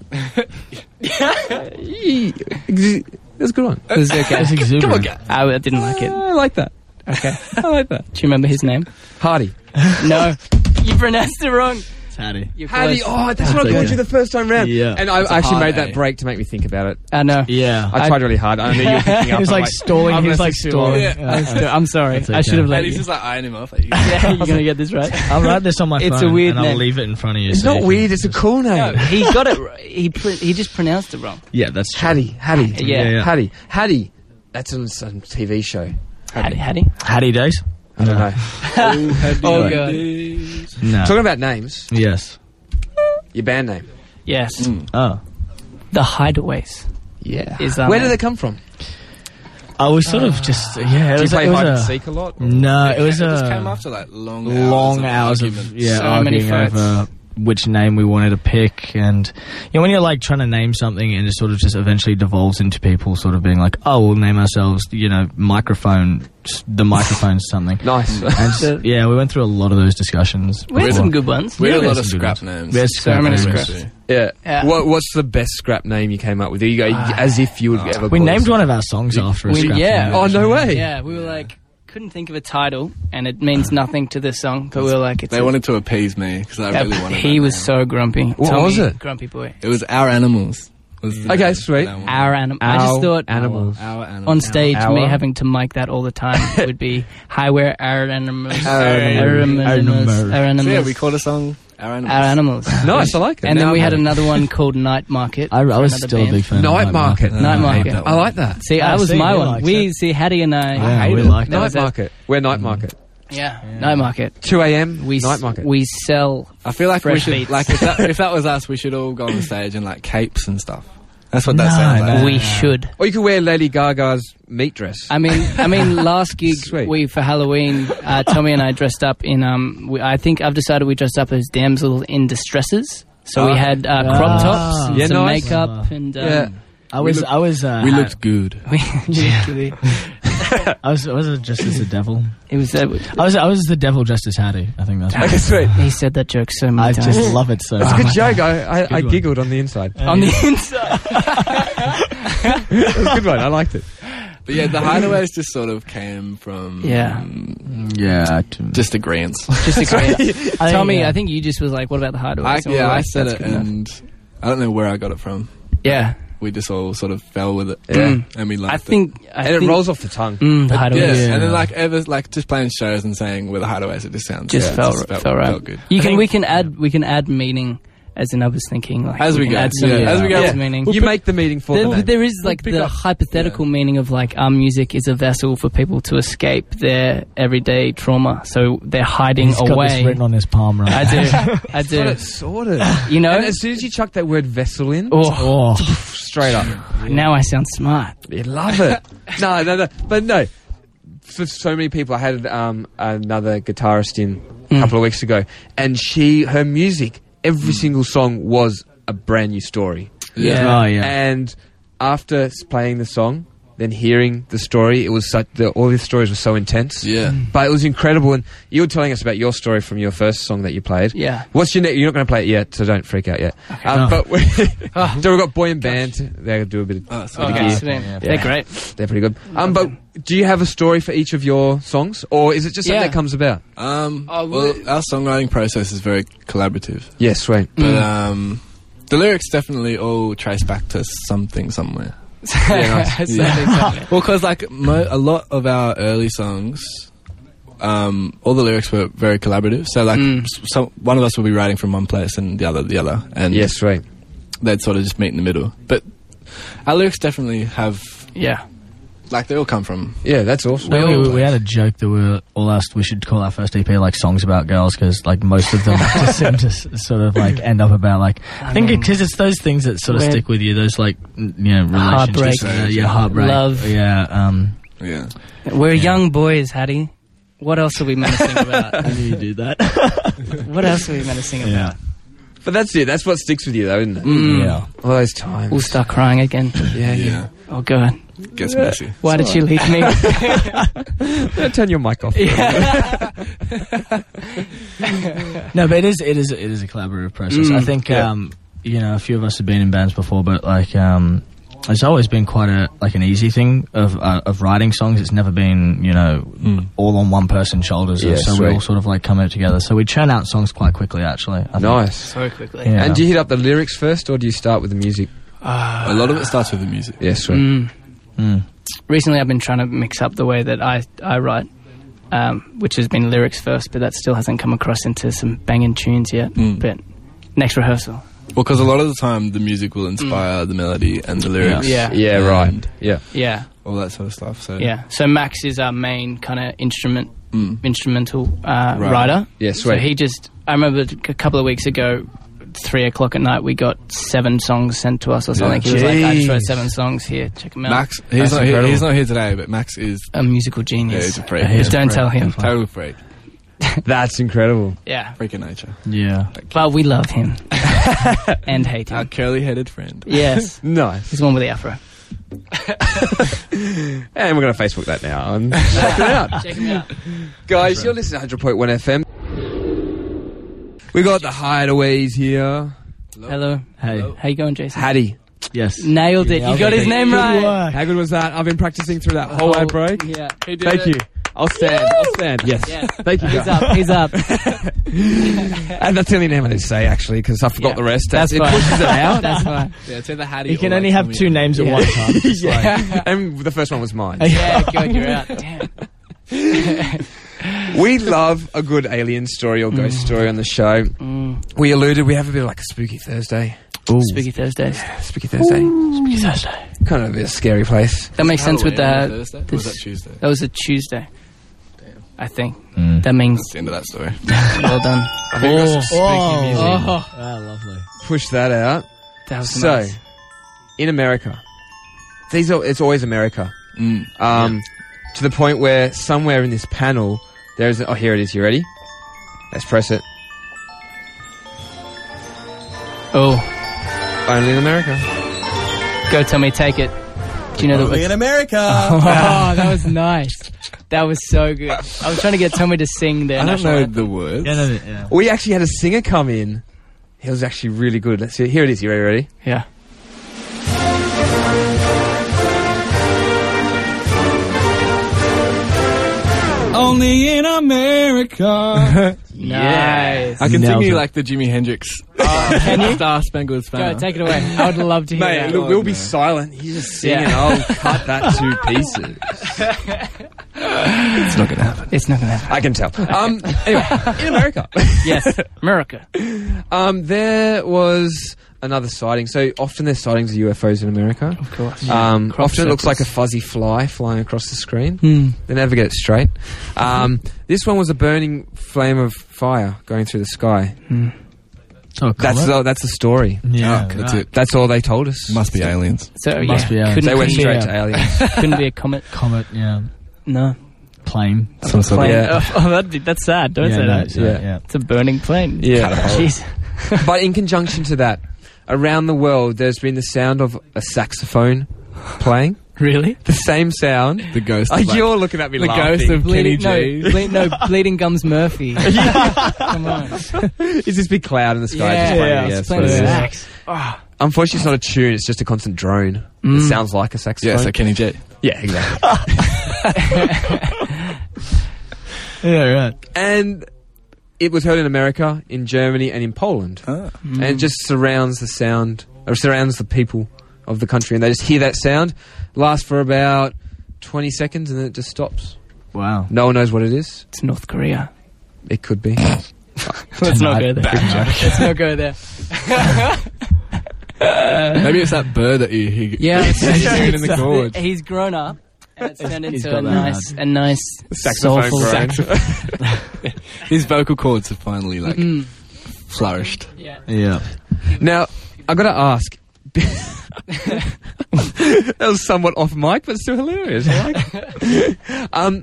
[SPEAKER 2] That's a good one.
[SPEAKER 4] It was okay.
[SPEAKER 3] That's exuberant.
[SPEAKER 4] I, I didn't like it.
[SPEAKER 2] I like that.
[SPEAKER 4] Okay.
[SPEAKER 2] I like that.
[SPEAKER 4] Do you remember his name?
[SPEAKER 2] Hardy.
[SPEAKER 4] No. you pronounced it wrong.
[SPEAKER 3] Hattie.
[SPEAKER 4] You're
[SPEAKER 2] Hardy.
[SPEAKER 4] close.
[SPEAKER 2] Oh, that's, what I
[SPEAKER 3] okay.
[SPEAKER 2] called you the first time round.
[SPEAKER 3] Yeah.
[SPEAKER 2] And I
[SPEAKER 5] It's a
[SPEAKER 2] actually
[SPEAKER 5] hard
[SPEAKER 2] made that
[SPEAKER 5] A.
[SPEAKER 2] break to make me think about it.
[SPEAKER 4] I know.
[SPEAKER 3] Yeah.
[SPEAKER 2] I,
[SPEAKER 4] I-
[SPEAKER 2] tried really hard. I knew you were picking up.
[SPEAKER 3] he was
[SPEAKER 2] I'm
[SPEAKER 3] like stalling.
[SPEAKER 2] I'm
[SPEAKER 3] he was
[SPEAKER 2] gonna
[SPEAKER 3] like
[SPEAKER 2] sit
[SPEAKER 3] stalling.
[SPEAKER 5] Yeah.
[SPEAKER 3] Uh, uh,
[SPEAKER 4] I'm sorry.
[SPEAKER 3] That's
[SPEAKER 4] I
[SPEAKER 3] okay.
[SPEAKER 4] should have let
[SPEAKER 5] And he's
[SPEAKER 4] you.
[SPEAKER 5] just like eyeing him off. Like,
[SPEAKER 4] Yeah, you're gonna get this right.
[SPEAKER 3] I'll write this on my
[SPEAKER 4] It's a
[SPEAKER 3] phone
[SPEAKER 4] weird
[SPEAKER 3] and I'll
[SPEAKER 4] name.
[SPEAKER 3] leave it in front of you.
[SPEAKER 2] It's
[SPEAKER 3] so
[SPEAKER 2] not
[SPEAKER 3] you
[SPEAKER 2] weird.
[SPEAKER 3] can
[SPEAKER 2] It's a
[SPEAKER 3] just-
[SPEAKER 2] cool name.
[SPEAKER 4] he got it. right. He pr- he just pronounced it wrong.
[SPEAKER 3] Yeah, that's true.
[SPEAKER 2] Hattie. Hattie.
[SPEAKER 4] Yeah.
[SPEAKER 3] Yeah, yeah.
[SPEAKER 2] Hattie. Hattie. That's on some TV show.
[SPEAKER 4] Hattie. Hattie.
[SPEAKER 3] Hattie days?
[SPEAKER 2] I don't know.
[SPEAKER 4] Oh
[SPEAKER 3] Right.
[SPEAKER 4] god.
[SPEAKER 3] No.
[SPEAKER 2] Talking about names,
[SPEAKER 3] yes.
[SPEAKER 2] your band name.
[SPEAKER 4] Yes.
[SPEAKER 3] Oh.
[SPEAKER 4] The Hideaways.
[SPEAKER 2] Yeah.
[SPEAKER 4] Is that
[SPEAKER 2] Where
[SPEAKER 4] name?
[SPEAKER 2] did they come from?
[SPEAKER 3] I was sort of just, yeah, it
[SPEAKER 2] Do you
[SPEAKER 3] was,
[SPEAKER 2] play
[SPEAKER 3] it was
[SPEAKER 2] hide and
[SPEAKER 3] a-
[SPEAKER 2] seek a lot?
[SPEAKER 3] No, it was
[SPEAKER 5] It just
[SPEAKER 3] a
[SPEAKER 4] uh,
[SPEAKER 5] came after like long,
[SPEAKER 3] long hours
[SPEAKER 5] hours
[SPEAKER 3] of,
[SPEAKER 5] argument.
[SPEAKER 3] yeah,
[SPEAKER 4] So many
[SPEAKER 3] arguing
[SPEAKER 4] fights.
[SPEAKER 3] over which name we wanted to pick. And, you know, when you're like trying to name something and it sort of just eventually devolves into people sort of being like, oh, we'll name ourselves, you know, microphone, the microphone something.
[SPEAKER 2] Nice.
[SPEAKER 3] And s- yeah, we went through a lot of those discussions.
[SPEAKER 4] We had
[SPEAKER 3] before.
[SPEAKER 4] some good ones.
[SPEAKER 5] We had a
[SPEAKER 3] Yeah,
[SPEAKER 5] lot of
[SPEAKER 3] that's some good
[SPEAKER 5] scrap
[SPEAKER 3] ones.
[SPEAKER 5] names.
[SPEAKER 3] We had
[SPEAKER 4] So many
[SPEAKER 3] names.
[SPEAKER 4] scraps.
[SPEAKER 2] yeah.
[SPEAKER 4] Yeah.
[SPEAKER 2] What, what's the best scrap name you came up with? You go as if you would ever.
[SPEAKER 3] We
[SPEAKER 2] call
[SPEAKER 3] named
[SPEAKER 2] us.
[SPEAKER 3] one of our songs after a
[SPEAKER 4] we-
[SPEAKER 3] scrap.
[SPEAKER 4] yeah.
[SPEAKER 3] name.
[SPEAKER 2] Oh no way!
[SPEAKER 4] Yeah, we were like couldn't think of a title, and it means nothing to this song. But we were like, it's
[SPEAKER 5] They
[SPEAKER 4] a-
[SPEAKER 5] wanted to appease me because I
[SPEAKER 4] Yeah,
[SPEAKER 5] really wanted.
[SPEAKER 4] he
[SPEAKER 5] that
[SPEAKER 4] was
[SPEAKER 5] name.
[SPEAKER 4] so grumpy.
[SPEAKER 2] What
[SPEAKER 4] Tommy,
[SPEAKER 2] was it?
[SPEAKER 4] Grumpy boy.
[SPEAKER 5] It was our animals. Was the
[SPEAKER 2] Okay,
[SPEAKER 5] name.
[SPEAKER 2] sweet.
[SPEAKER 5] That one.
[SPEAKER 4] Our animal. I just
[SPEAKER 2] Our
[SPEAKER 4] thought
[SPEAKER 2] animals.
[SPEAKER 5] Our animals.
[SPEAKER 4] on stage,
[SPEAKER 2] Our-
[SPEAKER 4] me having to mic that all the time would be hi, we're our animals.
[SPEAKER 2] Our
[SPEAKER 3] animals.
[SPEAKER 4] Our animals. Our
[SPEAKER 5] So, yeah,
[SPEAKER 4] animals.
[SPEAKER 5] we called a song our animals.
[SPEAKER 4] Our animals.
[SPEAKER 2] Nice, I like it.
[SPEAKER 4] And
[SPEAKER 2] Now
[SPEAKER 4] then we
[SPEAKER 2] I
[SPEAKER 4] had
[SPEAKER 2] like it.
[SPEAKER 4] another one called Night Market.
[SPEAKER 3] I, I
[SPEAKER 4] for
[SPEAKER 3] was
[SPEAKER 4] another
[SPEAKER 3] still a
[SPEAKER 4] band.
[SPEAKER 3] big fan. of
[SPEAKER 2] Night Market.
[SPEAKER 4] Night
[SPEAKER 5] I hate
[SPEAKER 4] Market.
[SPEAKER 5] that
[SPEAKER 2] I like that.
[SPEAKER 4] See, that
[SPEAKER 3] Oh,
[SPEAKER 4] was
[SPEAKER 3] see,
[SPEAKER 4] my
[SPEAKER 3] he
[SPEAKER 4] one.
[SPEAKER 3] likes
[SPEAKER 4] We
[SPEAKER 3] it.
[SPEAKER 4] see Hattie and I.
[SPEAKER 3] Yeah,
[SPEAKER 4] hated
[SPEAKER 3] we
[SPEAKER 4] it.
[SPEAKER 3] liked
[SPEAKER 4] That
[SPEAKER 2] Night
[SPEAKER 4] was it.
[SPEAKER 2] Market. We're Night Market.
[SPEAKER 4] Yeah, Night Market.
[SPEAKER 2] 2 a.m.
[SPEAKER 4] We s-
[SPEAKER 2] Night Market.
[SPEAKER 4] We sell.
[SPEAKER 5] I feel like we
[SPEAKER 4] Fresh
[SPEAKER 5] should,
[SPEAKER 4] beats.
[SPEAKER 5] like, if that, if that was us, we should all go on stage in like capes and stuff. That's what that
[SPEAKER 3] No,
[SPEAKER 5] sounds like.
[SPEAKER 3] no.
[SPEAKER 4] we should.
[SPEAKER 2] or you could wear Lady Gaga's meat dress.
[SPEAKER 4] I mean, I mean, last gig
[SPEAKER 2] Sweet.
[SPEAKER 4] we for Halloween, uh, Tommy and I dressed up in. Um, we, I think I've decided we dressed up as damsel in distresses. So we
[SPEAKER 2] Ah.
[SPEAKER 4] had uh, crop tops and
[SPEAKER 2] Yeah,
[SPEAKER 4] some
[SPEAKER 2] nice.
[SPEAKER 3] Ah.
[SPEAKER 4] makeup and um,
[SPEAKER 2] Yeah.
[SPEAKER 3] I was,
[SPEAKER 5] look-
[SPEAKER 3] I was, uh,
[SPEAKER 5] We looked good.
[SPEAKER 4] we- literally-
[SPEAKER 3] I was, I was just as the devil.
[SPEAKER 4] it was uh, that.
[SPEAKER 3] I was, I was the devil just as howdy. I think that's.
[SPEAKER 2] Okay, sweet.
[SPEAKER 4] He said that joke so many
[SPEAKER 3] I
[SPEAKER 4] times
[SPEAKER 3] just love it so.
[SPEAKER 2] It's a
[SPEAKER 3] much.
[SPEAKER 2] good joke. I, I, I
[SPEAKER 3] Good one.
[SPEAKER 2] giggled on the inside. It
[SPEAKER 4] on the inside.
[SPEAKER 2] was a good one. I liked it.
[SPEAKER 5] But yeah, the hideaways just sort of came from
[SPEAKER 4] Yeah.
[SPEAKER 3] Yeah,
[SPEAKER 5] just agreements.
[SPEAKER 4] Just a great.
[SPEAKER 3] I-
[SPEAKER 4] Tommy,
[SPEAKER 3] yeah.
[SPEAKER 4] I think you just was like, "What about the hardware?"
[SPEAKER 5] I,
[SPEAKER 4] So we
[SPEAKER 5] yeah,
[SPEAKER 4] were
[SPEAKER 5] I
[SPEAKER 4] like,
[SPEAKER 5] said
[SPEAKER 4] "That's
[SPEAKER 5] it,
[SPEAKER 4] good enough."
[SPEAKER 5] and I don't know where I got it from.
[SPEAKER 4] yeah,
[SPEAKER 5] We just all sort of fell with it,
[SPEAKER 2] Yeah.
[SPEAKER 4] Mm.
[SPEAKER 5] and we loved
[SPEAKER 4] I think. I
[SPEAKER 2] and it
[SPEAKER 4] think,
[SPEAKER 2] rolls off the tongue.
[SPEAKER 4] Mm, the
[SPEAKER 5] it. Yeah.
[SPEAKER 4] hideaways
[SPEAKER 5] and then like ever like just playing shows and saying we're the hideaways. It just sounds
[SPEAKER 4] just
[SPEAKER 5] yeah, it
[SPEAKER 4] felt, felt, right.
[SPEAKER 5] felt good.
[SPEAKER 4] You can we can add we can add meaning as in I was thinking like
[SPEAKER 5] As we
[SPEAKER 4] can
[SPEAKER 5] go,
[SPEAKER 4] add some
[SPEAKER 5] yeah, as we go.
[SPEAKER 4] add meaning.
[SPEAKER 2] you make the meeting for
[SPEAKER 4] There,
[SPEAKER 2] them.
[SPEAKER 4] there is like
[SPEAKER 5] pick
[SPEAKER 4] the
[SPEAKER 5] up-
[SPEAKER 4] hypothetical meaning of like our music is a vessel for people to escape their everyday trauma, so they're hiding
[SPEAKER 3] He's got this
[SPEAKER 4] away.
[SPEAKER 3] written on his palm right.
[SPEAKER 4] I do, I
[SPEAKER 2] Got
[SPEAKER 4] do.
[SPEAKER 2] it sorted.
[SPEAKER 4] You know,
[SPEAKER 2] and as soon as you chuck that word vessel in,
[SPEAKER 4] oh,
[SPEAKER 3] Oh,
[SPEAKER 2] straight up.
[SPEAKER 4] now I sound smart.
[SPEAKER 2] You love it. no, no, no. But no, for so many people, I had um, another guitarist in a couple of weeks ago, and she, her music, every single song was a brand new story.
[SPEAKER 3] oh yeah.
[SPEAKER 2] And after s- playing the song, then hearing the story, it was such, the, all these stories were so intense.
[SPEAKER 5] Yeah.
[SPEAKER 4] Mm.
[SPEAKER 2] But it was incredible. And you were telling us about your story from your first song that you played.
[SPEAKER 4] Yeah.
[SPEAKER 2] What's your next? You're not going to play it yet, so don't freak out yet. Um,
[SPEAKER 3] Oh.
[SPEAKER 2] But we, so we've got Boy and Band. They'll do a bit of
[SPEAKER 5] Oh, so
[SPEAKER 4] Okay,
[SPEAKER 2] Yeah.
[SPEAKER 4] so then-
[SPEAKER 3] Yeah.
[SPEAKER 4] they're great.
[SPEAKER 2] they're pretty good. Um, but do you have a story for each of your songs, or is it just something
[SPEAKER 4] Yeah.
[SPEAKER 2] that comes about?
[SPEAKER 5] Um,
[SPEAKER 4] Oh,
[SPEAKER 5] well,
[SPEAKER 4] we-
[SPEAKER 5] our songwriting process is very collaborative,
[SPEAKER 2] Yes, sweet.
[SPEAKER 5] but
[SPEAKER 4] Mm.
[SPEAKER 5] um, the lyrics definitely all trace back to something somewhere.
[SPEAKER 4] Something, something.
[SPEAKER 5] Well, because like mo- a lot of our early songs, um, all the lyrics were very collaborative. So like,
[SPEAKER 4] Mm.
[SPEAKER 5] s- some, one of us would be writing from one place and the other the other, and
[SPEAKER 2] Yes, sweet.
[SPEAKER 5] they'd sort of just meet in the middle. But our lyrics definitely have
[SPEAKER 4] Yeah.
[SPEAKER 5] like they all come from.
[SPEAKER 2] Yeah, that's awesome.
[SPEAKER 3] We,
[SPEAKER 5] all
[SPEAKER 3] we,
[SPEAKER 5] play.
[SPEAKER 3] we had a joke that we were all asked we should call our first EP like songs about girls because like most of them just seem to s- sort of like end up about like I think
[SPEAKER 4] mean,
[SPEAKER 3] because it's those things that sort of
[SPEAKER 4] we're-
[SPEAKER 3] stick with you those like n- you know
[SPEAKER 4] Heartbreak.
[SPEAKER 3] relationships uh, yeah heartbreak
[SPEAKER 4] Love.
[SPEAKER 3] yeah um
[SPEAKER 5] Yeah,
[SPEAKER 4] We're young boys, Hattie. What else are we meant to think about?
[SPEAKER 3] how do you do that
[SPEAKER 4] what else are we meant to sing about?
[SPEAKER 3] yeah
[SPEAKER 2] But that's it. That's what sticks with you, though, isn't it?
[SPEAKER 4] Mm.
[SPEAKER 3] yeah
[SPEAKER 2] All those times.
[SPEAKER 4] We'll start crying again.
[SPEAKER 2] yeah, yeah.
[SPEAKER 5] yeah,
[SPEAKER 4] Oh God!
[SPEAKER 5] gets messy.
[SPEAKER 4] Why did she leave me?
[SPEAKER 2] Turn your mic off.
[SPEAKER 3] No, but it is it is it is a collaborative process.
[SPEAKER 4] Mm,
[SPEAKER 3] I think um, you know a few of us have been in bands before, but like um, it's always been quite a like an easy thing of uh, of writing songs. It's never been you know all on one person's shoulders.
[SPEAKER 2] Mm. Yeah,
[SPEAKER 3] so
[SPEAKER 2] sweet.
[SPEAKER 3] we all sort of like come out together. So we churn out songs quite quickly, actually. I think.
[SPEAKER 2] Nice.
[SPEAKER 4] so quickly.
[SPEAKER 3] Yeah.
[SPEAKER 2] And do you hit up the lyrics first, or do you start with the music?
[SPEAKER 5] A lot of it starts with the music.
[SPEAKER 2] Yes, sweet.
[SPEAKER 4] Mm.
[SPEAKER 3] Mm.
[SPEAKER 4] Recently, I've been trying to mix up the way that I I write, um, which has been lyrics first, but that still hasn't come across into some banging tunes yet.
[SPEAKER 5] Mm.
[SPEAKER 4] But next rehearsal,
[SPEAKER 5] Well, because a lot of the time the music will inspire the melody and the lyrics.
[SPEAKER 4] Mm. Yeah.
[SPEAKER 2] Yeah,
[SPEAKER 5] and
[SPEAKER 2] right. Yeah.
[SPEAKER 4] yeah,
[SPEAKER 5] All that sort of stuff. So
[SPEAKER 4] yeah. So Max is our main kind of instrument
[SPEAKER 5] Mm.
[SPEAKER 4] instrumental uh,
[SPEAKER 5] Right.
[SPEAKER 4] writer.
[SPEAKER 2] Yeah,
[SPEAKER 4] So
[SPEAKER 2] sweet.
[SPEAKER 4] he just, I remember a couple of weeks ago, three o'clock at night, we got seven songs sent to us or something. He was like, I just wrote
[SPEAKER 2] Jeez.
[SPEAKER 4] seven songs here, check them out.
[SPEAKER 5] Max, he's
[SPEAKER 2] That's
[SPEAKER 5] not, here,
[SPEAKER 2] incredible.
[SPEAKER 5] he's not here today, but Max is
[SPEAKER 4] A musical
[SPEAKER 5] yeah,
[SPEAKER 4] genius.
[SPEAKER 5] he's a freak.
[SPEAKER 3] Yeah, he's
[SPEAKER 4] Just don't
[SPEAKER 3] great.
[SPEAKER 4] tell him.
[SPEAKER 3] Definitely.
[SPEAKER 5] Total freak.
[SPEAKER 2] That's incredible.
[SPEAKER 4] Yeah.
[SPEAKER 5] Freak of nature.
[SPEAKER 3] Yeah.
[SPEAKER 4] But we love him and hate
[SPEAKER 5] Our
[SPEAKER 4] him.
[SPEAKER 5] curly headed friend.
[SPEAKER 4] Yes.
[SPEAKER 2] Nice.
[SPEAKER 4] He's the one with the afro.
[SPEAKER 2] And we're going to Facebook that now. And check it out.
[SPEAKER 4] Check him out.
[SPEAKER 2] Guys, you're listening to 100.1 FM. We got the hideaways here.
[SPEAKER 4] Hello.
[SPEAKER 3] Hey.
[SPEAKER 4] How you going, Jason?
[SPEAKER 2] Hattie.
[SPEAKER 3] Yes.
[SPEAKER 4] Nailed it. You got his name right.
[SPEAKER 2] How good was that? I've been practicing through that whole ad break.
[SPEAKER 4] Oh, Yeah.
[SPEAKER 2] Thank you. I'll stand. I'll stand. Yes.
[SPEAKER 4] Yeah.
[SPEAKER 2] Thank you.
[SPEAKER 4] He's
[SPEAKER 2] guys.
[SPEAKER 4] up. He's up.
[SPEAKER 2] And that's the only name I didn't say actually because I forgot
[SPEAKER 4] Yeah.
[SPEAKER 2] the rest.
[SPEAKER 4] That's
[SPEAKER 2] it
[SPEAKER 4] fine.
[SPEAKER 2] pushes it out.
[SPEAKER 4] That's fine.
[SPEAKER 5] Yeah, it's either Hattie
[SPEAKER 3] You can only have two names at
[SPEAKER 4] Yeah.
[SPEAKER 3] one time. It's like-
[SPEAKER 2] and the first one was mine.
[SPEAKER 4] Yeah, God, you're out. Damn.
[SPEAKER 2] We love a good alien story or ghost story on the show.
[SPEAKER 4] Mm.
[SPEAKER 2] We alluded we have a bit of like a spooky Thursday.
[SPEAKER 4] Spooky Thursdays.
[SPEAKER 2] Spooky Thursday.
[SPEAKER 4] Spooky Thursday.
[SPEAKER 2] Kind of a bit scary place.
[SPEAKER 4] That makes sense with the.
[SPEAKER 5] Thursday? Or was that
[SPEAKER 4] this-
[SPEAKER 5] Tuesday?
[SPEAKER 4] That was a Tuesday. I think.
[SPEAKER 3] Mm.
[SPEAKER 4] That means
[SPEAKER 5] That's the end of that story.
[SPEAKER 4] well done.
[SPEAKER 2] Oh.
[SPEAKER 3] Oh.
[SPEAKER 4] Oh.
[SPEAKER 3] Ah, lovely.
[SPEAKER 2] Push that out.
[SPEAKER 4] That was
[SPEAKER 2] So,
[SPEAKER 4] nice.
[SPEAKER 2] in America, these are, it's always America.
[SPEAKER 5] Mm.
[SPEAKER 2] Um, To the point where somewhere in this panel, there is. A, oh, here it is. You ready? Let's press it.
[SPEAKER 4] Oh,
[SPEAKER 2] Only in America.
[SPEAKER 4] go tell me, take it. Do you know the
[SPEAKER 6] Only in America.
[SPEAKER 4] Oh, that was nice. That was so good. I was trying to get Tommy to sing there.
[SPEAKER 5] I don't
[SPEAKER 4] national
[SPEAKER 5] know
[SPEAKER 4] anthem.
[SPEAKER 5] the words.
[SPEAKER 3] Yeah, no, no, yeah.
[SPEAKER 2] We actually had a singer come in. He was actually really good. Let's see. Here it is. You ready? Ready?
[SPEAKER 4] Yeah.
[SPEAKER 6] Only in America.
[SPEAKER 4] Nice.
[SPEAKER 5] I can
[SPEAKER 3] Nailed
[SPEAKER 5] sing you
[SPEAKER 3] it.
[SPEAKER 5] like the Jimmy Hendrix. Star Spangled
[SPEAKER 4] Go,
[SPEAKER 5] Banner.
[SPEAKER 4] take it away. I would love to hear that.
[SPEAKER 5] look, we'll be
[SPEAKER 2] silent. He's just
[SPEAKER 4] singing.
[SPEAKER 2] I'll cut that to pieces.
[SPEAKER 5] It's not gonna happen.
[SPEAKER 4] It's not going to happen.
[SPEAKER 2] I can tell. Um, anyway, in America,
[SPEAKER 4] Yes. America.
[SPEAKER 2] um, there was another sighting. So often there's sightings of UFOs in America.
[SPEAKER 4] Of course.
[SPEAKER 2] Um,
[SPEAKER 4] Crop
[SPEAKER 2] often it looks like
[SPEAKER 4] circles.
[SPEAKER 2] a fuzzy fly flying across the screen.
[SPEAKER 5] Hmm.
[SPEAKER 4] Hmm.
[SPEAKER 2] They never get it straight. Um, this one was a burning flame of fire going through the sky.
[SPEAKER 3] Oh,
[SPEAKER 2] That's
[SPEAKER 3] colour?
[SPEAKER 2] the, that's the story.
[SPEAKER 3] yeah,
[SPEAKER 5] Yuck, that's
[SPEAKER 3] right.
[SPEAKER 5] it.
[SPEAKER 2] That's all they told us.
[SPEAKER 5] Must be aliens.
[SPEAKER 4] So,
[SPEAKER 3] Must
[SPEAKER 4] yeah.
[SPEAKER 3] be, yeah.
[SPEAKER 4] Couldn't,
[SPEAKER 2] they went
[SPEAKER 4] be, uh,
[SPEAKER 2] straight
[SPEAKER 3] Yeah.
[SPEAKER 2] to aliens.
[SPEAKER 4] couldn't be a comet.
[SPEAKER 3] Comet, yeah,
[SPEAKER 4] No.
[SPEAKER 3] plane.
[SPEAKER 5] Some sort
[SPEAKER 4] Plane.
[SPEAKER 5] of
[SPEAKER 2] Yeah.
[SPEAKER 4] Oh, oh, that'd be, that's sad. Don't
[SPEAKER 3] yeah,
[SPEAKER 4] say
[SPEAKER 3] no,
[SPEAKER 4] that.
[SPEAKER 3] it's not,
[SPEAKER 2] Yeah.
[SPEAKER 3] yeah.
[SPEAKER 4] It's a burning plane.
[SPEAKER 2] Yeah.
[SPEAKER 4] Jeez.
[SPEAKER 2] but in conjunction to that, around the world, there's been the sound of a saxophone playing.
[SPEAKER 4] Really?
[SPEAKER 2] The same sound.
[SPEAKER 5] the ghost.
[SPEAKER 2] Oh,
[SPEAKER 5] of, like,
[SPEAKER 2] you're looking at me
[SPEAKER 5] the
[SPEAKER 2] laughing.
[SPEAKER 5] ghost of Kenny
[SPEAKER 4] Bleeding, no,
[SPEAKER 5] G.
[SPEAKER 4] ble- no, Bleeding Gums Murphy. Come on.
[SPEAKER 2] It's this big cloud in the sky. just playing,
[SPEAKER 4] yeah,
[SPEAKER 2] yeah,
[SPEAKER 4] it's
[SPEAKER 2] it's
[SPEAKER 4] playing
[SPEAKER 2] what it is.
[SPEAKER 4] sax.
[SPEAKER 2] Unfortunately, it's not a tune. It's just a constant drone.
[SPEAKER 4] Mm.
[SPEAKER 2] It sounds Mm. like a saxophone.
[SPEAKER 5] Yeah, so Kenny G.
[SPEAKER 2] yeah, exactly.
[SPEAKER 3] Yeah, right.
[SPEAKER 2] and it was heard in America, in Germany, and in Poland.
[SPEAKER 4] Mm.
[SPEAKER 2] And it just surrounds the sound, or surrounds the people of the country, and they just hear that sound. Lasts for about twenty seconds, and then it just stops.
[SPEAKER 3] Wow.
[SPEAKER 2] No one knows what it is.
[SPEAKER 4] It's North Korea.
[SPEAKER 2] It could be.
[SPEAKER 4] Let's not go
[SPEAKER 3] Tonight,
[SPEAKER 4] there. Let's not go there.
[SPEAKER 5] Maybe it's that bird that you hear.
[SPEAKER 4] Yeah, it's-
[SPEAKER 5] he's doing in
[SPEAKER 4] it's-
[SPEAKER 5] the gorge.
[SPEAKER 4] He's grown up, and it's turned
[SPEAKER 3] He's
[SPEAKER 4] into
[SPEAKER 3] got
[SPEAKER 4] a
[SPEAKER 3] that
[SPEAKER 4] nice, a nice
[SPEAKER 2] Saxophone
[SPEAKER 4] soulful
[SPEAKER 2] grown.
[SPEAKER 4] saxophone.
[SPEAKER 5] His vocal cords have finally like
[SPEAKER 4] Mm-hmm.
[SPEAKER 5] flourished.
[SPEAKER 4] Yeah.
[SPEAKER 3] Yeah.
[SPEAKER 2] Now, I got to ask. that was somewhat off mic, but still hilarious. I like it. um,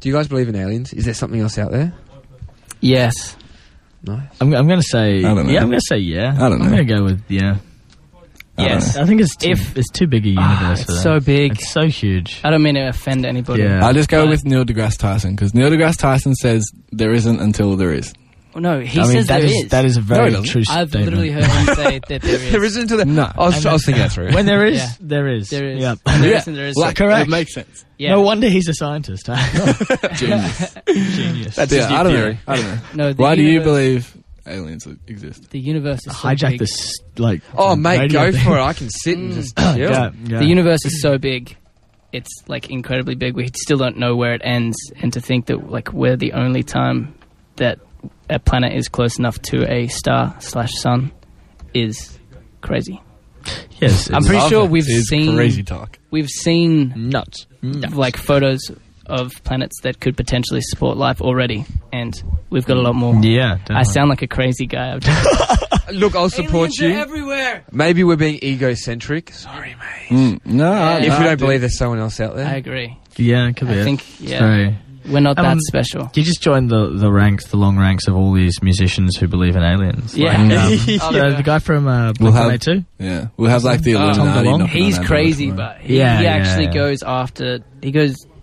[SPEAKER 2] do you guys believe in aliens? Is there something else out there?
[SPEAKER 4] Yes.
[SPEAKER 2] Nice.
[SPEAKER 3] I'm, I'm gonna say.
[SPEAKER 5] I don't know.
[SPEAKER 3] Yeah, I'm gonna say yeah.
[SPEAKER 5] I don't know.
[SPEAKER 3] I'm gonna go with yeah.
[SPEAKER 5] I don't
[SPEAKER 4] Yes.
[SPEAKER 3] I think it's too,
[SPEAKER 4] If- Ah,
[SPEAKER 3] it's too big a universe.
[SPEAKER 4] it's
[SPEAKER 3] for that.
[SPEAKER 4] so big. Uh,
[SPEAKER 3] It's so huge.
[SPEAKER 4] I don't mean to offend anybody.
[SPEAKER 3] Yeah.
[SPEAKER 5] I'll just go with Neil deGrasse Tyson because Neil deGrasse Tyson says there isn't until there is.
[SPEAKER 4] Well, no, he
[SPEAKER 3] I mean,
[SPEAKER 4] says
[SPEAKER 3] that
[SPEAKER 4] there
[SPEAKER 3] is
[SPEAKER 4] is.
[SPEAKER 3] that is a
[SPEAKER 5] No, it
[SPEAKER 3] very
[SPEAKER 5] doesn't.
[SPEAKER 3] true
[SPEAKER 4] I've
[SPEAKER 3] statement.
[SPEAKER 4] literally heard him say that there is.
[SPEAKER 2] There isn't to the.
[SPEAKER 5] No.
[SPEAKER 2] I was, I was thinking that through.
[SPEAKER 3] when there is,
[SPEAKER 4] Yeah.
[SPEAKER 3] there is.
[SPEAKER 4] There is.
[SPEAKER 3] Yep.
[SPEAKER 4] And there isn't, there is.
[SPEAKER 5] Like,
[SPEAKER 3] Correct.
[SPEAKER 5] It makes sense.
[SPEAKER 4] yeah.
[SPEAKER 3] No wonder he's a scientist. huh?
[SPEAKER 5] Genius.
[SPEAKER 3] Genius.
[SPEAKER 2] That's
[SPEAKER 5] yeah,
[SPEAKER 2] his new
[SPEAKER 5] I don't know.
[SPEAKER 2] theory.
[SPEAKER 5] I don't know.
[SPEAKER 4] No, the
[SPEAKER 5] Why do you
[SPEAKER 4] universe-
[SPEAKER 5] believe aliens exist?
[SPEAKER 4] the universe is so
[SPEAKER 3] Hijack
[SPEAKER 4] big.
[SPEAKER 3] this like.
[SPEAKER 2] Oh, mate,
[SPEAKER 3] radio
[SPEAKER 2] go
[SPEAKER 3] thing.
[SPEAKER 2] for it. I can sit and just
[SPEAKER 4] Mm.
[SPEAKER 2] chill.
[SPEAKER 3] Yeah, yeah.
[SPEAKER 4] The universe is so big. It's like incredibly big. We still don't know where it ends, and to think that like we're the only time that a planet is close enough to a star slash sun is crazy.
[SPEAKER 3] yes,
[SPEAKER 4] I'm
[SPEAKER 3] it's
[SPEAKER 4] pretty sure we've
[SPEAKER 5] It's
[SPEAKER 4] seen
[SPEAKER 5] crazy talk.
[SPEAKER 4] we've seen
[SPEAKER 3] nuts. Nuts.
[SPEAKER 4] like photos of planets that could potentially support life already, and we've got a lot more.
[SPEAKER 3] Yeah, definitely.
[SPEAKER 4] I sound like a crazy guy. I've just
[SPEAKER 2] Look, I'll support
[SPEAKER 4] Aliens are
[SPEAKER 2] you.
[SPEAKER 4] everywhere.
[SPEAKER 2] Maybe we're being egocentric. Sorry, mate.
[SPEAKER 5] No, I-
[SPEAKER 2] If
[SPEAKER 5] I
[SPEAKER 2] we don't
[SPEAKER 5] do.
[SPEAKER 2] believe there's someone else out there,
[SPEAKER 4] I agree.
[SPEAKER 3] Yeah, it could be.
[SPEAKER 4] I
[SPEAKER 3] it.
[SPEAKER 4] think yeah,
[SPEAKER 3] Sorry.
[SPEAKER 4] we're not that
[SPEAKER 3] Um,
[SPEAKER 4] special.
[SPEAKER 3] You just joined the the ranks, the long ranks of all these musicians who believe in aliens.
[SPEAKER 4] Yeah.
[SPEAKER 3] Like,
[SPEAKER 4] Oh,
[SPEAKER 3] um,
[SPEAKER 4] Yeah.
[SPEAKER 3] the, the guy from uh,
[SPEAKER 5] We'll
[SPEAKER 3] Blink
[SPEAKER 5] have-
[SPEAKER 3] 182.
[SPEAKER 5] Yeah, we'll have like the
[SPEAKER 4] Uh,
[SPEAKER 5] Illuminati.
[SPEAKER 3] DeLonge?
[SPEAKER 5] knocking on
[SPEAKER 4] He's
[SPEAKER 5] our door
[SPEAKER 4] crazy,
[SPEAKER 5] tomorrow.
[SPEAKER 4] but he,
[SPEAKER 3] Yeah,
[SPEAKER 4] he
[SPEAKER 3] yeah,
[SPEAKER 4] actually
[SPEAKER 3] yeah.
[SPEAKER 4] goes after. He goes
[SPEAKER 3] Like,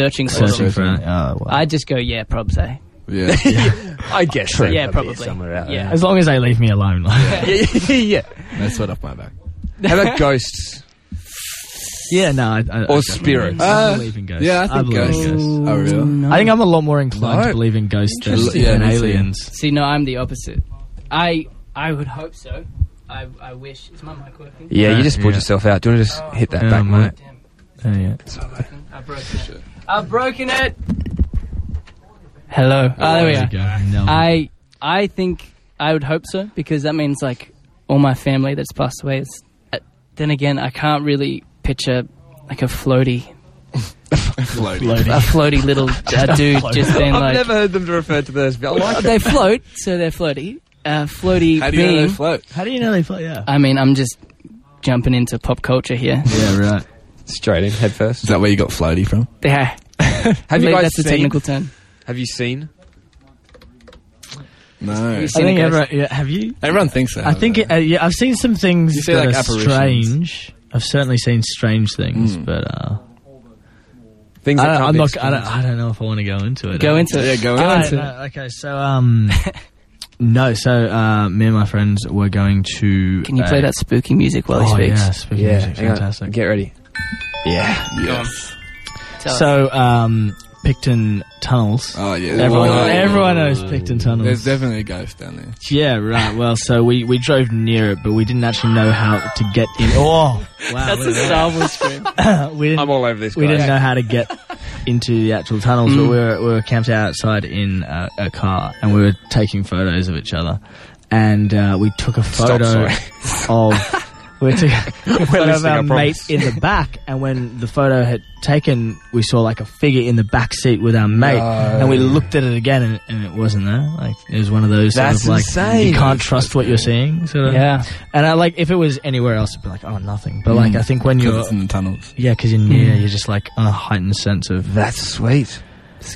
[SPEAKER 4] searching for.
[SPEAKER 3] searching
[SPEAKER 4] them.
[SPEAKER 3] for. an- Oh, wow.
[SPEAKER 4] I just go, yeah, probs, eh?
[SPEAKER 5] yeah,
[SPEAKER 2] I guess so.
[SPEAKER 4] Yeah, probably.
[SPEAKER 2] somewhere out
[SPEAKER 4] yeah.
[SPEAKER 3] as long as they leave me alone. Like,
[SPEAKER 2] there. yeah.
[SPEAKER 5] no sweat off my back.
[SPEAKER 2] How about ghosts?
[SPEAKER 3] yeah, no. I, I,
[SPEAKER 2] Or
[SPEAKER 3] I
[SPEAKER 2] spirits.
[SPEAKER 3] I
[SPEAKER 5] Uh,
[SPEAKER 3] believe in ghosts.
[SPEAKER 5] yeah, I think
[SPEAKER 3] believe
[SPEAKER 5] ghosts.
[SPEAKER 3] in ghosts.
[SPEAKER 5] Oh, real?
[SPEAKER 3] I think I'm a lot more inclined
[SPEAKER 2] No.
[SPEAKER 3] to believe in ghosts than,
[SPEAKER 5] Interesting. Yeah,
[SPEAKER 3] than
[SPEAKER 5] me too.
[SPEAKER 3] aliens.
[SPEAKER 4] See, no, I'm the opposite. I I would hope so. I, I wish. Is my mic working?
[SPEAKER 2] Yeah,
[SPEAKER 3] Uh,
[SPEAKER 2] you just pulled
[SPEAKER 3] yeah.
[SPEAKER 2] yourself out. Do you want to just hit that
[SPEAKER 3] Yeah,
[SPEAKER 2] back, mate?
[SPEAKER 3] mate.
[SPEAKER 4] Damn,
[SPEAKER 3] Yeah, Uh, yeah.
[SPEAKER 4] I've broken it. I've broken it. Hello. Oh, there we are.
[SPEAKER 3] go. No.
[SPEAKER 4] I I think I would hope so because that means like all my family that's passed away. Is, uh, then again, I can't really picture like a floaty,
[SPEAKER 5] Floating.
[SPEAKER 4] a floaty little uh, dude just being
[SPEAKER 2] I've
[SPEAKER 4] like
[SPEAKER 2] never heard them referred to those. but I like
[SPEAKER 4] they float, so they're floaty. Uh, floaty
[SPEAKER 5] How do you
[SPEAKER 4] being.
[SPEAKER 5] know they float?
[SPEAKER 3] How do you know they fly? Yeah.
[SPEAKER 4] I mean, I'm just jumping into pop culture here.
[SPEAKER 3] yeah, right.
[SPEAKER 2] it. Straight in, head first.
[SPEAKER 5] Is that where you got floaty from?
[SPEAKER 4] yeah,
[SPEAKER 2] Have you
[SPEAKER 4] maybe
[SPEAKER 2] guys
[SPEAKER 4] that's
[SPEAKER 2] seen?
[SPEAKER 4] a technical term.
[SPEAKER 2] Have you seen?
[SPEAKER 5] No.
[SPEAKER 4] Have
[SPEAKER 3] I
[SPEAKER 4] you
[SPEAKER 3] think
[SPEAKER 4] seen it, guys?
[SPEAKER 3] everyone, yeah, have you?
[SPEAKER 5] Everyone thinks that.
[SPEAKER 3] I think it, uh, yeah, I've seen some things
[SPEAKER 5] You see,
[SPEAKER 3] that
[SPEAKER 5] like,
[SPEAKER 3] are
[SPEAKER 5] apparitions.
[SPEAKER 3] strange. I've certainly seen strange things,
[SPEAKER 5] Mm.
[SPEAKER 3] but uh,
[SPEAKER 2] Things
[SPEAKER 3] I
[SPEAKER 2] that
[SPEAKER 3] don't,
[SPEAKER 2] can't
[SPEAKER 3] I'm
[SPEAKER 2] be
[SPEAKER 3] not. I
[SPEAKER 2] explained.
[SPEAKER 3] don't, I don't know if I want to go into it.
[SPEAKER 4] Go
[SPEAKER 3] Uh,
[SPEAKER 4] into
[SPEAKER 5] Yeah,
[SPEAKER 4] it.
[SPEAKER 5] go
[SPEAKER 3] Alright,
[SPEAKER 5] into it.
[SPEAKER 3] no, Uh, okay, so um, no, so uh, me and my friends were going to.
[SPEAKER 4] Can you
[SPEAKER 3] a-
[SPEAKER 4] play that spooky music while
[SPEAKER 3] Oh
[SPEAKER 4] he speaks?
[SPEAKER 3] yeah, spooky
[SPEAKER 2] Yeah,
[SPEAKER 3] music,
[SPEAKER 2] hang on.
[SPEAKER 3] fantastic.
[SPEAKER 2] Get ready.
[SPEAKER 5] Yes.
[SPEAKER 4] Tell us.
[SPEAKER 3] So um, Picton tunnels.
[SPEAKER 5] Oh, yeah.
[SPEAKER 3] everyone,
[SPEAKER 5] Oh.
[SPEAKER 3] everyone knows Picton tunnels.
[SPEAKER 5] There's definitely a ghost down there.
[SPEAKER 3] yeah, right. Well, so we, we drove near it, but we didn't actually know how to get in. Oh, wow!
[SPEAKER 4] That's a Star Wars scream.
[SPEAKER 3] we didn't,
[SPEAKER 2] I'm all over this.
[SPEAKER 3] we
[SPEAKER 2] guys.
[SPEAKER 3] didn't know how to get into the actual tunnels, but we were, we were camped out outside in a, a car, and we were taking photos of each other. And uh, we took a photo of we took a photo of
[SPEAKER 2] listening, I
[SPEAKER 3] our mate
[SPEAKER 2] promise.
[SPEAKER 3] in the back, and when the photo had taken, we saw like a figure in the back seat with our mate, and we looked at it again, and, and it wasn't there. Like it was one of those sort
[SPEAKER 2] That's
[SPEAKER 3] of like
[SPEAKER 2] insane.
[SPEAKER 3] you can't trust what you're seeing. Sort of.
[SPEAKER 4] yeah.
[SPEAKER 3] And I like if it was anywhere else, I'd be like, oh, nothing. But like
[SPEAKER 5] Mm.
[SPEAKER 3] I think when
[SPEAKER 5] Because
[SPEAKER 3] you're
[SPEAKER 5] it's in the tunnels.
[SPEAKER 3] yeah, because you're near, you're just like on a heightened sense of.
[SPEAKER 2] That's sweet.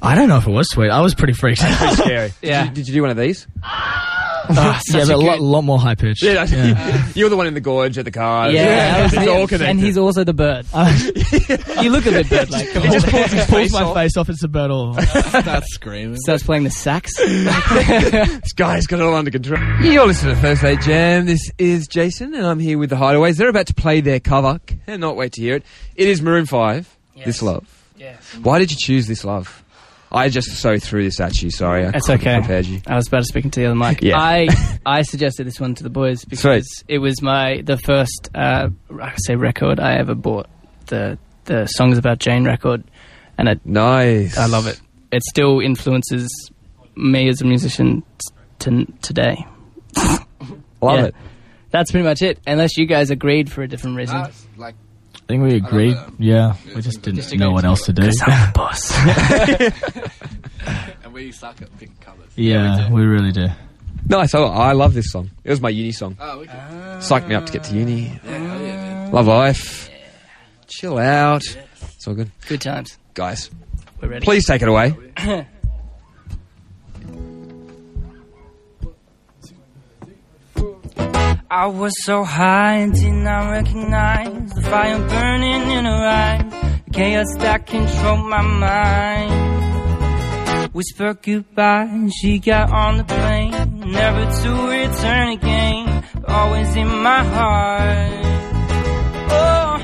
[SPEAKER 3] I don't know if it was sweet. I was pretty freaked out.
[SPEAKER 2] Scary.
[SPEAKER 4] Yeah.
[SPEAKER 2] Did you, did you do one of these?
[SPEAKER 3] yeah, but a lot,
[SPEAKER 4] good-
[SPEAKER 3] lot more high pitched.
[SPEAKER 2] You're the one in the gorge at the car.
[SPEAKER 4] that was
[SPEAKER 2] it's
[SPEAKER 4] him.
[SPEAKER 2] all connected.
[SPEAKER 4] And he's also the bird. you look a bit bird like.
[SPEAKER 3] He just pulls, his pulls my face off. It's a battle.
[SPEAKER 5] That's screaming.
[SPEAKER 4] starts playing the sax.
[SPEAKER 2] This guy's got it all under control. You're listening to Thursday Jam. This is Jason, and I'm here with the Hideaways. They're about to play their cover. Cannot wait to hear it. It is Maroon 5, This Love.
[SPEAKER 4] Yes.
[SPEAKER 2] Why did you choose This Love? I just so threw this at you, sorry. I
[SPEAKER 4] That's
[SPEAKER 2] couldn't
[SPEAKER 4] okay.
[SPEAKER 2] have prepared you.
[SPEAKER 4] I was about to speak into the other mic.
[SPEAKER 2] Yeah.
[SPEAKER 4] I I suggested this one to the boys because it was my the first uh, I could say record I ever bought the the songs about Jane record, and I
[SPEAKER 2] Nice.
[SPEAKER 4] I love it. It still influences me as a musician t- to today.
[SPEAKER 2] Love
[SPEAKER 4] Yeah.
[SPEAKER 2] it.
[SPEAKER 4] That's pretty much it, unless you guys agreed for a different reason.
[SPEAKER 5] like,
[SPEAKER 3] I think we agreed. Yeah, we just didn't know what else to do.
[SPEAKER 4] 'Cause I'm the boss.
[SPEAKER 5] and we suck at picking colours.
[SPEAKER 3] Yeah, we really do.
[SPEAKER 2] Nice. I, I love this song. It was my uni song.
[SPEAKER 5] Oh, we can.
[SPEAKER 2] Psyched me up to get to uni.
[SPEAKER 5] yeah, hell yeah, man.
[SPEAKER 2] Love life. Chill out. It's all good.
[SPEAKER 4] Good times.
[SPEAKER 2] Guys,
[SPEAKER 4] We're ready.
[SPEAKER 2] please take it away.
[SPEAKER 7] I was so high and did not recognize the fire burning in her eyes, the chaos that controlled my mind. Whisper goodbye, and she got on the plane, never to return again, but always in my heart. Oh,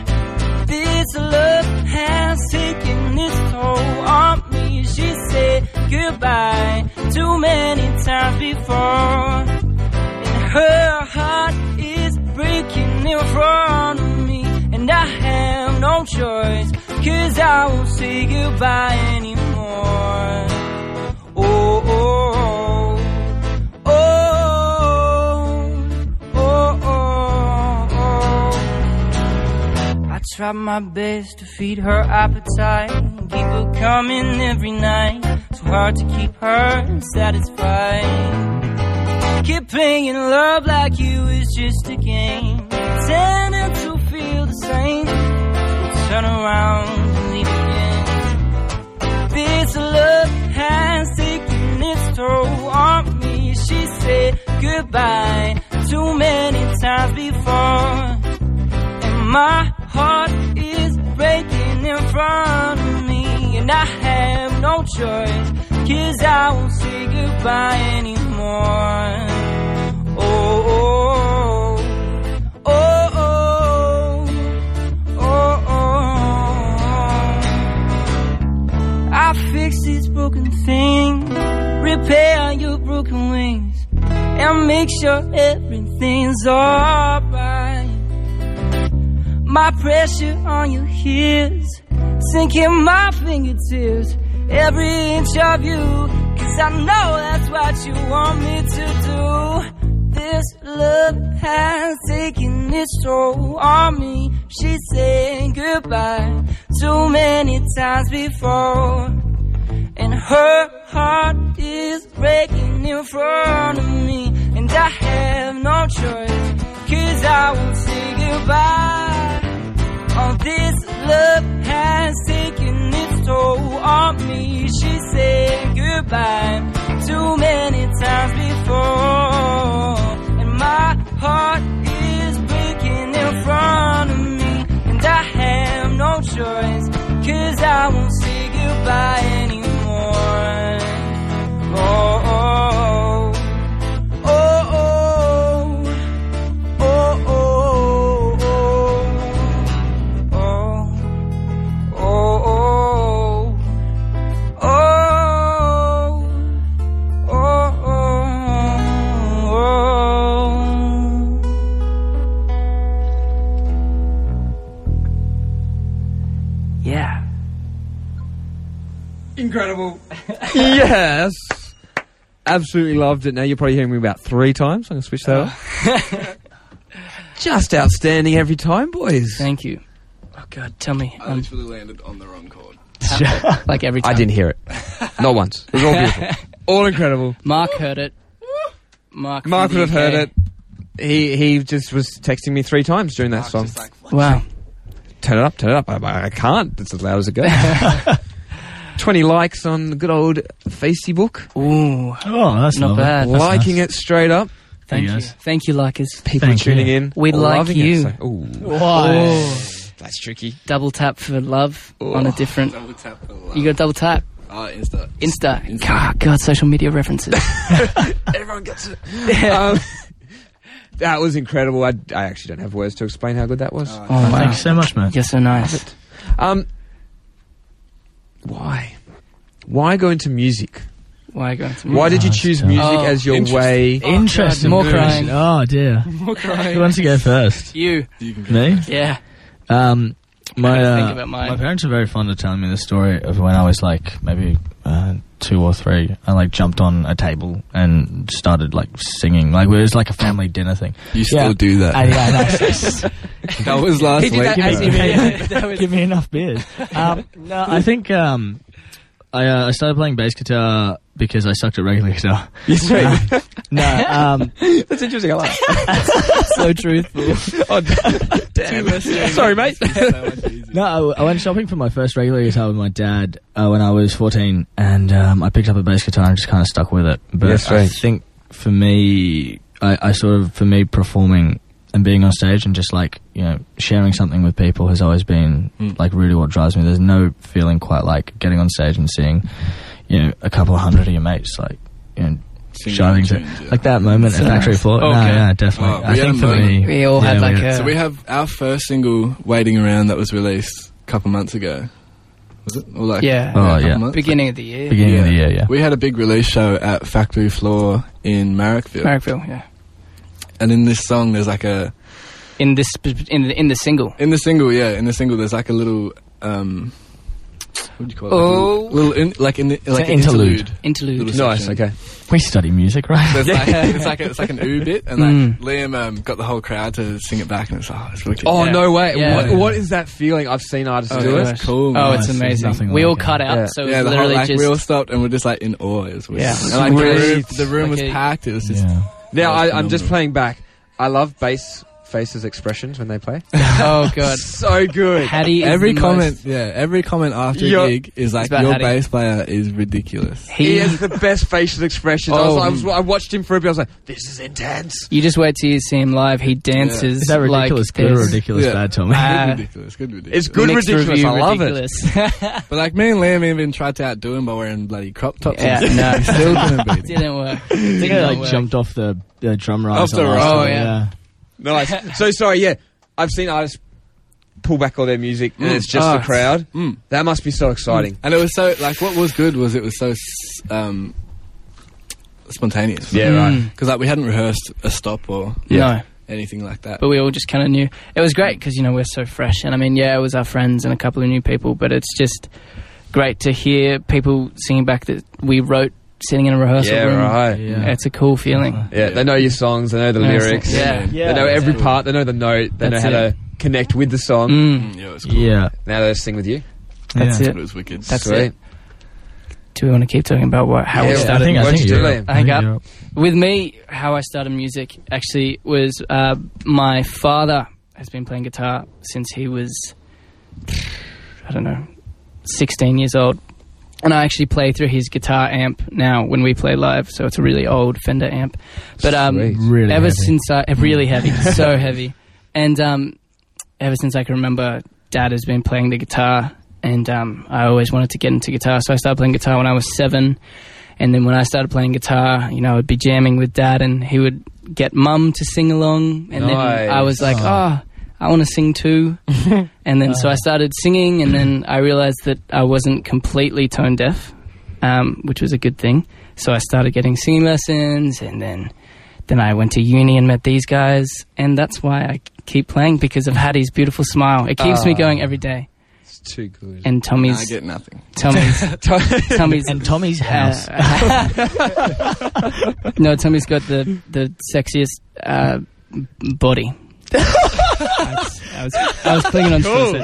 [SPEAKER 7] this love has taken its toll on me. She said goodbye too many times before. Her heart is breaking in front of me, and I have no choice, cause I won't say goodbye anymore. Oh, oh, oh, oh, oh, oh, oh. I tried my best to feed her appetite, keep her coming every night. So hard to keep her satisfied. Keep playing love like you is just a game. Tending to feel the same. Turn around and leave again. This love has taken its toll on me. She said goodbye too many times before. And my heart is breaking in front of me. And I have no choice. Cause I won't say goodbye anymore. Oh, oh, oh, oh, oh, oh. I fix these broken things, repair your broken wings, and make sure everything's alright. My pressure on your heels, sinking my fingertips, every inch of you. Cause I know that's what you want me to do. This love has taken its toll on me. She said goodbye too many times before. And her heart is breaking in front of me. And I have no choice, cause I won't say goodbye. All this love has taken its toll on me. She said goodbye too many times before. Oh, oh, Oh, oh, oh,
[SPEAKER 2] incredible. yes. Absolutely loved it. Now you're probably hearing me about three times. I'm going to switch that off. Just outstanding every time, boys.
[SPEAKER 4] Thank you. Oh God, tell me,
[SPEAKER 5] I
[SPEAKER 4] um,
[SPEAKER 5] literally landed on the wrong chord.
[SPEAKER 4] like every time.
[SPEAKER 2] I didn't hear it. Not once. It was all beautiful. all incredible.
[SPEAKER 4] Mark heard it. Mark.
[SPEAKER 2] Mark
[SPEAKER 4] from
[SPEAKER 2] would have
[SPEAKER 4] the UK.
[SPEAKER 2] heard it. He he just was texting me three times during that
[SPEAKER 5] I was
[SPEAKER 2] song.
[SPEAKER 5] just like, what?
[SPEAKER 4] Wow.
[SPEAKER 2] turn it up, turn it up. I, I can't. It's as loud as it goes. 20 likes on the good old Facebook.
[SPEAKER 4] Ooh.
[SPEAKER 3] Oh, that's
[SPEAKER 4] Not
[SPEAKER 3] lovely.
[SPEAKER 4] bad.
[SPEAKER 3] That's
[SPEAKER 2] liking
[SPEAKER 3] nice.
[SPEAKER 2] it straight up.
[SPEAKER 4] Thank you.
[SPEAKER 3] Yes.
[SPEAKER 4] Thank you, likers.
[SPEAKER 2] People
[SPEAKER 3] Thank
[SPEAKER 2] are tuning
[SPEAKER 3] you.
[SPEAKER 2] in.
[SPEAKER 4] We like
[SPEAKER 2] loving
[SPEAKER 4] you.
[SPEAKER 2] It, so, ooh, that's tricky.
[SPEAKER 4] Double tap for love on a different.
[SPEAKER 5] Double tap. for love.
[SPEAKER 4] You got double tap.
[SPEAKER 5] Oh, Insta.
[SPEAKER 4] Insta. God, God, social media references.
[SPEAKER 5] Everyone gets it.
[SPEAKER 2] Um, that was incredible. I, I actually don't have words to explain how good that was.
[SPEAKER 4] Oh wow.
[SPEAKER 3] Thanks so much, man.
[SPEAKER 4] You're so nice.
[SPEAKER 2] Um, why? Why go into music?
[SPEAKER 4] Why go into
[SPEAKER 2] Why did you
[SPEAKER 3] Nice
[SPEAKER 2] choose
[SPEAKER 3] job.
[SPEAKER 2] music
[SPEAKER 4] Oh,
[SPEAKER 2] as your way?
[SPEAKER 3] Interesting.
[SPEAKER 4] God, more
[SPEAKER 3] Good.
[SPEAKER 4] crying.
[SPEAKER 3] Oh dear.
[SPEAKER 4] more
[SPEAKER 3] Who wants
[SPEAKER 4] crying?
[SPEAKER 3] to go first?
[SPEAKER 4] you.
[SPEAKER 5] You can go.
[SPEAKER 3] Me?
[SPEAKER 4] Yeah.
[SPEAKER 3] Um, my
[SPEAKER 4] I think
[SPEAKER 3] uh,
[SPEAKER 4] about mine.
[SPEAKER 3] my parents are very fond of telling me the story of when I was like maybe uh, two or three. I like jumped on a table and started like singing. Like it was like a family dinner thing.
[SPEAKER 5] You still
[SPEAKER 3] Yeah.
[SPEAKER 5] do that.
[SPEAKER 3] And, yeah, that's-
[SPEAKER 5] that was last
[SPEAKER 2] He did
[SPEAKER 5] week.
[SPEAKER 2] that
[SPEAKER 5] bro.
[SPEAKER 2] as he did.
[SPEAKER 3] Give me enough beers. Um, no, I think um, I, uh, I started playing bass guitar because I sucked at regular guitar.
[SPEAKER 2] Yes, right.
[SPEAKER 3] No, um,
[SPEAKER 2] that's interesting. I like. it.
[SPEAKER 4] so truthful.
[SPEAKER 2] Oh, damn. Sorry, mate.
[SPEAKER 3] No, I, I went shopping for my first regular guitar with my dad uh, when I was 14, and um, I picked up a bass guitar and just kind of stuck with it. But
[SPEAKER 2] Yes,
[SPEAKER 3] I
[SPEAKER 2] right.
[SPEAKER 3] think for me, I, I sort of, for me, performing and being on stage and just like, you know, sharing something with people has always been
[SPEAKER 5] Hmm.
[SPEAKER 3] like really what drives me. There's no feeling quite like getting on stage and seeing, you know, a couple of hundred of your mates, like, you know,
[SPEAKER 5] Singing
[SPEAKER 3] shouting to,
[SPEAKER 5] tunes, yeah.
[SPEAKER 3] like that moment at Factory Floor. No,
[SPEAKER 4] Okay.
[SPEAKER 3] yeah, definitely.
[SPEAKER 5] Oh,
[SPEAKER 3] I
[SPEAKER 5] we had
[SPEAKER 3] think
[SPEAKER 5] a
[SPEAKER 3] for me,
[SPEAKER 5] moment.
[SPEAKER 4] We all had
[SPEAKER 3] yeah,
[SPEAKER 4] like
[SPEAKER 3] we-
[SPEAKER 4] a.
[SPEAKER 5] So we have our first single, Waiting Around, that was released a couple months ago. Was it? Or like,
[SPEAKER 4] Yeah.
[SPEAKER 3] Oh,
[SPEAKER 5] a couple
[SPEAKER 3] yeah.
[SPEAKER 5] months?
[SPEAKER 4] beginning of the year.
[SPEAKER 3] beginning of the year, yeah.
[SPEAKER 5] We had a big release show at Factory Floor in Marrickville.
[SPEAKER 4] Marrickville. Yeah.
[SPEAKER 5] and in this song, there's like a.
[SPEAKER 4] In this, in the, in the single.
[SPEAKER 5] In the single, yeah, in the single, there's like a little. um What do you call it?
[SPEAKER 4] Oh.
[SPEAKER 5] Like a little. little in, like in, like
[SPEAKER 3] an
[SPEAKER 5] an
[SPEAKER 3] interlude.
[SPEAKER 4] Interlude.
[SPEAKER 5] Little
[SPEAKER 2] Nice.
[SPEAKER 5] section.
[SPEAKER 2] Okay.
[SPEAKER 3] We study music, right?
[SPEAKER 5] There's like, it's like a, it's like an ooh bit, and like Liam um, got the whole crowd to sing it back, and it's oh, it's really good.
[SPEAKER 2] Oh
[SPEAKER 4] Yeah.
[SPEAKER 2] no way!
[SPEAKER 4] Yeah.
[SPEAKER 2] What, what is that feeling? I've seen artists
[SPEAKER 5] Oh,
[SPEAKER 2] do
[SPEAKER 5] yeah.
[SPEAKER 2] it.
[SPEAKER 5] That's cool, man.
[SPEAKER 4] Oh,
[SPEAKER 3] Nice,
[SPEAKER 4] it's
[SPEAKER 3] there's
[SPEAKER 4] amazing.
[SPEAKER 3] nothing
[SPEAKER 4] We
[SPEAKER 3] like
[SPEAKER 4] all
[SPEAKER 3] it.
[SPEAKER 4] cut out,
[SPEAKER 2] Yeah.
[SPEAKER 4] so it was
[SPEAKER 5] yeah, the whole,
[SPEAKER 4] literally
[SPEAKER 5] like
[SPEAKER 4] just.
[SPEAKER 5] we all stopped and we're just like in awe. It was weird.
[SPEAKER 4] Yeah.
[SPEAKER 5] and like the room,
[SPEAKER 2] Breathe.
[SPEAKER 5] the room was
[SPEAKER 4] Like a-
[SPEAKER 5] packed. It was just
[SPEAKER 3] Yeah.
[SPEAKER 2] Now
[SPEAKER 5] That's
[SPEAKER 2] I, I'm just
[SPEAKER 5] phenomenal.
[SPEAKER 2] playing back. I love bass faces expressions when they play.
[SPEAKER 4] oh god.
[SPEAKER 2] so good.
[SPEAKER 4] Hattie is
[SPEAKER 5] every
[SPEAKER 4] the
[SPEAKER 5] comment.
[SPEAKER 4] most-
[SPEAKER 5] Yeah, every comment after
[SPEAKER 2] Your-
[SPEAKER 5] a gig is like
[SPEAKER 4] about
[SPEAKER 5] your
[SPEAKER 4] Hattie."
[SPEAKER 5] bass player is ridiculous.
[SPEAKER 2] He
[SPEAKER 4] he
[SPEAKER 2] has the best facial expressions. I, was,
[SPEAKER 5] Oh.
[SPEAKER 2] I, was, I watched him for a bit. I was like, this is intense.
[SPEAKER 4] You just wait till you see him live. He dances.
[SPEAKER 3] Is that ridiculous?
[SPEAKER 4] Like,
[SPEAKER 3] good or ridiculous
[SPEAKER 5] yeah.
[SPEAKER 3] bad, Tommy?
[SPEAKER 5] good
[SPEAKER 4] Uh,
[SPEAKER 5] ridiculous, good ridiculous.
[SPEAKER 2] It's good ridiculous. I love
[SPEAKER 4] it.
[SPEAKER 5] but like me and Liam even tried to outdo him by wearing bloody crop tops.
[SPEAKER 4] yeah,
[SPEAKER 5] and
[SPEAKER 4] no,
[SPEAKER 5] stuff. still gonna beat him.
[SPEAKER 4] didn't work. Did
[SPEAKER 3] I
[SPEAKER 4] not
[SPEAKER 3] like
[SPEAKER 4] work.
[SPEAKER 3] jumped off the uh, drum rise.
[SPEAKER 5] Off the
[SPEAKER 3] on
[SPEAKER 5] rise.
[SPEAKER 3] last
[SPEAKER 4] Oh,
[SPEAKER 3] night,
[SPEAKER 4] yeah.
[SPEAKER 2] it. Nice. so sorry. Yeah, I've seen artists pull back all their music and
[SPEAKER 5] Mm.
[SPEAKER 2] it's just
[SPEAKER 4] Ah.
[SPEAKER 5] Oh,
[SPEAKER 2] the crowd.
[SPEAKER 5] mm.
[SPEAKER 2] That must be so
[SPEAKER 4] Mm.
[SPEAKER 2] exciting.
[SPEAKER 5] And it was so like what was good was it was so s- um, spontaneous.
[SPEAKER 2] Yeah, right.
[SPEAKER 5] because like we hadn't rehearsed a stop or
[SPEAKER 4] Mm, No,
[SPEAKER 5] anything like that.
[SPEAKER 4] but we all just kind of knew it was great because you know we're so fresh. And I mean, yeah, it was our friends and a couple of new people, but it's just great to hear people singing back that we wrote sitting in a rehearsal
[SPEAKER 2] Yeah,
[SPEAKER 4] room.
[SPEAKER 2] right. Yeah.
[SPEAKER 3] Yeah. yeah.
[SPEAKER 4] It's a cool feeling.
[SPEAKER 2] they know your songs. They know the
[SPEAKER 4] Yeah.
[SPEAKER 2] lyrics.
[SPEAKER 4] Yeah.
[SPEAKER 2] they know
[SPEAKER 5] that's
[SPEAKER 2] every
[SPEAKER 5] cool.
[SPEAKER 2] part. They know the note. They
[SPEAKER 4] That's
[SPEAKER 2] know how
[SPEAKER 4] it.
[SPEAKER 2] to connect with the song.
[SPEAKER 4] Mm,
[SPEAKER 5] Mm, yeah, it was cool.
[SPEAKER 3] Yeah.
[SPEAKER 2] Now they sing with you.
[SPEAKER 4] that's
[SPEAKER 3] Yeah.
[SPEAKER 5] It
[SPEAKER 4] it.
[SPEAKER 5] was wicked.
[SPEAKER 4] That's
[SPEAKER 2] Sweet.
[SPEAKER 4] it. Do we want to keep talking about what, how we
[SPEAKER 2] Yeah.
[SPEAKER 4] started?
[SPEAKER 3] I think, I
[SPEAKER 2] Why'd
[SPEAKER 3] think
[SPEAKER 2] you do
[SPEAKER 3] you're
[SPEAKER 2] that?
[SPEAKER 3] up.
[SPEAKER 4] I think up.
[SPEAKER 3] you're up.
[SPEAKER 4] With me, how I started music actually was uh, my father has been playing guitar since he was, I don't know, 16 years old. And I actually play through his guitar amp now when we play live. So it's a really old Fender amp. But um,
[SPEAKER 2] Sweet.
[SPEAKER 3] Really
[SPEAKER 4] ever
[SPEAKER 3] heavy.
[SPEAKER 4] since I, eh, really heavy, so heavy. And um, ever since I can remember, dad has been playing the guitar. And um, I always wanted to get into guitar. So I started playing guitar when I was seven. And then when I started playing guitar, you know, I'd be jamming with dad and he would get mum to sing along. And
[SPEAKER 2] Nice.
[SPEAKER 4] then I was like, oh, I want to sing too. and then
[SPEAKER 5] Oh.
[SPEAKER 4] so I started singing and then I realized that I wasn't completely tone deaf, um, which was a good thing. So I started getting singing lessons and then then I went to uni and met these guys. And that's why I keep playing because of Hattie's beautiful smile. It keeps me going every day.
[SPEAKER 2] too good.
[SPEAKER 4] and
[SPEAKER 5] And Oh. I
[SPEAKER 4] Tommy's
[SPEAKER 5] get nothing.
[SPEAKER 4] Tommy's Tommy's
[SPEAKER 3] And Tommy's house.
[SPEAKER 4] no Tommy's got the the sexiest uh, m- body. I was, I was, I was clinging on to
[SPEAKER 2] Cool.
[SPEAKER 4] something.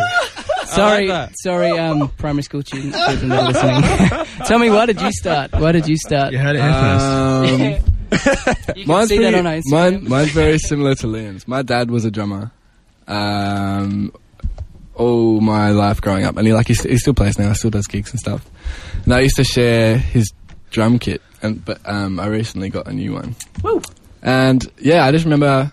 [SPEAKER 4] Sorry,
[SPEAKER 2] that.
[SPEAKER 4] sorry, um, primary school students children that are listening. Tommy, why did you start? Why did you start?
[SPEAKER 3] you heard it here first.
[SPEAKER 5] Um,
[SPEAKER 4] You can
[SPEAKER 5] mine's
[SPEAKER 4] see
[SPEAKER 5] pretty-
[SPEAKER 4] that on Instagram.
[SPEAKER 5] Mine, mine's very similar to Liam's. My dad was a drummer um, all my life growing up, and he like he, st- he still plays now. Still does gigs and stuff. And I used to share his drum kit, and but um, I recently got a new one.
[SPEAKER 4] Woo.
[SPEAKER 5] And yeah, I just remember.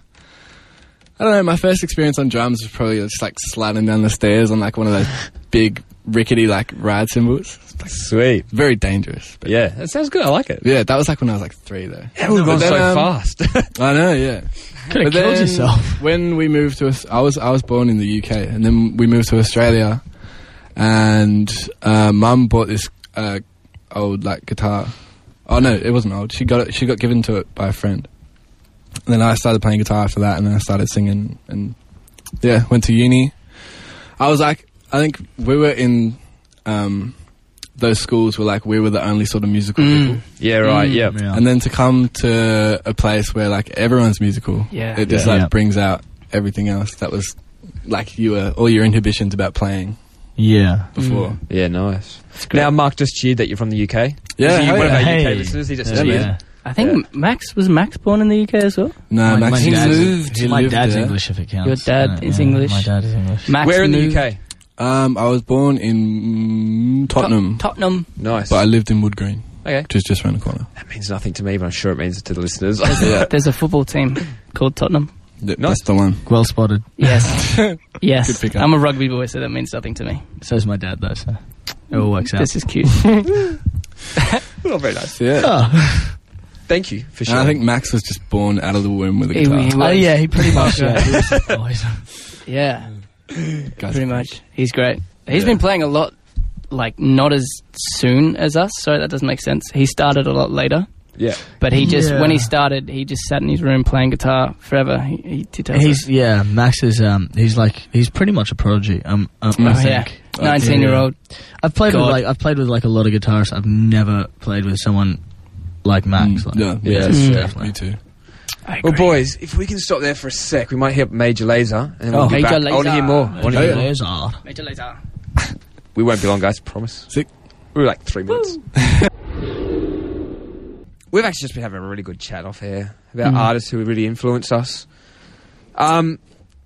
[SPEAKER 5] I don't know. My first experience on drums was probably just like sliding down the stairs on like one of those big rickety like ride cymbals.
[SPEAKER 2] Sweet.
[SPEAKER 5] Very dangerous. But
[SPEAKER 2] Yeah, that sounds good. I like it.
[SPEAKER 5] yeah, that was like when I was like three though.
[SPEAKER 2] That would have gone
[SPEAKER 5] But then,
[SPEAKER 2] so
[SPEAKER 5] um,
[SPEAKER 2] fast.
[SPEAKER 5] I know. Yeah.
[SPEAKER 3] Could have killed
[SPEAKER 5] then
[SPEAKER 3] yourself.
[SPEAKER 5] When we moved to us, I was I was born in the UK, and then we moved to Australia, and uh, Mum bought this uh, old like guitar. Oh no, it wasn't old. She got it. She got given to it by a friend. And then I started playing guitar after that, and then I started singing, and yeah, went to uni. I was like, I think we were in um, those schools where like we were the only sort of musical people.
[SPEAKER 2] yeah, right. Mm, Yeah.
[SPEAKER 3] Yeah.
[SPEAKER 5] And then to come to a place where like everyone's musical,
[SPEAKER 4] Yeah.
[SPEAKER 5] it just
[SPEAKER 3] Yeah.
[SPEAKER 5] like
[SPEAKER 3] Yeah.
[SPEAKER 5] brings out everything else that was like you were all your inhibitions about playing
[SPEAKER 3] yeah.
[SPEAKER 5] before.
[SPEAKER 4] Mm.
[SPEAKER 2] Yeah, nice. Now, Mark just cheered that you're from the UK.
[SPEAKER 5] Yeah,
[SPEAKER 2] Is he
[SPEAKER 5] hell
[SPEAKER 2] one of
[SPEAKER 5] yeah.
[SPEAKER 2] our
[SPEAKER 3] Hey.
[SPEAKER 2] UK listeners? He just
[SPEAKER 5] Yeah,
[SPEAKER 2] cheered.
[SPEAKER 5] man.
[SPEAKER 4] I think Max was Max born in the UK as well.
[SPEAKER 5] No,
[SPEAKER 3] My-
[SPEAKER 5] Max
[SPEAKER 3] my
[SPEAKER 5] he
[SPEAKER 3] dad's-
[SPEAKER 5] moved. He
[SPEAKER 3] my
[SPEAKER 5] lived
[SPEAKER 3] dad's
[SPEAKER 5] there.
[SPEAKER 3] English, if it counts.
[SPEAKER 4] Your dad
[SPEAKER 3] I don't-
[SPEAKER 4] is
[SPEAKER 3] yeah,
[SPEAKER 4] English.
[SPEAKER 3] My dad is English.
[SPEAKER 4] Max
[SPEAKER 2] Where in the
[SPEAKER 4] moved-
[SPEAKER 2] UK?
[SPEAKER 5] Um, I was born in mm, Tottenham,
[SPEAKER 4] Tottenham.
[SPEAKER 2] Nice.
[SPEAKER 5] but I lived in Wood Green,
[SPEAKER 2] okay.
[SPEAKER 5] which is just around the corner.
[SPEAKER 2] That means nothing to me, but I'm sure it means it to the listeners.
[SPEAKER 5] Yeah,
[SPEAKER 4] There's a football team called Tottenham.
[SPEAKER 5] th-
[SPEAKER 2] Nice.
[SPEAKER 5] that's the one.
[SPEAKER 3] Well spotted.
[SPEAKER 4] Yes. yes.
[SPEAKER 5] Good pick up.
[SPEAKER 4] I'm a rugby boy, so that means something to me.
[SPEAKER 3] So's my dad, though, so it all works out.
[SPEAKER 4] This is cute.
[SPEAKER 2] well, very nice.
[SPEAKER 5] So, yeah.
[SPEAKER 3] Oh.
[SPEAKER 2] Thank you for
[SPEAKER 5] And
[SPEAKER 2] sharing.
[SPEAKER 5] I think Max was just born out of the womb with a
[SPEAKER 4] He- he
[SPEAKER 5] guitar. Oh,
[SPEAKER 4] was-
[SPEAKER 3] he pretty much.
[SPEAKER 4] yeah,
[SPEAKER 5] Guys,
[SPEAKER 4] pretty much. He's great. He's been
[SPEAKER 5] Yeah.
[SPEAKER 4] playing a lot, like, not as soon as us. Sorry, that doesn't make sense. He started a lot later.
[SPEAKER 2] yeah.
[SPEAKER 4] But he just,
[SPEAKER 3] Yeah.
[SPEAKER 4] when he started, he just sat in his room playing guitar forever. He, he, he tells us.
[SPEAKER 3] He's yeah. Max is um. He's like he's pretty much a prodigy. Um, um I
[SPEAKER 5] Mm.
[SPEAKER 4] Oh, yeah.
[SPEAKER 3] think.
[SPEAKER 4] 19 year old.
[SPEAKER 3] I've played
[SPEAKER 4] God.
[SPEAKER 3] with like I've played with like a lot of guitarists. I've never played with someone like Max.
[SPEAKER 5] Mm,
[SPEAKER 3] like,
[SPEAKER 5] yeah, me
[SPEAKER 2] Yeah,
[SPEAKER 5] too.
[SPEAKER 3] it's
[SPEAKER 2] Mm.
[SPEAKER 3] definitely.
[SPEAKER 5] Me too.
[SPEAKER 2] Well, boys, if we can stop there for a sec, we might hear Major Laser. And we'll
[SPEAKER 4] Oh,
[SPEAKER 2] be
[SPEAKER 4] Major
[SPEAKER 2] back. I want to
[SPEAKER 4] Lazer.
[SPEAKER 2] hear more. I want to
[SPEAKER 5] Oh,
[SPEAKER 2] hear
[SPEAKER 5] yeah.
[SPEAKER 2] more.
[SPEAKER 3] Those are.
[SPEAKER 4] Major laser.
[SPEAKER 2] We won't be long, guys. Promise.
[SPEAKER 5] Sick.
[SPEAKER 2] We were like three minutes. We've actually just been having a really good chat off here about
[SPEAKER 5] Mm.
[SPEAKER 2] artists who really influence us. Um,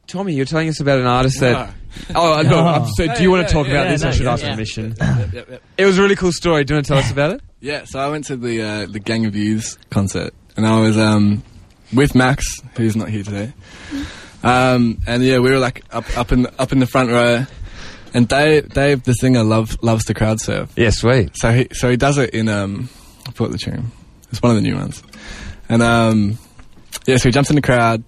[SPEAKER 2] Tommy, you're telling us about an artist that. Oh, I know. I'm- So, do you want to talk about
[SPEAKER 5] yeah,
[SPEAKER 2] this? I
[SPEAKER 5] no,
[SPEAKER 2] should
[SPEAKER 5] yeah,
[SPEAKER 2] ask
[SPEAKER 5] yeah.
[SPEAKER 2] permission.
[SPEAKER 5] Yep, yep, yep.
[SPEAKER 2] It was a really cool story. Do you want to tell us about it?
[SPEAKER 5] Yeah, so I went to the uh, the Gang of Youths concert, and I was um, with Max, who's not here today. Um, and yeah, we were like up up in up in the front row, and Dave Dave the singer loves loves to crowd surf,
[SPEAKER 2] Yeah, sweet.
[SPEAKER 5] so he so he does it in um, I forgot the tune, it's one of the new ones, and um, yeah, so he jumps in the crowd.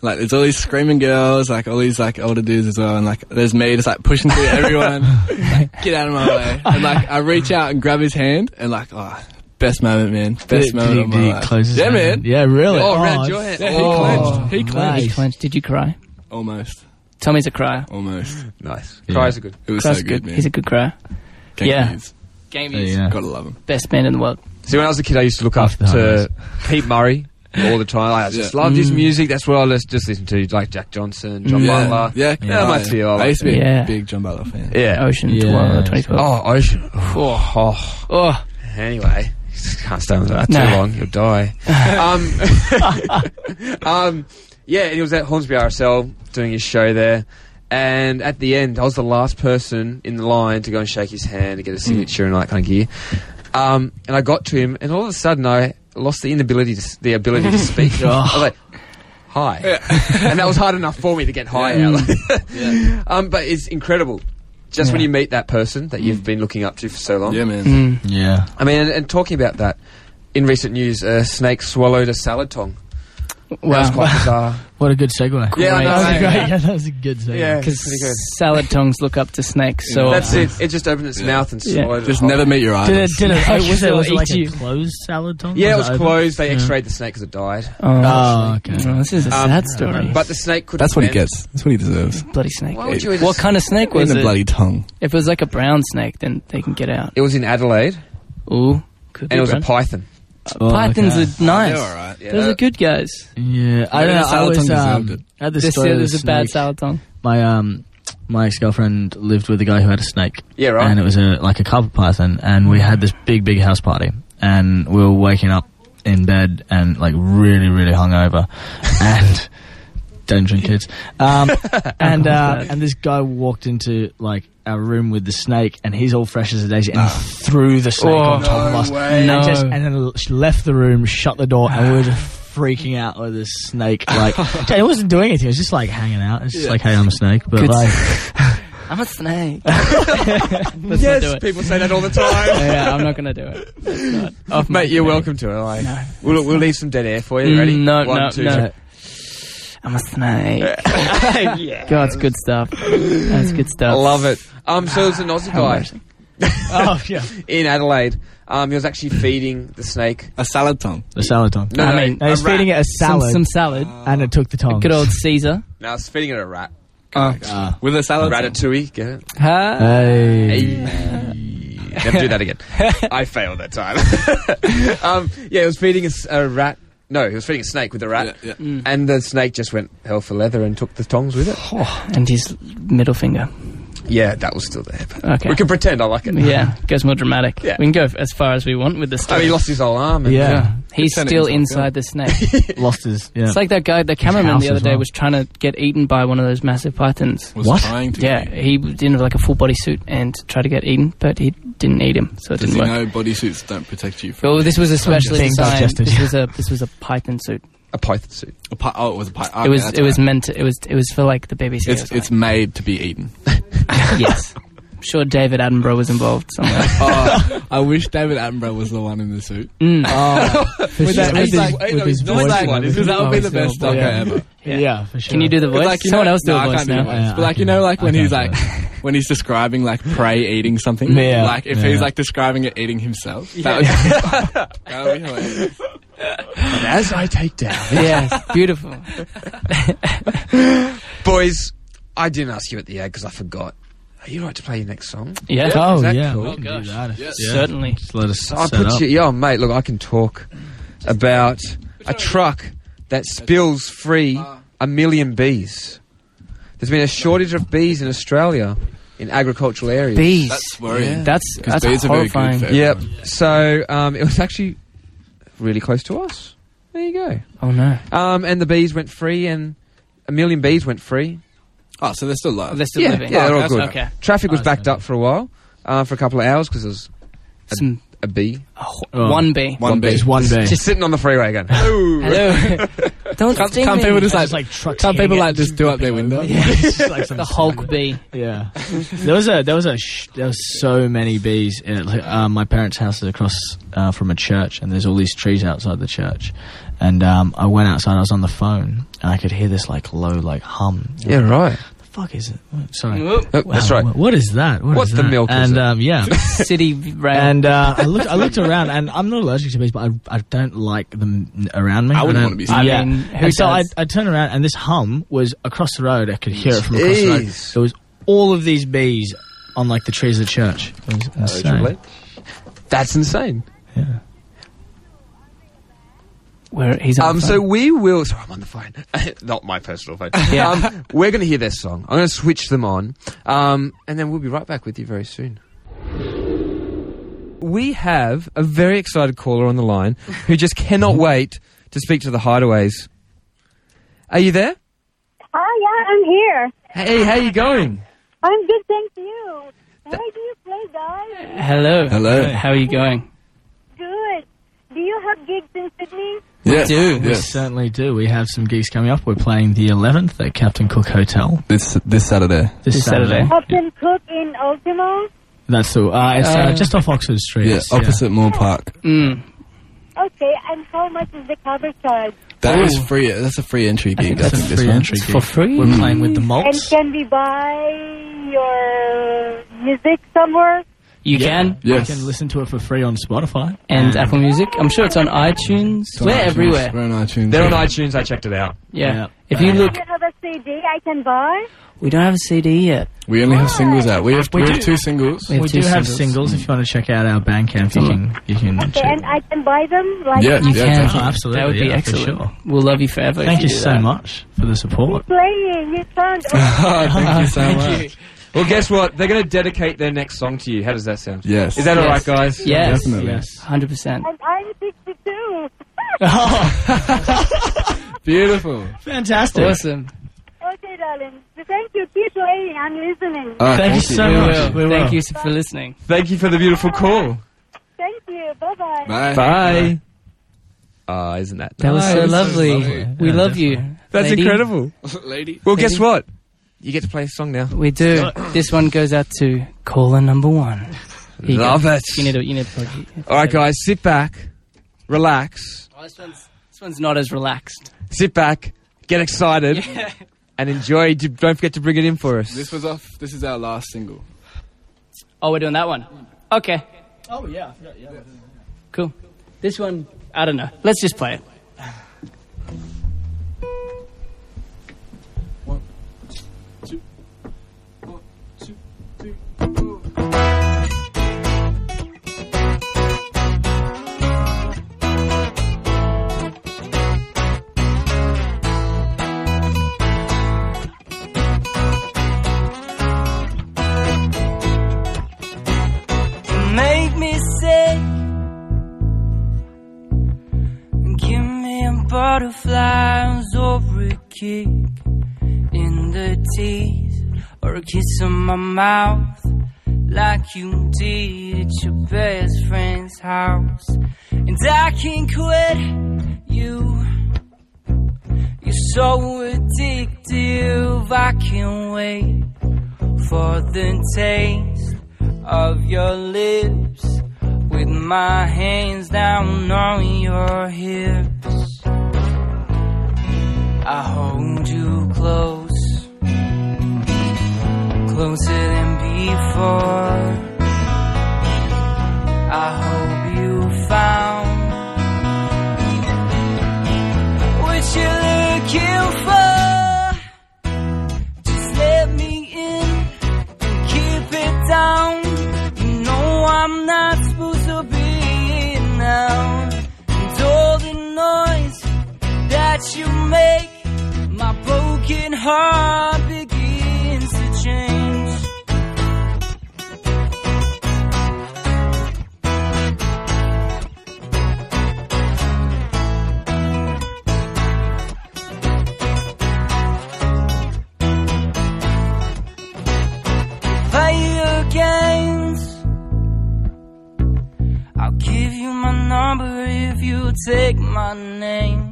[SPEAKER 5] Like there's all these screaming girls, like all these like older dudes as well, and like there's me just like pushing through everyone, like, get out of my way, and like I reach out and grab his hand, and like oh, best moment, man, best
[SPEAKER 3] Did, did,
[SPEAKER 5] moment
[SPEAKER 3] he,
[SPEAKER 5] of
[SPEAKER 3] did
[SPEAKER 5] my
[SPEAKER 3] he
[SPEAKER 5] life.
[SPEAKER 3] close his
[SPEAKER 5] yeah,
[SPEAKER 3] hand?
[SPEAKER 5] man,
[SPEAKER 3] Yeah, really.
[SPEAKER 2] Oh, around your
[SPEAKER 3] it's-
[SPEAKER 2] hand.
[SPEAKER 5] Yeah, he
[SPEAKER 2] Oh.
[SPEAKER 5] clenched, he clenched,
[SPEAKER 4] He clenched. Did you cry?
[SPEAKER 5] almost,
[SPEAKER 4] Tommy's a crier.
[SPEAKER 5] almost.
[SPEAKER 2] Nice.
[SPEAKER 3] Yeah.
[SPEAKER 2] Cries are good.
[SPEAKER 5] It was
[SPEAKER 4] Cries
[SPEAKER 5] so
[SPEAKER 4] good.
[SPEAKER 5] good, man.
[SPEAKER 4] He's a good crier.
[SPEAKER 5] Gang
[SPEAKER 4] yeah.
[SPEAKER 5] Hughes.
[SPEAKER 4] Game
[SPEAKER 3] Yeah,
[SPEAKER 4] is
[SPEAKER 3] yeah.
[SPEAKER 5] gotta love him.
[SPEAKER 4] best man in the world.
[SPEAKER 2] See, when I was a kid, I used to look up
[SPEAKER 3] Off the highways.
[SPEAKER 2] to Pete Murray all the time. Like, I just
[SPEAKER 5] Oh, Yeah. Mm.
[SPEAKER 2] loved his music. That's what I lis- just listened to, like Jack Johnson, John
[SPEAKER 5] yeah,
[SPEAKER 2] Butler.
[SPEAKER 5] yeah,
[SPEAKER 2] Yeah, I might see you all
[SPEAKER 5] I used to be
[SPEAKER 4] Yeah.
[SPEAKER 5] a big John Butler fan.
[SPEAKER 2] Yeah.
[SPEAKER 4] Ocean uh,
[SPEAKER 3] Yeah,
[SPEAKER 4] 12 or
[SPEAKER 3] it's
[SPEAKER 4] 2012.
[SPEAKER 2] Oh, Ocean. Oh, oh.
[SPEAKER 4] Oh,
[SPEAKER 2] Anyway, can't stand with that too
[SPEAKER 4] No.
[SPEAKER 2] long. You'll die. um, um, yeah, and he was at Hornsby RSL doing his show there. And at the end, I was the last person in the line to go and shake his hand and get a signature and all that kind of gear. Um, and I got to him, and all of a sudden, I lost the inability to s- the ability to speak. I was like, "Hi," and that was hard enough for me to get hi out. um, but it's incredible, just when you meet that person that you've been looking up to for so long.
[SPEAKER 5] Yeah, man.
[SPEAKER 2] Mm.
[SPEAKER 3] Yeah.
[SPEAKER 2] I mean, and, and talking about that, in recent news, a snake swallowed a salad tong. That was
[SPEAKER 4] Wow.
[SPEAKER 2] quite bizarre.
[SPEAKER 3] What a good segue.
[SPEAKER 2] Yeah, I know,
[SPEAKER 3] that was a
[SPEAKER 2] right?
[SPEAKER 3] great. Yeah, that was a good segue.
[SPEAKER 2] Yeah,
[SPEAKER 4] Because
[SPEAKER 2] pretty good.
[SPEAKER 4] salad tongs look up to snakes. So
[SPEAKER 2] That's it. It just opened its mouth and
[SPEAKER 4] Oh. Yeah.
[SPEAKER 2] swallowed. it
[SPEAKER 5] Just
[SPEAKER 2] whole.
[SPEAKER 5] never meet your
[SPEAKER 3] Did it?
[SPEAKER 5] idols.
[SPEAKER 3] Did it?
[SPEAKER 4] Yeah,
[SPEAKER 3] was it, was it
[SPEAKER 4] they'll
[SPEAKER 3] like
[SPEAKER 4] eat
[SPEAKER 3] a
[SPEAKER 4] you.
[SPEAKER 3] closed salad tongue?
[SPEAKER 2] Yeah, it was
[SPEAKER 3] Was open?
[SPEAKER 2] closed. They
[SPEAKER 3] Yeah.
[SPEAKER 2] X-rayed the snake because it died.
[SPEAKER 3] Oh, okay.
[SPEAKER 4] Oh, this is a
[SPEAKER 2] Um,
[SPEAKER 4] sad story.
[SPEAKER 2] But the snake could.
[SPEAKER 5] That's what he gets. That's what he deserves.
[SPEAKER 4] bloody snake.
[SPEAKER 2] Why would you
[SPEAKER 4] what kind of snake was
[SPEAKER 5] In a
[SPEAKER 4] it?
[SPEAKER 5] bloody tongue.
[SPEAKER 4] If it was like a brown snake, then they can get out.
[SPEAKER 2] It was in Adelaide,
[SPEAKER 4] Ooh, could be
[SPEAKER 2] and it was a
[SPEAKER 4] brown.
[SPEAKER 2] python.
[SPEAKER 3] Oh,
[SPEAKER 4] Pythons
[SPEAKER 3] okay.
[SPEAKER 4] are nice.
[SPEAKER 5] They're all right.
[SPEAKER 2] Yeah,
[SPEAKER 4] Those
[SPEAKER 2] that-
[SPEAKER 4] are good guys.
[SPEAKER 3] Yeah, I
[SPEAKER 5] Maybe
[SPEAKER 3] don't
[SPEAKER 5] the
[SPEAKER 3] know. I
[SPEAKER 5] salad
[SPEAKER 3] was
[SPEAKER 5] tongue
[SPEAKER 3] um,
[SPEAKER 5] deserved
[SPEAKER 3] I had this
[SPEAKER 4] This
[SPEAKER 3] story
[SPEAKER 4] year
[SPEAKER 3] with
[SPEAKER 4] there's a bad
[SPEAKER 3] snake.
[SPEAKER 4] salad tongue.
[SPEAKER 3] My um, my ex girlfriend lived with a guy who had a snake.
[SPEAKER 2] Yeah, right.
[SPEAKER 3] And it was a like a carpet python, and we had this big, big house party, and we were waking up in bed and like really, really hungover, and don't drink, kids. Um, and uh, and this guy walked into like our room with the snake, and he's all fresh as a daisy, and threw the snake on
[SPEAKER 4] Oh,
[SPEAKER 3] top of
[SPEAKER 5] no
[SPEAKER 3] us,
[SPEAKER 5] way.
[SPEAKER 3] and,
[SPEAKER 4] No.
[SPEAKER 3] just, and then l- she left the room, shut the door, and we were just. Freaking out with this snake, like it wasn't doing anything. It was just like hanging out. It's just like, hey, I'm a snake, but
[SPEAKER 4] Good
[SPEAKER 3] like,
[SPEAKER 4] I'm a snake. Let's
[SPEAKER 2] yes,
[SPEAKER 4] not do it.
[SPEAKER 2] people say that all the time.
[SPEAKER 4] yeah, I'm not gonna do it. That's not off my
[SPEAKER 2] Mate, you're
[SPEAKER 4] committee.
[SPEAKER 2] welcome to it. Like, we'll, we'll leave some dead air for you. Ready?
[SPEAKER 4] Mm, No,
[SPEAKER 2] One,
[SPEAKER 4] no,
[SPEAKER 2] two,
[SPEAKER 4] no.
[SPEAKER 2] three.
[SPEAKER 4] I'm a snake. God, it's good stuff. That's good
[SPEAKER 2] I
[SPEAKER 4] stuff.
[SPEAKER 2] love it. Um, so there's an Aussie
[SPEAKER 4] How
[SPEAKER 2] guy
[SPEAKER 4] embarrassing.
[SPEAKER 3] oh yeah,
[SPEAKER 2] in Adelaide. Um, he was actually feeding the snake.
[SPEAKER 5] A salad tongue.
[SPEAKER 3] the salad tongue.
[SPEAKER 2] No,
[SPEAKER 4] I
[SPEAKER 2] no,
[SPEAKER 4] mean,
[SPEAKER 3] I was
[SPEAKER 2] a rat.
[SPEAKER 3] feeding it a
[SPEAKER 4] Some,
[SPEAKER 3] salad,
[SPEAKER 4] some salad.
[SPEAKER 3] and it took the tongue.
[SPEAKER 4] Good old Caesar.
[SPEAKER 2] No, I was feeding it a rat. uh,
[SPEAKER 5] With a salad tongue.
[SPEAKER 2] Ratatouille, get it?
[SPEAKER 4] Huh?
[SPEAKER 3] Hey.
[SPEAKER 2] Never do that again. I failed that time. um, yeah, he was feeding a, s- a rat. No, he was feeding a snake with a rat,
[SPEAKER 5] Yeah, yeah.
[SPEAKER 2] and the snake just went hell for leather and took the tongs with it.
[SPEAKER 4] Oh, and his middle finger.
[SPEAKER 2] Yeah, that was still there. But
[SPEAKER 4] Okay.
[SPEAKER 2] We can pretend I like it.
[SPEAKER 4] Yeah, goes more dramatic.
[SPEAKER 2] Yeah.
[SPEAKER 4] We can go as far as we want with the
[SPEAKER 2] Oh,
[SPEAKER 4] story.
[SPEAKER 2] he lost his whole arm. And
[SPEAKER 3] Yeah.
[SPEAKER 4] He's
[SPEAKER 5] Turn it
[SPEAKER 4] still
[SPEAKER 5] into a
[SPEAKER 4] inside the snake.
[SPEAKER 3] lost his. Yeah.
[SPEAKER 4] It's like that guy, the cameraman
[SPEAKER 3] house
[SPEAKER 4] the other
[SPEAKER 3] as
[SPEAKER 4] day
[SPEAKER 3] well.
[SPEAKER 4] was trying to get eaten by one of those massive pythons.
[SPEAKER 5] Was
[SPEAKER 3] What?
[SPEAKER 5] trying to
[SPEAKER 4] Yeah,
[SPEAKER 5] be.
[SPEAKER 4] he didn't have like a full body suit and tried to get eaten, but he didn't eat him, so it
[SPEAKER 5] Does
[SPEAKER 4] didn't
[SPEAKER 5] he
[SPEAKER 4] work.
[SPEAKER 5] know bodysuits don't protect you from
[SPEAKER 4] Well, this was a specially
[SPEAKER 3] Being
[SPEAKER 4] designed.
[SPEAKER 3] digested.
[SPEAKER 4] This was a this was a python suit.
[SPEAKER 2] A python suit.
[SPEAKER 5] a pi- Oh, it was a pi-
[SPEAKER 4] It
[SPEAKER 5] okay,
[SPEAKER 4] was
[SPEAKER 5] that's
[SPEAKER 4] it was
[SPEAKER 5] right.
[SPEAKER 4] meant to, it was it was for like the BBC.
[SPEAKER 5] It's it's made to be eaten.
[SPEAKER 4] yes. I'm sure David Attenborough was involved somewhere.
[SPEAKER 5] oh, I wish David Attenborough was the one in the suit.
[SPEAKER 4] Mm.
[SPEAKER 3] Oh, with
[SPEAKER 5] that- with his-
[SPEAKER 2] with his voice and
[SPEAKER 5] Because that would
[SPEAKER 4] Oh,
[SPEAKER 5] be the best doco ever.
[SPEAKER 3] Yeah. for sure.
[SPEAKER 4] Can you do the voice?
[SPEAKER 5] Like, you
[SPEAKER 4] Someone
[SPEAKER 5] know-
[SPEAKER 4] else do
[SPEAKER 5] no,
[SPEAKER 4] a
[SPEAKER 5] I
[SPEAKER 4] voice
[SPEAKER 5] can't do
[SPEAKER 4] now.
[SPEAKER 5] the voice.
[SPEAKER 3] Yeah,
[SPEAKER 5] But
[SPEAKER 3] I
[SPEAKER 5] like you
[SPEAKER 3] can-
[SPEAKER 5] know, like
[SPEAKER 3] I
[SPEAKER 5] when
[SPEAKER 3] can
[SPEAKER 5] he's
[SPEAKER 3] do
[SPEAKER 5] like, when he's describing like prey eating something.
[SPEAKER 3] Yeah.
[SPEAKER 5] Like if
[SPEAKER 3] Yeah.
[SPEAKER 5] he's like describing it eating himself. That would be, that would be hilarious.
[SPEAKER 2] As I take down,
[SPEAKER 4] Yeah, beautiful.
[SPEAKER 2] boys. I didn't ask you at the end because I forgot. Are you right to play your next song?
[SPEAKER 4] Yeah.
[SPEAKER 3] Oh
[SPEAKER 2] Is that
[SPEAKER 3] yeah,
[SPEAKER 2] cool?
[SPEAKER 3] we can do
[SPEAKER 4] gosh.
[SPEAKER 3] that. Yeah.
[SPEAKER 4] Certainly.
[SPEAKER 3] Just let us
[SPEAKER 2] So I
[SPEAKER 3] set
[SPEAKER 2] put
[SPEAKER 3] up.
[SPEAKER 2] you, yo, mate. Look, I can talk about a truck that spills free a million bees. There's been a shortage of bees in Australia in agricultural areas.
[SPEAKER 4] Bees.
[SPEAKER 5] That's worrying.
[SPEAKER 4] That's
[SPEAKER 5] Because
[SPEAKER 4] that's
[SPEAKER 5] bees are very
[SPEAKER 4] horrifying.
[SPEAKER 5] good for
[SPEAKER 2] Yep.
[SPEAKER 5] everyone.
[SPEAKER 2] So um, it was actually really close to us. There you go.
[SPEAKER 4] oh no.
[SPEAKER 2] Um, and the bees went free, and a million bees went free.
[SPEAKER 5] Oh, so they're still live.
[SPEAKER 4] They're still
[SPEAKER 2] yeah,
[SPEAKER 4] living.
[SPEAKER 2] yeah, they're all
[SPEAKER 5] that's
[SPEAKER 2] good.
[SPEAKER 4] okay.
[SPEAKER 2] Traffic was
[SPEAKER 3] Oh,
[SPEAKER 2] backed up for a while, uh, for a couple of hours because there was
[SPEAKER 4] Some,
[SPEAKER 2] a bee
[SPEAKER 3] Oh.
[SPEAKER 4] One bee.
[SPEAKER 5] One bee.
[SPEAKER 3] Just one day.
[SPEAKER 2] just sitting on the freeway again.
[SPEAKER 4] Hello. Don't
[SPEAKER 5] Can't,
[SPEAKER 4] sting
[SPEAKER 5] can't
[SPEAKER 4] me.
[SPEAKER 5] people just like,
[SPEAKER 3] like trucks.
[SPEAKER 5] can't people
[SPEAKER 3] hanging out.
[SPEAKER 5] like just do up their window?
[SPEAKER 3] It's just like some
[SPEAKER 4] the Hulk bee.
[SPEAKER 3] Yeah, there was a there was a sh- there was so many bees. At, like, uh, my parents' house is across uh, from a church, and there's all these trees outside the church. And um, I went outside. I was on the phone, and I could hear this like low like hum.
[SPEAKER 2] yeah, right.
[SPEAKER 3] The fuck is it? What- Sorry,
[SPEAKER 2] Oh, that's
[SPEAKER 3] Wow,
[SPEAKER 2] right.
[SPEAKER 3] wh- What is that? What
[SPEAKER 2] What's
[SPEAKER 3] is
[SPEAKER 2] the
[SPEAKER 3] that?
[SPEAKER 2] milk, is
[SPEAKER 3] And
[SPEAKER 2] it?
[SPEAKER 3] um, yeah,
[SPEAKER 4] City rat.
[SPEAKER 3] and uh, I looked I looked around, and I'm not allergic to bees, but I, I don't like them n- around me.
[SPEAKER 5] I wouldn't
[SPEAKER 3] don't-
[SPEAKER 5] want to be
[SPEAKER 4] I
[SPEAKER 5] seen.
[SPEAKER 3] yeah.
[SPEAKER 4] mean, who
[SPEAKER 3] and so I,
[SPEAKER 4] does?
[SPEAKER 3] I turned around, and this hum was across the road. I could hear it from across the road.
[SPEAKER 2] Jeez.
[SPEAKER 3] There was all of these bees on like the trees of the church. It was insane.
[SPEAKER 2] That's insane.
[SPEAKER 3] Yeah.
[SPEAKER 4] Where he's on
[SPEAKER 2] Um,
[SPEAKER 4] the
[SPEAKER 2] so
[SPEAKER 4] phone.
[SPEAKER 2] we will. Sorry, I'm on the phone. Not my personal phone.
[SPEAKER 4] Yeah.
[SPEAKER 2] Um, we're going to hear their song. I'm going to switch them on, um, and then we'll be right back with you very soon. We have a very excited caller on the line who just cannot wait to speak to the Hideaways. Are you there?
[SPEAKER 8] Oh yeah, I'm here.
[SPEAKER 2] Hey, how you going?
[SPEAKER 8] I'm good, thank you. Where do you play, guys?
[SPEAKER 4] Hello.
[SPEAKER 5] Hello.
[SPEAKER 4] How are you going?
[SPEAKER 8] Good. Do you have gigs in Sydney?
[SPEAKER 5] Yes.
[SPEAKER 4] do.
[SPEAKER 3] We
[SPEAKER 5] Yes.
[SPEAKER 3] certainly do. We have some gigs coming up. We're playing the 11th at Captain Cook Hotel
[SPEAKER 5] This this Saturday.
[SPEAKER 3] this,
[SPEAKER 4] This
[SPEAKER 3] Saturday.
[SPEAKER 4] Saturday.
[SPEAKER 8] Captain Cook in Ultimo.
[SPEAKER 4] Uh,
[SPEAKER 3] That's all. Uh, it's uh, just off Oxford Street.
[SPEAKER 5] Yeah, opposite Moore Park.
[SPEAKER 4] Mm.
[SPEAKER 8] Okay, and how much is the cover charge?
[SPEAKER 5] That is free. That's a free entry gig. I think, this one.
[SPEAKER 3] It's for free. We're playing with the
[SPEAKER 8] And
[SPEAKER 3] malts.
[SPEAKER 8] can we buy your music somewhere?
[SPEAKER 4] You can.
[SPEAKER 5] Yes.
[SPEAKER 3] You can listen to it for free on Spotify.
[SPEAKER 4] And Apple Music. I'm sure it's on iTunes.
[SPEAKER 5] It's on
[SPEAKER 4] We're
[SPEAKER 5] iTunes.
[SPEAKER 4] everywhere.
[SPEAKER 5] We're on iTunes.
[SPEAKER 2] They're on iTunes. I checked it out.
[SPEAKER 4] Yeah.
[SPEAKER 3] Yeah.
[SPEAKER 4] If you look,
[SPEAKER 8] Do you have a CD I can buy?
[SPEAKER 4] we don't have a CD yet.
[SPEAKER 5] We only have singles out. We have we, have two singles.
[SPEAKER 4] We have
[SPEAKER 3] We
[SPEAKER 4] two
[SPEAKER 3] do have
[SPEAKER 4] singles.
[SPEAKER 3] singles. If you want to check out our Bandcamp, you
[SPEAKER 4] Mm.
[SPEAKER 3] can you can
[SPEAKER 8] Okay,
[SPEAKER 3] check.
[SPEAKER 8] and I can buy them? Like
[SPEAKER 5] Yeah,
[SPEAKER 8] I'm
[SPEAKER 4] Can.
[SPEAKER 5] yeah. definitely.
[SPEAKER 3] Oh, absolutely,
[SPEAKER 4] That would be
[SPEAKER 3] yeah, for
[SPEAKER 4] excellent.
[SPEAKER 3] sure.
[SPEAKER 4] We'll love you forever. if
[SPEAKER 3] Thank you
[SPEAKER 4] do
[SPEAKER 3] so
[SPEAKER 4] that.
[SPEAKER 3] much for the support.
[SPEAKER 8] playing. You sound
[SPEAKER 5] Oh, thank you so much.
[SPEAKER 2] Well, guess what? They're going to dedicate their next song to you. How does that sound?
[SPEAKER 5] Yes.
[SPEAKER 2] Is that all
[SPEAKER 4] Yes.
[SPEAKER 2] right, guys?
[SPEAKER 4] Yes.
[SPEAKER 5] Definitely.
[SPEAKER 3] Yes.
[SPEAKER 4] 100%.
[SPEAKER 8] and I'm 62.
[SPEAKER 5] Beautiful.
[SPEAKER 3] Fantastic.
[SPEAKER 4] Awesome.
[SPEAKER 8] okay, darling. Thank you. Keep playing. I'm listening.
[SPEAKER 5] All right,
[SPEAKER 3] Thank you so
[SPEAKER 4] We
[SPEAKER 3] much.
[SPEAKER 4] will.
[SPEAKER 3] We will.
[SPEAKER 4] Thank you for listening.
[SPEAKER 2] Thank you for the beautiful call.
[SPEAKER 8] Thank you. Bye-bye.
[SPEAKER 5] Bye.
[SPEAKER 2] Bye. Ah, isn't that
[SPEAKER 4] That was
[SPEAKER 2] nice?
[SPEAKER 4] so lovely. We
[SPEAKER 3] Yeah,
[SPEAKER 4] love you.
[SPEAKER 3] definitely.
[SPEAKER 2] That's
[SPEAKER 4] lady.
[SPEAKER 2] incredible.
[SPEAKER 5] Lady.
[SPEAKER 2] Well,
[SPEAKER 4] Lady.
[SPEAKER 2] guess what? You get to play a song now.
[SPEAKER 4] We do. this one goes out to caller number one. Here you go.
[SPEAKER 2] Love it.
[SPEAKER 4] You need a, you need a plug.
[SPEAKER 2] All right, guys, sit back, relax,
[SPEAKER 4] Oh, this, one's, this one's not as relaxed.
[SPEAKER 2] sit back, get excited, and enjoy. D- Don't forget to bring it in for us.
[SPEAKER 5] This was off. This is our last single.
[SPEAKER 4] Oh, we're doing that one. Okay,
[SPEAKER 3] Oh yeah, I forgot, yeah.
[SPEAKER 4] cool. This one, I don't know. Let's just play it.
[SPEAKER 7] make me sick. Give me a butterflies over a kick in the teeth or a kiss on my mouth like you did at your best friend's house. And I can quit you. You're so addictive, I can't wait for the taste of your lips with my hands down on your hips. I hold you close, closer than before. I hope you found what you're looking for. Just let me in and keep it down. You know I'm not supposed to be here now. And all the noise that you make, my broken heart begins to change. play your games. I'll give you my number if you take my name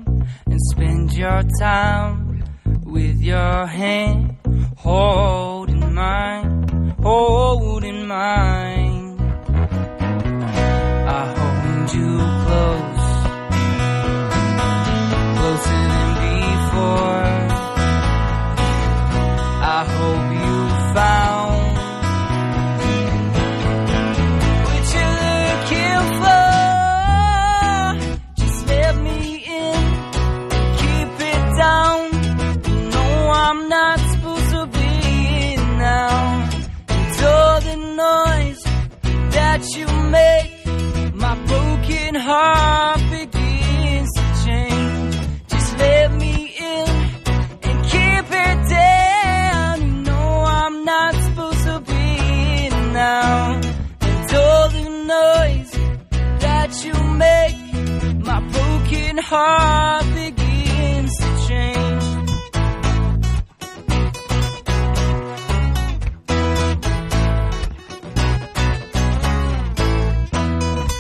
[SPEAKER 7] and spend your time with your hand holding mine, holding mine. I hold you close, closer than before. I hope you found what you're looking for. Just let me in, keep it down. You know I'm not supposed to be here now. And all the noise that you make, my broken heart begins to change. Just let me in and keep it down. You know I'm not supposed to be in now. And all the noise that you make, my broken heart begins to change.
[SPEAKER 2] Yeah,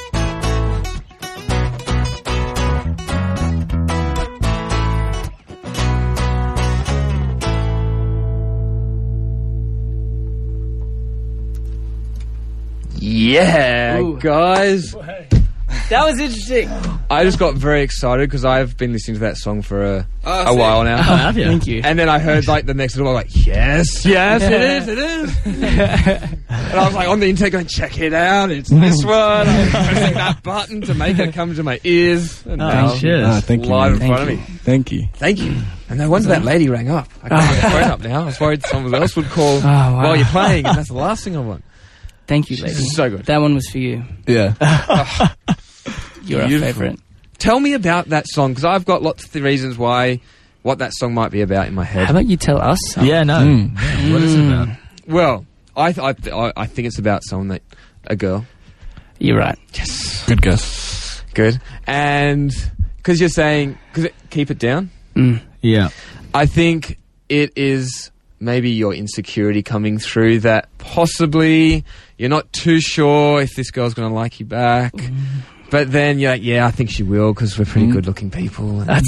[SPEAKER 4] Ooh.
[SPEAKER 2] guys.
[SPEAKER 4] That was interesting.
[SPEAKER 2] I just got very excited because I've been listening to that song for a,
[SPEAKER 5] Oh,
[SPEAKER 2] a
[SPEAKER 5] sick.
[SPEAKER 2] while now.
[SPEAKER 3] have you?
[SPEAKER 4] Thank you.
[SPEAKER 2] And then I heard like the next little, like, yes, yes, it is, it is. and I was like on the intake going, check it out, it's this one. I'm pressing that button to make it come to my ears. And now,
[SPEAKER 3] shit.
[SPEAKER 5] Ah, thank you.
[SPEAKER 2] live in
[SPEAKER 5] man.
[SPEAKER 2] front of me.
[SPEAKER 5] Thank you.
[SPEAKER 2] Thank you. And no wonder that lady rang up. I can't get the phone up now. I was worried someone else would call
[SPEAKER 4] wow.
[SPEAKER 2] while you're playing, and that's the last thing I want.
[SPEAKER 4] Thank you, lady.
[SPEAKER 2] So good.
[SPEAKER 4] That one was for you.
[SPEAKER 5] Yeah.
[SPEAKER 4] You're our
[SPEAKER 2] Beautiful.
[SPEAKER 4] favorite.
[SPEAKER 2] Tell me about that song because I've got lots of the reasons why, what that song might be about in my head.
[SPEAKER 4] How about you tell us? something?
[SPEAKER 3] Yeah, no.
[SPEAKER 2] Hmm.
[SPEAKER 3] Yeah, What is it about?
[SPEAKER 2] well, I, th- I, th- I- I think it's about someone that a girl.
[SPEAKER 4] Oh, You're right.
[SPEAKER 5] Good guess.
[SPEAKER 2] Good. And because you're saying, cause it, keep it down.
[SPEAKER 4] Mm.
[SPEAKER 3] Yeah.
[SPEAKER 2] I think it is maybe your insecurity coming through that possibly you're not too sure if this girl's going to like you back.
[SPEAKER 3] Mm.
[SPEAKER 2] But then you're like, yeah, I think she will because we're pretty good looking people. And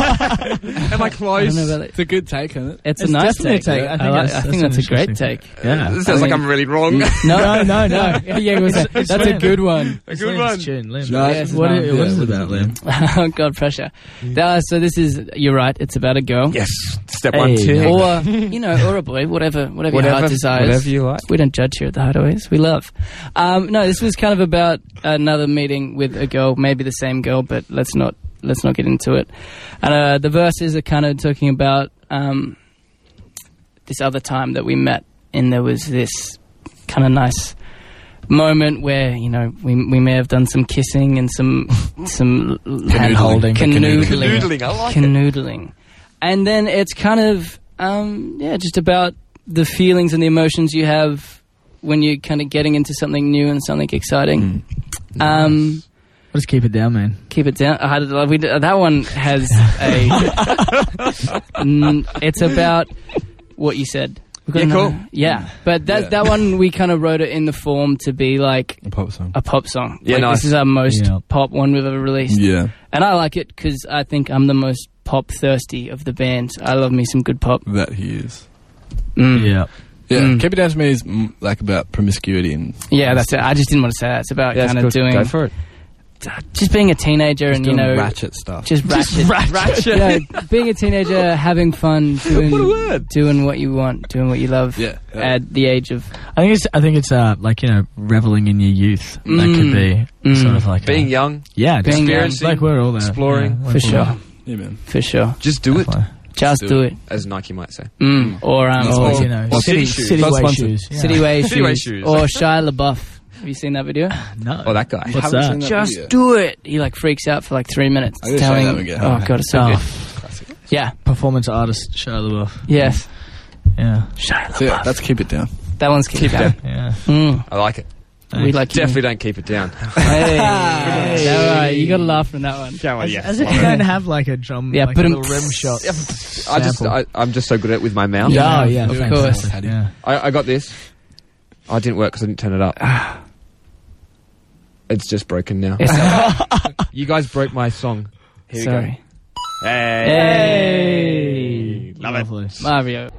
[SPEAKER 2] Am I
[SPEAKER 4] I
[SPEAKER 2] close?
[SPEAKER 4] don't know about it.
[SPEAKER 5] It's a good take on it.
[SPEAKER 4] It's,
[SPEAKER 3] It's
[SPEAKER 4] a nice
[SPEAKER 3] definitely a
[SPEAKER 4] take.
[SPEAKER 3] take. I
[SPEAKER 4] I,
[SPEAKER 3] think
[SPEAKER 4] like-
[SPEAKER 3] that's-
[SPEAKER 4] I think
[SPEAKER 3] that's
[SPEAKER 4] that's a great
[SPEAKER 3] interesting.
[SPEAKER 4] take.
[SPEAKER 3] Yeah.
[SPEAKER 2] Uh, This sounds
[SPEAKER 4] I
[SPEAKER 2] like
[SPEAKER 4] mean-
[SPEAKER 2] I'm really wrong.
[SPEAKER 4] No, no, no. yeah, it was a, that's a
[SPEAKER 3] Explain.
[SPEAKER 4] good one.
[SPEAKER 2] a good one.
[SPEAKER 3] Tune, Lim.
[SPEAKER 5] No, it's
[SPEAKER 3] what
[SPEAKER 5] not.
[SPEAKER 3] it, what
[SPEAKER 5] Yeah,
[SPEAKER 3] is it
[SPEAKER 5] what is
[SPEAKER 3] about,
[SPEAKER 5] it?
[SPEAKER 3] Lim?
[SPEAKER 4] oh, God, pressure. Uh, so this is, you're right, it's about a girl.
[SPEAKER 2] Yes. Step one,
[SPEAKER 3] Hey,
[SPEAKER 2] two.
[SPEAKER 3] no.
[SPEAKER 4] Or, you know, or a boy, whatever, whatever, your
[SPEAKER 2] whatever,
[SPEAKER 4] heart desires.
[SPEAKER 2] whatever you like.
[SPEAKER 4] We don't judge here at the Hideaways. We love. Um, no, this was kind of about another meeting with a girl, maybe the same girl, but let's not let's not get into it. And uh, the verses are kind of talking about um, this other time that we met, and there was this kind of nice moment where you know we we may have done some kissing and some some hand
[SPEAKER 3] Hand-holding.
[SPEAKER 4] canoodling
[SPEAKER 2] Noodling, I like it.
[SPEAKER 4] canoodling. And then it's kind of, um, yeah, just about the feelings and the emotions you have when you're kind of getting into something new and something exciting. Um,
[SPEAKER 3] Let's keep it down, man.
[SPEAKER 4] keep it down. I did, we did, that one has a. Mm, it's about what you said. We've got
[SPEAKER 2] Yeah,
[SPEAKER 4] another-
[SPEAKER 2] cool.
[SPEAKER 4] Yeah, but that
[SPEAKER 5] Yeah.
[SPEAKER 4] that one we kind of wrote it in the form to be like
[SPEAKER 5] A pop song.
[SPEAKER 4] a pop song.
[SPEAKER 2] Yeah,
[SPEAKER 4] Like,
[SPEAKER 2] nice.
[SPEAKER 4] This is our most
[SPEAKER 3] Yeah.
[SPEAKER 4] pop one we've ever released.
[SPEAKER 5] Yeah.
[SPEAKER 4] And I like it because I think I'm the most pop thirsty of the band. I love me some good pop.
[SPEAKER 5] That he is.
[SPEAKER 2] Hmm.
[SPEAKER 4] Mm.
[SPEAKER 3] Yeah.
[SPEAKER 5] Yeah.
[SPEAKER 4] Mm.
[SPEAKER 5] Keep it down to me is mm, like about promiscuity and.
[SPEAKER 4] Yeah, that's it. I just didn't want to say that. It's about
[SPEAKER 2] Yeah, it's
[SPEAKER 4] kind of
[SPEAKER 2] good.
[SPEAKER 4] doing
[SPEAKER 2] Go for it.
[SPEAKER 4] just being a teenager and you
[SPEAKER 5] doing
[SPEAKER 4] know
[SPEAKER 5] ratchet stuff.
[SPEAKER 4] just ratchet, Yeah, being a teenager, having fun, doing
[SPEAKER 2] What a word.
[SPEAKER 4] doing what you want, doing what you love.
[SPEAKER 5] Yeah.
[SPEAKER 4] At the age of
[SPEAKER 3] I think it's I think it's uh like you know reveling in your youth. That could be
[SPEAKER 4] Mm.
[SPEAKER 3] sort of like
[SPEAKER 2] Being
[SPEAKER 3] a,
[SPEAKER 2] young,
[SPEAKER 3] yeah, just
[SPEAKER 4] Being young.
[SPEAKER 3] experiencing, like we're all there,
[SPEAKER 2] Exploring.
[SPEAKER 3] yeah,
[SPEAKER 4] for sure,
[SPEAKER 3] Mm.
[SPEAKER 5] yeah, man.
[SPEAKER 4] for sure,
[SPEAKER 2] just do it,
[SPEAKER 4] just
[SPEAKER 5] do
[SPEAKER 4] do it.
[SPEAKER 2] as Nike might say.
[SPEAKER 4] Mm. Or um,
[SPEAKER 3] Or,
[SPEAKER 2] Or-
[SPEAKER 3] you know,
[SPEAKER 2] or
[SPEAKER 3] city,
[SPEAKER 2] city shoes.
[SPEAKER 3] city
[SPEAKER 2] Not
[SPEAKER 3] way
[SPEAKER 2] sponsored.
[SPEAKER 3] shoes. Yeah.
[SPEAKER 4] Cityway
[SPEAKER 2] Cityway
[SPEAKER 4] shoes,
[SPEAKER 2] shoes.
[SPEAKER 4] or Shia LaBeouf. Have you seen that video?
[SPEAKER 3] No.
[SPEAKER 2] Oh, that guy.
[SPEAKER 3] What's
[SPEAKER 5] Haven't seen
[SPEAKER 3] that?
[SPEAKER 5] that
[SPEAKER 4] Just
[SPEAKER 5] video.
[SPEAKER 4] do it. He like freaks out for like three minutes,
[SPEAKER 5] I gotta show
[SPEAKER 4] telling.
[SPEAKER 5] that again.
[SPEAKER 4] Oh god, it's so
[SPEAKER 3] Oh,
[SPEAKER 4] good. Yeah.
[SPEAKER 3] performance artist Shia LaBeouf.
[SPEAKER 4] Yes.
[SPEAKER 3] Yeah,
[SPEAKER 4] Shia
[SPEAKER 5] So yeah, let's keep it down.
[SPEAKER 4] That one's keep down.
[SPEAKER 3] yeah.
[SPEAKER 4] Mm.
[SPEAKER 2] I like it.
[SPEAKER 4] We like you.
[SPEAKER 2] Definitely don't keep it down.
[SPEAKER 4] Hey. All right, you got to laugh from that one.
[SPEAKER 2] yeah.
[SPEAKER 3] As if you don't have like a drum,
[SPEAKER 4] Yeah,
[SPEAKER 3] like
[SPEAKER 4] put
[SPEAKER 3] a
[SPEAKER 4] 'em-
[SPEAKER 3] little rim shot.
[SPEAKER 2] I just, I, I'm just so good at it with my
[SPEAKER 4] Oh,
[SPEAKER 2] mouth.
[SPEAKER 3] Yeah,
[SPEAKER 5] Yeah,
[SPEAKER 3] yeah,
[SPEAKER 5] of
[SPEAKER 3] fantastic.
[SPEAKER 5] course.
[SPEAKER 3] Yeah.
[SPEAKER 2] I, I got this. I didn't work because I didn't turn it up. it's just broken now.
[SPEAKER 4] It's all right.
[SPEAKER 2] you guys broke my song. Here we
[SPEAKER 4] Sorry.
[SPEAKER 2] go. Hey.
[SPEAKER 4] Hey.
[SPEAKER 2] Love it.
[SPEAKER 3] Lovely.
[SPEAKER 4] Mario.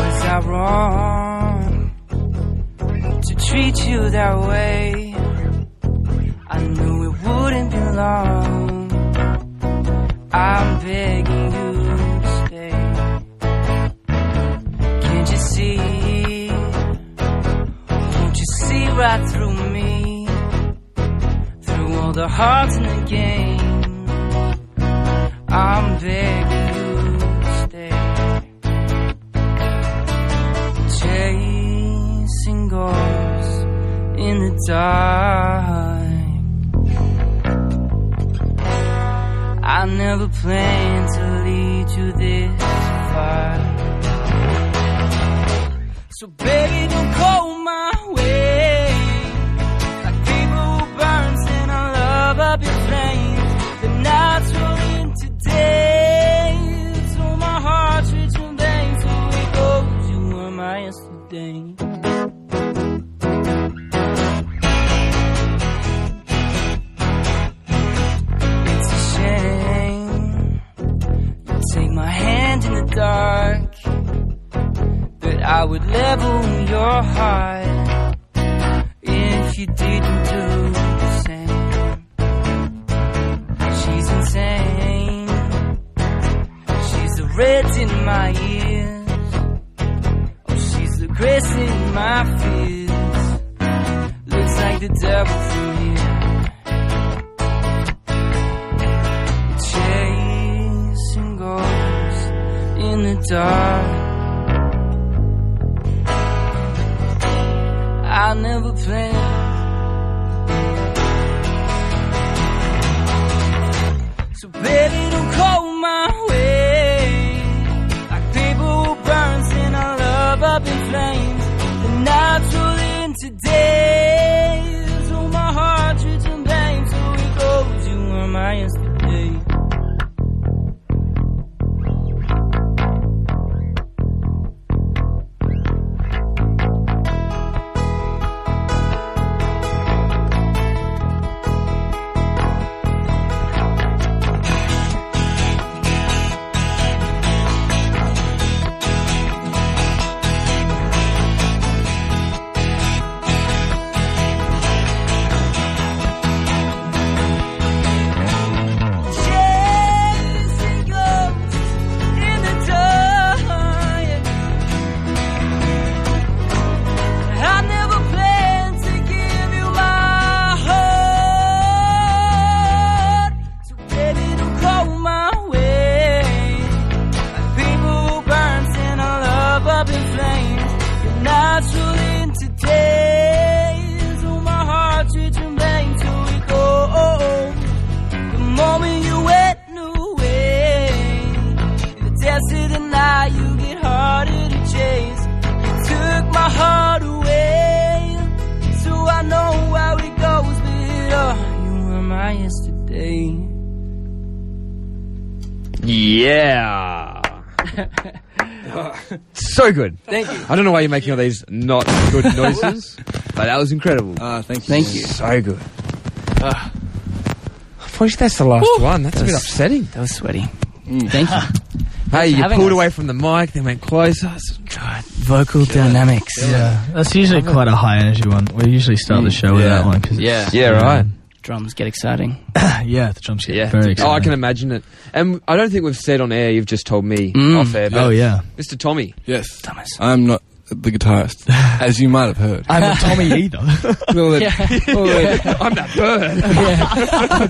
[SPEAKER 7] Was I wrong to treat you that way? I knew it wouldn't be long. I'm begging you to stay. Can't you see? Can't you see right through me? Through all the hearts in the game. I'm begging you to stay chasing ghosts in the dark. I never planned to lead you this far. So baby, don't go my way. Like people
[SPEAKER 4] dang. It's a shame. You take my hand in the dark, but I would level your heart if you didn't do the same. She's insane. She's the reds in my ears. Oh, she's the grace in my fears. Looks like the devil from here. Chasing ghosts in the dark. I never planned. So baby, don't go my way. Like paper who burns and our love up in flames. The night's rolling today. So my heart shoots and blanks. So it goes, you were my yesterday. Chasing ghosts in the dark. I never planned to give you my heart, so baby don't go my way. Like people who burn and our love up in flames, you're natural in today. So Oh, my heart treats and bangs till we go. Oh, The moment you went away, the test of the night, you get harder to chase. You took my heart away, so I know how it goes, but oh, you were my yesterday.
[SPEAKER 2] Yeah. so good.
[SPEAKER 9] Thank you.
[SPEAKER 2] I don't know why you're making all these not good noises, but that was incredible.
[SPEAKER 9] Uh,
[SPEAKER 5] Ah, thank you.
[SPEAKER 9] Thank you.
[SPEAKER 2] so good.
[SPEAKER 9] uh.
[SPEAKER 2] Unfortunately, that's the last one. That's, a bit
[SPEAKER 9] That's-
[SPEAKER 2] upsetting.
[SPEAKER 9] That was sweaty. Thank you.
[SPEAKER 2] Hey, you
[SPEAKER 9] having
[SPEAKER 2] pulled
[SPEAKER 9] us.
[SPEAKER 2] away from the mic, then went closer.
[SPEAKER 9] Vocal dynamics.
[SPEAKER 3] Yeah, that's usually quite a high energy one. We usually start the show with
[SPEAKER 2] Yeah.
[SPEAKER 3] that one because
[SPEAKER 9] Yeah.
[SPEAKER 2] Yeah, right.
[SPEAKER 9] Drums get exciting.
[SPEAKER 3] yeah, the drums get
[SPEAKER 2] Yeah.
[SPEAKER 3] very exciting.
[SPEAKER 2] oh, I can imagine it. And I don't think we've said on air. You've just told me
[SPEAKER 9] Mm.
[SPEAKER 2] off air. But
[SPEAKER 3] Oh yeah,
[SPEAKER 2] Mr. Tommy.
[SPEAKER 5] Yes.
[SPEAKER 9] Thomas.
[SPEAKER 5] I'm not the guitarist, as you might have heard.
[SPEAKER 3] I'm not Tommy either.
[SPEAKER 2] I'm that bird.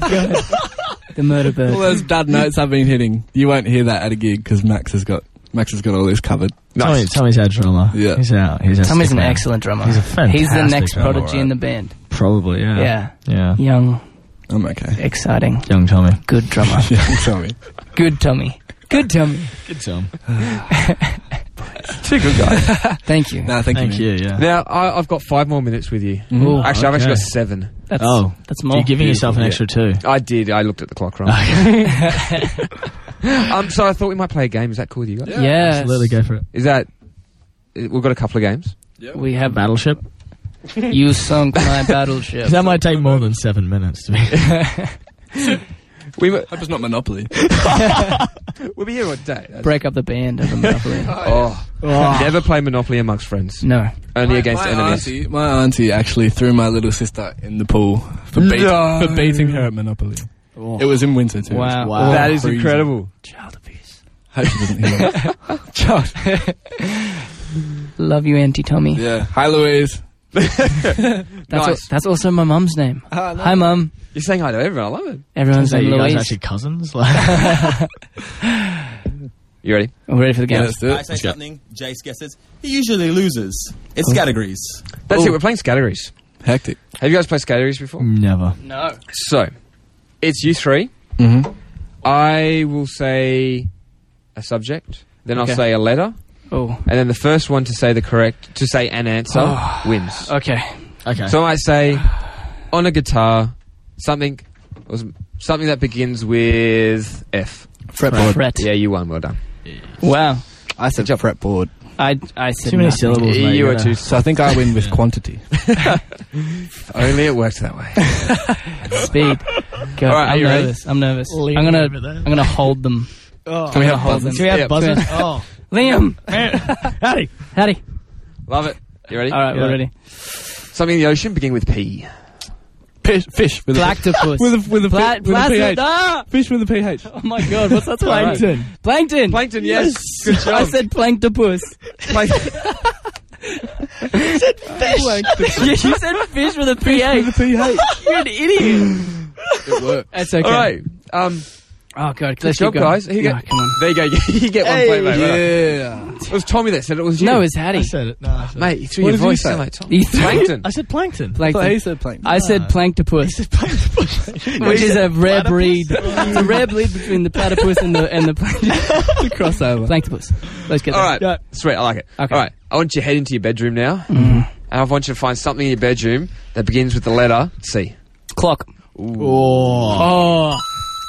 [SPEAKER 9] The murder
[SPEAKER 5] All
[SPEAKER 9] bird.
[SPEAKER 5] those dad notes I've been hitting. You won't hear that at a gig because Max has got Max has got all this covered.
[SPEAKER 3] Tommy, Tommy's our drummer.
[SPEAKER 5] Yeah.
[SPEAKER 3] he's out. He's our
[SPEAKER 9] Tommy's
[SPEAKER 3] stick
[SPEAKER 9] an
[SPEAKER 3] man.
[SPEAKER 9] excellent drummer.
[SPEAKER 3] He's a fantastic
[SPEAKER 9] He's the next
[SPEAKER 3] drummer,
[SPEAKER 9] prodigy in the band.
[SPEAKER 3] Probably yeah.
[SPEAKER 9] Yeah.
[SPEAKER 3] yeah.
[SPEAKER 9] Young,
[SPEAKER 5] I'm okay.
[SPEAKER 9] exciting,
[SPEAKER 3] Young Tommy.
[SPEAKER 9] good drummer.
[SPEAKER 5] Yeah, I'm sorry.
[SPEAKER 9] Good Tommy. Good Tommy.
[SPEAKER 3] Good Tom.
[SPEAKER 2] Two good guys.
[SPEAKER 9] Thank you.
[SPEAKER 5] No, thank,
[SPEAKER 3] Thank
[SPEAKER 5] you.
[SPEAKER 3] you. Yeah.
[SPEAKER 2] now I, I've got five more minutes with you.
[SPEAKER 9] Ooh,
[SPEAKER 2] actually, I've actually got
[SPEAKER 3] okay.
[SPEAKER 2] seven.
[SPEAKER 9] that's,
[SPEAKER 3] oh,
[SPEAKER 9] that's
[SPEAKER 3] you're
[SPEAKER 9] more.
[SPEAKER 3] giving yourself an
[SPEAKER 2] Yeah.
[SPEAKER 3] extra two.
[SPEAKER 2] I did. I looked at the clock wrong. um, so I thought we might play a game. Is that cool with you guys?
[SPEAKER 9] Yeah.
[SPEAKER 3] Absolutely, go for it.
[SPEAKER 2] Is that we've got a couple of games?
[SPEAKER 9] We have
[SPEAKER 3] Battleship.
[SPEAKER 9] You sunk my battleship.
[SPEAKER 3] That might take more than seven minutes to be.
[SPEAKER 2] We were,
[SPEAKER 5] Hope it's not Monopoly.
[SPEAKER 2] we'll be here all day. That's-
[SPEAKER 9] Break up the band of a monopoly.
[SPEAKER 2] Oh, Mm. never play Monopoly amongst friends.
[SPEAKER 9] No.
[SPEAKER 2] Only
[SPEAKER 5] My-
[SPEAKER 2] against
[SPEAKER 5] my
[SPEAKER 2] enemies.
[SPEAKER 5] Auntie, my auntie actually threw my little sister in the pool for, beat,
[SPEAKER 2] No.
[SPEAKER 5] for beating her at Monopoly. It was in winter too.
[SPEAKER 9] Wow.
[SPEAKER 3] Wow.
[SPEAKER 2] that is
[SPEAKER 5] Freezing.
[SPEAKER 2] incredible.
[SPEAKER 9] Child abuse.
[SPEAKER 5] Hope she doesn't hear that.
[SPEAKER 9] Love you, Auntie Tommy.
[SPEAKER 5] Yeah. Hi, Louise.
[SPEAKER 9] That's, al-
[SPEAKER 2] nice.
[SPEAKER 9] that's also my mum's name.
[SPEAKER 5] Uh,
[SPEAKER 9] Hi, mum.
[SPEAKER 2] You're saying hi to everyone. I love it.
[SPEAKER 9] Everyone's
[SPEAKER 3] Is that
[SPEAKER 9] name
[SPEAKER 3] you guys
[SPEAKER 9] Louise.
[SPEAKER 3] actually cousins? Like,
[SPEAKER 2] You ready?
[SPEAKER 9] I'm ready for the game.
[SPEAKER 5] Yeah, let's do
[SPEAKER 10] I
[SPEAKER 5] it.
[SPEAKER 10] say something, Jace guesses. He usually loses. It's categories.
[SPEAKER 2] That's it. We're playing Scatteries.
[SPEAKER 5] Hectic.
[SPEAKER 2] Have you guys played Scatteries before?
[SPEAKER 3] never.
[SPEAKER 9] No.
[SPEAKER 2] So, it's you 3
[SPEAKER 5] Mhm.
[SPEAKER 2] I will say a subject, then
[SPEAKER 9] Okay.
[SPEAKER 2] I'll say a letter,
[SPEAKER 9] Oh.
[SPEAKER 2] and then the first one to say the correct, to say an answer, wins.
[SPEAKER 9] Okay.
[SPEAKER 3] Okay.
[SPEAKER 2] So I might say on a guitar something or s- something that begins with F.
[SPEAKER 9] Fret.
[SPEAKER 2] Yeah, you won. Well done.
[SPEAKER 9] Wow.
[SPEAKER 5] I said fretboard.
[SPEAKER 4] I, I said
[SPEAKER 3] Too many
[SPEAKER 4] nothing.
[SPEAKER 3] syllables. Mate,
[SPEAKER 2] You are
[SPEAKER 3] gotta-
[SPEAKER 2] too
[SPEAKER 5] So I think I win with quantity.
[SPEAKER 2] Only it works that way.
[SPEAKER 4] Speed. Go.
[SPEAKER 2] All right, are
[SPEAKER 4] I'm
[SPEAKER 2] you ready?
[SPEAKER 4] nervous. I'm nervous.
[SPEAKER 3] Liam,
[SPEAKER 4] I'm gonna,
[SPEAKER 3] over there.
[SPEAKER 4] I'm gonna hold them.
[SPEAKER 3] Oh.
[SPEAKER 4] we have hold them.
[SPEAKER 3] Can we have
[SPEAKER 2] Yeah.
[SPEAKER 3] buzzers? Oh,
[SPEAKER 4] Liam,
[SPEAKER 3] howdy.
[SPEAKER 4] howdy.
[SPEAKER 2] Love it. You ready?
[SPEAKER 4] All right,
[SPEAKER 3] Yeah.
[SPEAKER 4] we're ready.
[SPEAKER 2] Something in the ocean beginning with P.
[SPEAKER 5] Fish, fish with a
[SPEAKER 4] Blacktopus.
[SPEAKER 5] with a with a,
[SPEAKER 4] Pla-
[SPEAKER 5] p- with a
[SPEAKER 4] placid-
[SPEAKER 5] ph.
[SPEAKER 4] ah!
[SPEAKER 5] Fish with a ph.
[SPEAKER 4] Oh my god, what's that?
[SPEAKER 3] Plankton.
[SPEAKER 4] Plankton.
[SPEAKER 2] Plankton, yes. Good job.
[SPEAKER 4] I said planktopus. you said fish with a ph.
[SPEAKER 5] ph.
[SPEAKER 4] You're an idiot.
[SPEAKER 5] It worked.
[SPEAKER 4] That's okay.
[SPEAKER 2] All right. Um,
[SPEAKER 4] Oh god,
[SPEAKER 2] good
[SPEAKER 4] let's keep
[SPEAKER 2] job,
[SPEAKER 4] going.
[SPEAKER 2] guys. Here you go.
[SPEAKER 4] No, come on.
[SPEAKER 2] There you go. you get one point, mate. Well done.
[SPEAKER 5] Yeah.
[SPEAKER 2] It was Tommy that said it was you.
[SPEAKER 4] No, it's Hattie.
[SPEAKER 3] I said it. No, I said,
[SPEAKER 2] mate. You threw
[SPEAKER 5] What
[SPEAKER 2] your
[SPEAKER 5] did you
[SPEAKER 2] voice
[SPEAKER 5] say?
[SPEAKER 2] out like Tom.
[SPEAKER 4] You threw-
[SPEAKER 2] Plankton.
[SPEAKER 3] I said plankton.
[SPEAKER 5] But he
[SPEAKER 4] Plankton.
[SPEAKER 5] said plain.
[SPEAKER 4] I said
[SPEAKER 3] No.
[SPEAKER 4] planktopus, which is a rare breed. it's a rare breed between the platypus and the and the, the crossover. Planktopus. Let's get
[SPEAKER 2] All
[SPEAKER 4] that.
[SPEAKER 2] right. Sweet. I like it.
[SPEAKER 4] Okay.
[SPEAKER 2] All right. I want you to head into your bedroom now, and I want you to find something in your bedroom that begins with the letter C.
[SPEAKER 4] Clock.
[SPEAKER 3] Oh,
[SPEAKER 4] Oh,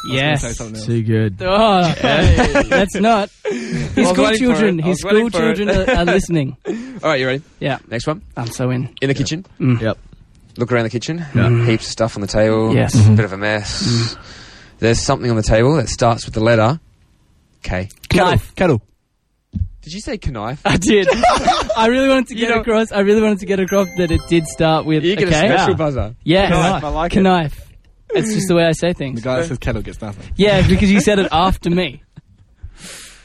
[SPEAKER 5] Say
[SPEAKER 4] yes.
[SPEAKER 5] something else.
[SPEAKER 3] too good.
[SPEAKER 4] Oh, that's not. His
[SPEAKER 2] was
[SPEAKER 4] school
[SPEAKER 2] waiting for
[SPEAKER 4] children,
[SPEAKER 2] it. I
[SPEAKER 4] his
[SPEAKER 2] was waiting
[SPEAKER 4] school
[SPEAKER 2] for it.
[SPEAKER 4] children are, are listening.
[SPEAKER 2] All right. You ready?
[SPEAKER 4] Yeah,
[SPEAKER 2] Next one.
[SPEAKER 4] I'm so in.
[SPEAKER 2] In the kitchen.
[SPEAKER 3] Yep.
[SPEAKER 2] Look around the kitchen.
[SPEAKER 3] Yeah.
[SPEAKER 2] Heaps of stuff on the table.
[SPEAKER 4] Yes.
[SPEAKER 2] Bit of a mess. There's something on the table that starts with the letter K.
[SPEAKER 4] Knife.
[SPEAKER 5] Kettle.
[SPEAKER 2] Did you say knife?
[SPEAKER 4] I did. I really wanted to
[SPEAKER 2] You
[SPEAKER 4] get
[SPEAKER 2] know-
[SPEAKER 4] across. I really wanted to get across that it did start with.
[SPEAKER 2] You get
[SPEAKER 4] okay.
[SPEAKER 2] a special
[SPEAKER 3] Yeah.
[SPEAKER 2] buzzer.
[SPEAKER 4] Yes.
[SPEAKER 2] Knife, I like it.
[SPEAKER 4] Knife. It's just the way I say
[SPEAKER 5] The
[SPEAKER 4] things.
[SPEAKER 5] guy that says kettle gets nothing.
[SPEAKER 4] Yeah, because you said it after me.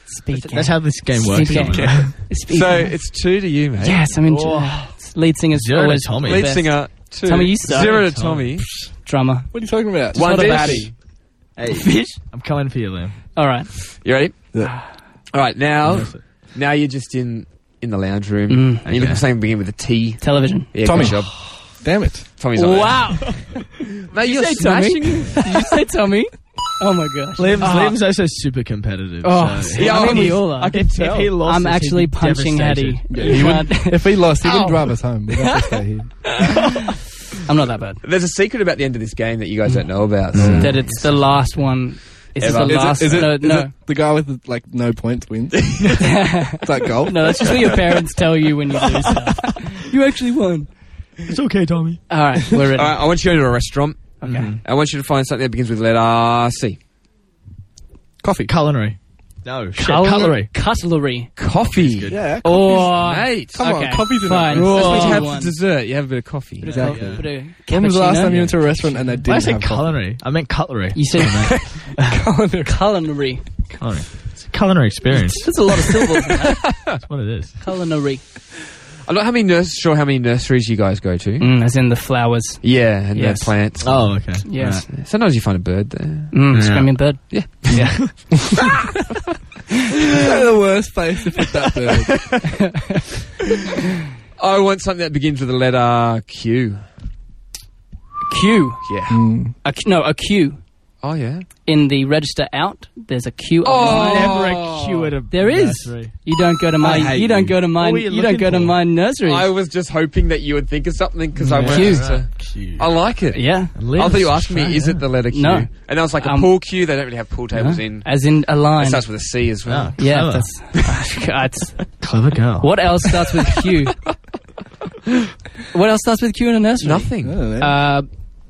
[SPEAKER 4] Speak.
[SPEAKER 3] That's how this game works.
[SPEAKER 4] Speak.
[SPEAKER 3] isn't it?
[SPEAKER 4] Speak.
[SPEAKER 2] So it's two to you, mate.
[SPEAKER 4] yes, I mean,
[SPEAKER 3] Oh.
[SPEAKER 4] lead singer's
[SPEAKER 3] Zero to
[SPEAKER 4] always
[SPEAKER 3] Tommy.
[SPEAKER 4] the
[SPEAKER 2] Lead
[SPEAKER 4] best.
[SPEAKER 2] singer two.
[SPEAKER 4] Tommy, you start.
[SPEAKER 2] Zero to
[SPEAKER 3] Tommy.
[SPEAKER 2] Tommy.
[SPEAKER 4] drummer.
[SPEAKER 5] What are you talking about?
[SPEAKER 2] One
[SPEAKER 5] It's
[SPEAKER 2] dish.
[SPEAKER 5] not a baddie.
[SPEAKER 4] Fish.
[SPEAKER 3] I'm coming for you, Liam.
[SPEAKER 4] All right.
[SPEAKER 2] You ready?
[SPEAKER 5] Yeah.
[SPEAKER 2] All right.
[SPEAKER 3] Oh,
[SPEAKER 2] Now, now you're just in in the lounge room, and you're looking for something to begin with a T.
[SPEAKER 4] Television.
[SPEAKER 2] Yeah,
[SPEAKER 5] Tommy.
[SPEAKER 2] Good job.
[SPEAKER 5] Damn it.
[SPEAKER 2] Tommy's on
[SPEAKER 4] Wow.
[SPEAKER 2] it. Mate, you're
[SPEAKER 4] say Tommy?
[SPEAKER 2] smashing. it.
[SPEAKER 4] Did you say Tommy? Oh my gosh.
[SPEAKER 3] Liam's,
[SPEAKER 4] Ah.
[SPEAKER 3] Liam's also super competitive.
[SPEAKER 4] Oh,
[SPEAKER 3] so
[SPEAKER 4] see, I mean, we all are.
[SPEAKER 3] if, if he lost
[SPEAKER 4] I'm
[SPEAKER 3] this, he'd be
[SPEAKER 4] actually punching
[SPEAKER 3] devastated.
[SPEAKER 4] Hattie.
[SPEAKER 5] Yeah,
[SPEAKER 4] You
[SPEAKER 5] he
[SPEAKER 4] can't-
[SPEAKER 5] If he lost, he
[SPEAKER 4] Ow.
[SPEAKER 5] wouldn't drive us home. We'd have to stay here.
[SPEAKER 4] I'm not that bad.
[SPEAKER 2] There's a secret about the end of this game that you guys don't know about. so-
[SPEAKER 4] That it's the last one. Is it
[SPEAKER 2] Mm. Ever.
[SPEAKER 4] the
[SPEAKER 2] Is it-
[SPEAKER 4] last?
[SPEAKER 5] Is it,
[SPEAKER 4] no,
[SPEAKER 5] is
[SPEAKER 4] no.
[SPEAKER 5] it the guy with the, like no points wins? it's like golf.
[SPEAKER 4] No, that's just what your parents tell you when you do stuff. you actually won.
[SPEAKER 3] It's okay, Tommy.
[SPEAKER 4] All right, we're ready.
[SPEAKER 2] All right. I want you to go to a restaurant.
[SPEAKER 4] Okay.
[SPEAKER 2] I want you to find something that begins with letter C.
[SPEAKER 5] Coffee.
[SPEAKER 3] Culinary. No, shit.
[SPEAKER 4] Cutler-
[SPEAKER 3] Cutlery.
[SPEAKER 4] Cutlery.
[SPEAKER 2] Coffee.
[SPEAKER 3] good.
[SPEAKER 5] Yeah.
[SPEAKER 4] Or
[SPEAKER 2] Mate,
[SPEAKER 5] Come
[SPEAKER 4] okay,
[SPEAKER 5] on, coffee's in
[SPEAKER 4] fine.
[SPEAKER 5] it.
[SPEAKER 4] That's
[SPEAKER 5] That's
[SPEAKER 2] That's
[SPEAKER 4] what
[SPEAKER 2] what you
[SPEAKER 4] you
[SPEAKER 2] have
[SPEAKER 4] want.
[SPEAKER 2] for dessert. You have a bit of coffee.
[SPEAKER 5] Exactly.
[SPEAKER 3] Yeah.
[SPEAKER 4] Put a
[SPEAKER 5] When was the last
[SPEAKER 4] cappuccino?
[SPEAKER 5] time you went to a restaurant and
[SPEAKER 3] Why
[SPEAKER 5] they
[SPEAKER 3] did I
[SPEAKER 5] didn't
[SPEAKER 3] say
[SPEAKER 5] have coffee?
[SPEAKER 3] culinary? I meant cutlery.
[SPEAKER 4] You said culinary.
[SPEAKER 3] culinary. It's a culinary experience.
[SPEAKER 4] That's a lot of syllables. in that.
[SPEAKER 3] That's what it is.
[SPEAKER 4] culinary.
[SPEAKER 2] I'm not how many nurs- sure how many nurseries you guys go to.
[SPEAKER 4] Mm, as in the flowers.
[SPEAKER 2] Yeah, and
[SPEAKER 4] Yes.
[SPEAKER 2] their plants.
[SPEAKER 3] Oh, okay.
[SPEAKER 4] Yes.
[SPEAKER 2] Sometimes you find a bird there.
[SPEAKER 4] Mm,
[SPEAKER 3] Yeah.
[SPEAKER 4] Screaming bird.
[SPEAKER 5] the worst place to put that bird.
[SPEAKER 2] I want something that begins with the letter Q.
[SPEAKER 4] Q.
[SPEAKER 2] Yeah.
[SPEAKER 5] Mm.
[SPEAKER 4] A Q. No, a Q.
[SPEAKER 2] Oh yeah.
[SPEAKER 4] In the register out, there's a Q. on
[SPEAKER 2] Oh.
[SPEAKER 4] the line.
[SPEAKER 2] Never
[SPEAKER 3] a cue at a
[SPEAKER 4] There is. You don't go to my.
[SPEAKER 5] hate
[SPEAKER 4] You don't
[SPEAKER 5] you.
[SPEAKER 4] go to my.
[SPEAKER 3] were you
[SPEAKER 4] You, don't
[SPEAKER 3] looking
[SPEAKER 4] go to
[SPEAKER 3] for?
[SPEAKER 4] my nursery.
[SPEAKER 2] I was just hoping that you would think of something because I went.
[SPEAKER 4] Q.
[SPEAKER 2] to-
[SPEAKER 4] Oh.
[SPEAKER 2] I like it.
[SPEAKER 4] yeah.
[SPEAKER 2] I thought you asked me, is it the letter Q?
[SPEAKER 4] No.
[SPEAKER 2] And I was like, a
[SPEAKER 4] Um,
[SPEAKER 2] pool queue, they don't really have pool tables in.
[SPEAKER 4] As in a
[SPEAKER 2] It
[SPEAKER 4] line.
[SPEAKER 2] starts with a C as well.
[SPEAKER 3] Ah,
[SPEAKER 4] yeah.
[SPEAKER 3] clever.
[SPEAKER 4] That's, that's,
[SPEAKER 3] clever girl.
[SPEAKER 4] what else starts with Q? what else starts with Q in a nursery?
[SPEAKER 2] Nothing.
[SPEAKER 4] Uh,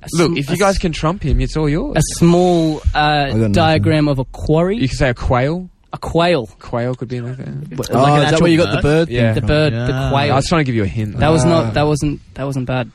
[SPEAKER 4] a
[SPEAKER 2] Look,
[SPEAKER 4] sm-
[SPEAKER 2] if
[SPEAKER 4] a
[SPEAKER 2] you guys can trump him, it's all yours.
[SPEAKER 4] a small
[SPEAKER 5] got
[SPEAKER 4] uh,
[SPEAKER 5] nothing.
[SPEAKER 4] diagram of a
[SPEAKER 2] you
[SPEAKER 4] quarry,
[SPEAKER 2] can say a quail.
[SPEAKER 4] a quail,
[SPEAKER 2] Quail could be in there.
[SPEAKER 5] Oh,
[SPEAKER 3] Like an actual
[SPEAKER 5] bird?
[SPEAKER 2] Yeah.
[SPEAKER 4] the bird, the
[SPEAKER 3] Yeah.
[SPEAKER 2] I
[SPEAKER 4] quail.
[SPEAKER 2] was trying to give you a hint.
[SPEAKER 4] That was
[SPEAKER 5] Ah.
[SPEAKER 4] not. That wasn't. That wasn't bad.